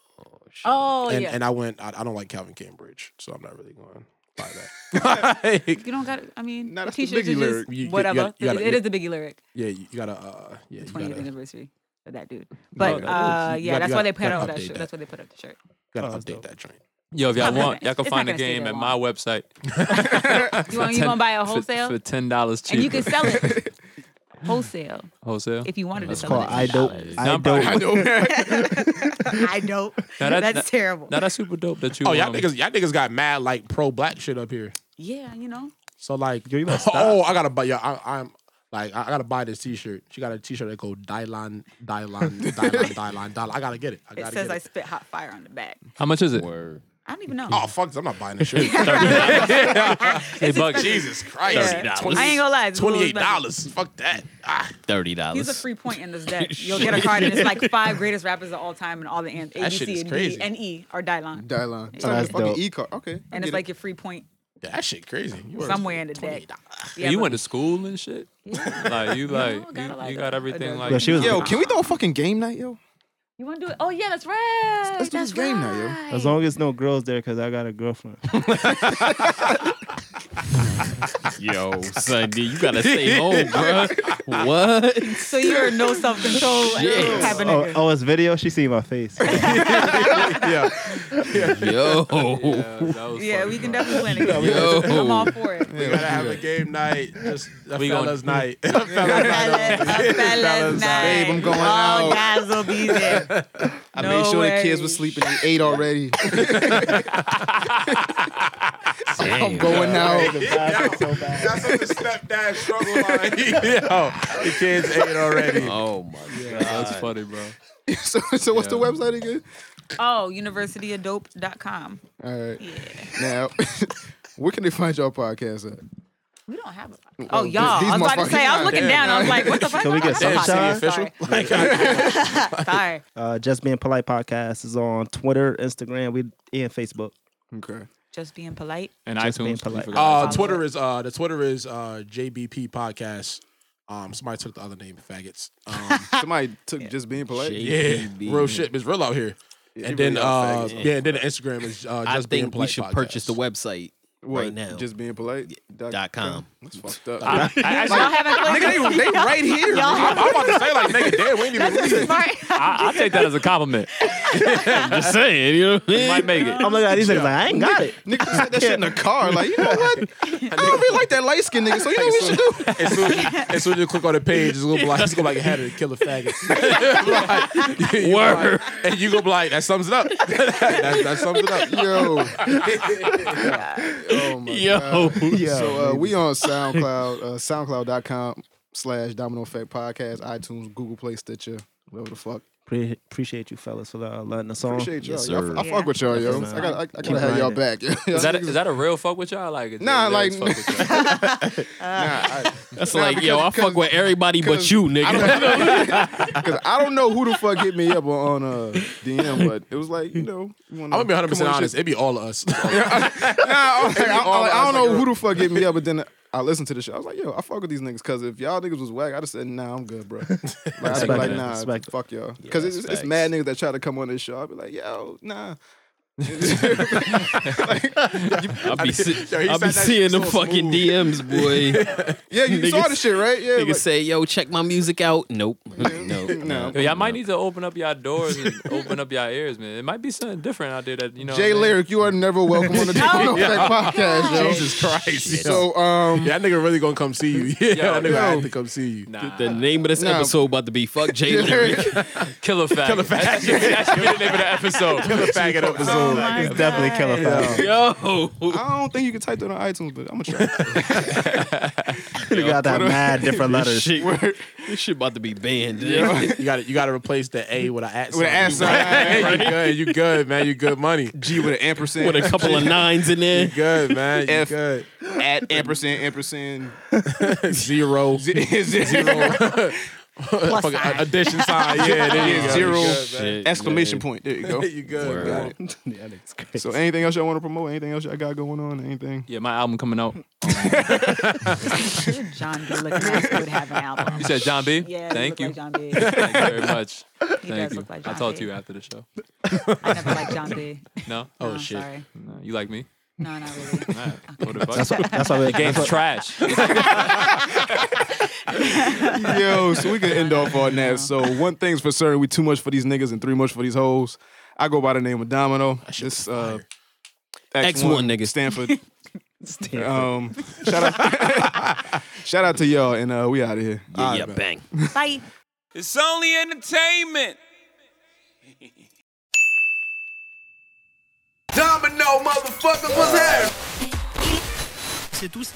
S10: Oh
S7: and,
S10: yeah.
S7: and I went, I, I don't like Calvin Cambridge, so I'm not really going to buy that. Like,
S10: you don't got. I mean,
S7: Nah,
S10: the
S7: that's the
S10: t-shirts
S7: Biggie
S10: are
S7: lyric.
S10: just
S7: You- you- you
S10: whatever.
S7: gotta- you gotta-
S10: It is the biggie lyric.
S7: yeah, you gotta, uh, yeah, you
S10: 20th
S7: gotta,
S10: anniversary of that dude. But
S7: gotta-
S10: uh, yeah, that's
S7: you gotta- you
S10: why
S7: gotta-
S10: they put
S7: gotta
S10: out that
S7: update
S10: shirt.
S7: that.
S10: That's why they put out the shirt. Oh,
S7: gotta update that train.
S9: Yo, if y'all want, y'all can
S10: It's not
S9: find the
S10: gonna stay
S9: game
S10: that
S9: at my website.
S10: You want you gonna buy it
S9: For-
S10: wholesale?
S9: for, ten dollars cheaper?
S10: and you can sell it wholesale
S9: wholesale.
S10: if you wanted to
S9: That's
S10: sell
S8: called
S10: it.
S8: I dope. I
S9: I'm probably-
S8: dope.
S10: I dope.
S9: Now
S10: that's
S9: that-
S10: terrible.
S9: Now that's super dope that you.
S7: Oh, y'all
S9: um,
S7: niggas, y'all niggas got mad like pro black shit up here.
S10: yeah, you know.
S7: So like,
S8: Yo, you better
S7: oh,
S8: stop.
S7: I gotta buy. Yeah, I, I'm like, I, I gotta buy this T-shirt. She got a T-shirt that go Dylan, Dylan, Dylan, Dylan, Dylan. I gotta get it. I
S10: It
S7: gotta
S10: says
S7: get
S10: I
S7: it.
S10: spit hot fire on the back.
S9: How much is it?
S10: I don't even know.
S7: Oh fuck! this, I'm not buying this shirt.
S9: Hey,
S10: It's
S9: Bugs.
S7: Jesus Christ!
S10: $30. I ain't gonna lie, it's a little
S7: Twenty-eight dollars. Fuck that. Ah,
S6: Thirty
S10: He's a
S6: dollars.
S10: free point in this deck. You'll get a card, and it's like five greatest rappers of all time, and all the ants, A,
S7: That
S10: B,
S7: shit
S10: C,
S7: is
S10: and D,
S7: crazy.
S10: and E are Dylon.
S5: Dylan.
S10: Yeah.
S5: So
S8: That's
S5: fucking
S8: dope.
S5: e card. Okay. I
S10: And
S5: get
S10: it's
S5: it.
S10: like your free point
S7: that shit crazy. You are-
S10: somewhere in the deck.
S9: Hey, you went to school and shit. Like you like you,
S10: gotta like
S9: you got
S10: a-
S9: everything
S10: a-
S9: like.
S8: Yo, she was-
S5: yo, can we throw a fucking game night, yo?
S10: You want to do it? Oh yeah, that's right.
S5: Let's do
S10: that's
S5: this game night, yo.
S10: right.
S8: As long as no girls there, cause I got a girlfriend.
S6: Yo, son, dude, you gotta stay home, bro. What?
S10: So you're no self control type of
S8: Oh,
S10: nigga.
S8: oh, it's video. She see my face.
S7: Yeah.
S6: Yo,
S10: yeah, we can definitely win again.
S6: Yo.
S10: I'm all for it.
S7: We gotta have a game night. Just a
S9: We
S7: fellas
S9: gonna-
S7: night. A fellas night.
S10: Fellas, a
S7: Fellas
S10: fellas night.
S5: Babe, I'm going
S10: All
S5: out.
S10: guys will be there.
S5: I
S10: No
S5: made sure the kids were
S10: worries.
S5: sleeping. They ate already.
S6: damn.
S5: Going out.
S7: That's what the stepdad struggle line. Yo, the kids ate already.
S6: Oh my god,
S9: That's funny, bro.
S5: so, so what's the website again?
S10: Oh, universityofadope.com.
S5: All right. Now, where can they find y'all podcast at?
S10: We don't have a
S5: Oh,
S10: Oh,
S5: th-
S10: y'all. I
S5: these
S10: was about to say, I was
S5: motherfuckers-
S10: looking down. I was like, what the
S7: Oh,
S10: fuck?
S8: Can we
S10: Y'all
S8: get
S10: don't have a
S8: sunshine?
S10: podcast. Sorry. Sorry.
S8: Uh, Just being polite podcast is on Twitter, Instagram, we and Facebook.
S5: Okay.
S10: Just being polite.
S9: And
S8: Just being
S9: iTunes.
S8: polite.
S9: you forgot.
S7: Uh, Twitter is uh, the Twitter is uh, JBP podcast. Um, somebody took the other name, faggots. Um,
S5: Somebody took just being polite.
S7: yeah,
S6: JBP.
S7: real shit, it's real out here.
S5: Yeah,
S7: and
S5: they
S7: then,
S5: really are
S7: uh,
S5: faggots.
S7: yeah, and then the Instagram is uh, just
S6: I
S7: being
S6: think we
S7: polite
S6: should
S7: podcast.
S6: purchase the website. right now.
S5: Just being polite. Dot,
S6: com.
S5: That's fucked up.
S6: I- I- I actually- Y'all haven't clicked
S5: nigga, they, they
S6: this.
S5: right here.
S6: Y'all-
S5: nigga. I'm about to say like nigga,
S9: damn,
S5: we ain't even leaving.
S9: I, I take that as a compliment. I'm just saying, you know, you might make it.
S8: I'm looking at Oh these niggas like, I ain't got it.
S5: Nigga said that shit in the car. Like, you know what? I don't really like that light skinned nigga, so you know what we should do?
S7: As soon, as soon as you click on the page, it's gonna be like, it's gonna be like it had to kill a faggot. Like, you- you
S9: Word.
S7: like- and you gonna be like, that sums it up. that, that sums it up.
S5: Yo.
S7: oh
S5: my
S7: Yo.
S5: God. So uh, we on SoundCloud, uh, soundcloud.com slash Domino Effect Podcast, iTunes, Google Play, Stitcher, whatever the fuck.
S8: Pre- appreciate you fellas for uh, letting us on.
S5: Appreciate y'all. Y'all f- I fuck with y'all, yo. I gotta, I, I
S8: Keep
S5: gotta have y'all
S8: grinding.
S5: back. yo.
S9: Is that, is that a real fuck with y'all? Like, is
S5: Nah,
S9: the lyrics
S5: like-
S9: fuck with y'all?
S6: That's
S5: Nah,
S6: like, yo, I
S5: because-
S6: fuck with everybody but you,
S5: I
S6: nigga.
S5: don't, Cause I don't know who the fuck hit me up on uh, DM, but it was like you know. You
S7: I'm gonna be 100 percent honest. It'd be all of us. Oh,
S5: I,
S7: It'd be
S5: I-
S7: all
S5: I-
S7: of
S5: I
S7: us,
S5: don't know
S7: like,
S5: who the fuck hit me up, but then I listened to the show. I was like, yo, I fuck with these niggas because if y'all niggas was whack, I'd have said, nah, I'm good, bro. Like, I'd be
S8: Respect
S5: like,
S8: it,
S5: nah,
S8: respect it.
S5: fuck y'all. Because
S8: Yeah,
S5: it's,
S8: that's
S5: it's mad niggas that try to come on this show. I'd be like, yo, nah.
S6: I'll be, see-
S5: Yo, he
S6: I
S5: said
S6: be
S5: that
S6: seeing
S5: shit
S6: them
S5: so
S6: fucking DMs, boy.
S5: yeah, you saw the shit, right? Yeah,
S6: Niggas
S5: like-
S6: say, yo, check my music out. Nope. nope. No.
S9: Yo, y'all might need to open up y'all doors and open up y'all ears, man. It might be something different out there that you know.
S5: Jay
S9: what I mean?
S5: Lyric, you are never welcome on the Domino Effect podcast, yo.
S7: Jesus Christ.
S5: So, um,
S7: yeah, that nigga really gonna come see you. Yeah, that nigga
S5: yo.
S7: had to come see you.
S6: The name of this
S5: Nah.
S6: episode about to be Fuck Jay Lyric.
S9: Killer faggot.
S7: Killer
S9: That should, that should be the name of the episode.
S7: Killer faggot episode.
S5: Oh
S8: It's definitely killer faggot.
S6: Yo.
S5: I don't think you can type that on iTunes, but I'm gonna try.
S8: You got that mad different
S6: This
S8: letters.
S6: shit, this shit about to be banned.
S7: You got to you got to replace the A with an at sign.
S5: With an at sign.
S7: you good, you good, man. You good money.
S5: G with an ampersand.
S6: With a couple of nines in
S7: You
S6: there.
S7: good, man. You
S5: F.
S7: good.
S5: At ampersand, ampersand.
S7: Zero. Zero. Fucking
S10: sign.
S7: addition sign. Yeah, there you
S5: Yeah,
S7: go.
S5: zero
S7: You good, man.
S5: exclamation point. There you go.
S7: You good,
S5: Got
S7: man.
S5: it. So anything else y'all want to promote? Anything else y'all got going on? Anything?
S9: Yeah, my album coming out.
S10: John B. looking ass would have an album.
S9: You said John B.
S10: Yeah,
S9: Thank you.
S10: you. Look like John B.
S9: Thank you very much.
S10: He
S9: Thank
S10: does
S9: you.
S10: look like
S9: I'll
S10: John
S9: talk to
S10: B.
S9: you after the show.
S10: I never liked John B.
S9: No.
S10: Oh, No, shit. sorry.
S9: No, you like me?
S10: No, not really.
S9: All right. What the fuck?
S8: That's why- that's why we-
S9: the game's
S8: that's why-
S9: trash.
S5: Yo, so we could end off on that. So one thing's for certain, we too much for these niggas and three much for these hoes. I go by the name of Domino. This uh,
S6: X1 nigga.
S5: Stanford. Um, shout out, shout out to y'all, and uh, we out of here.
S6: Yeah, yeah, bang.
S10: Bye.
S3: It's only entertainment.
S1: Domino, motherfuckers, what's happening?
S13: C'est tout.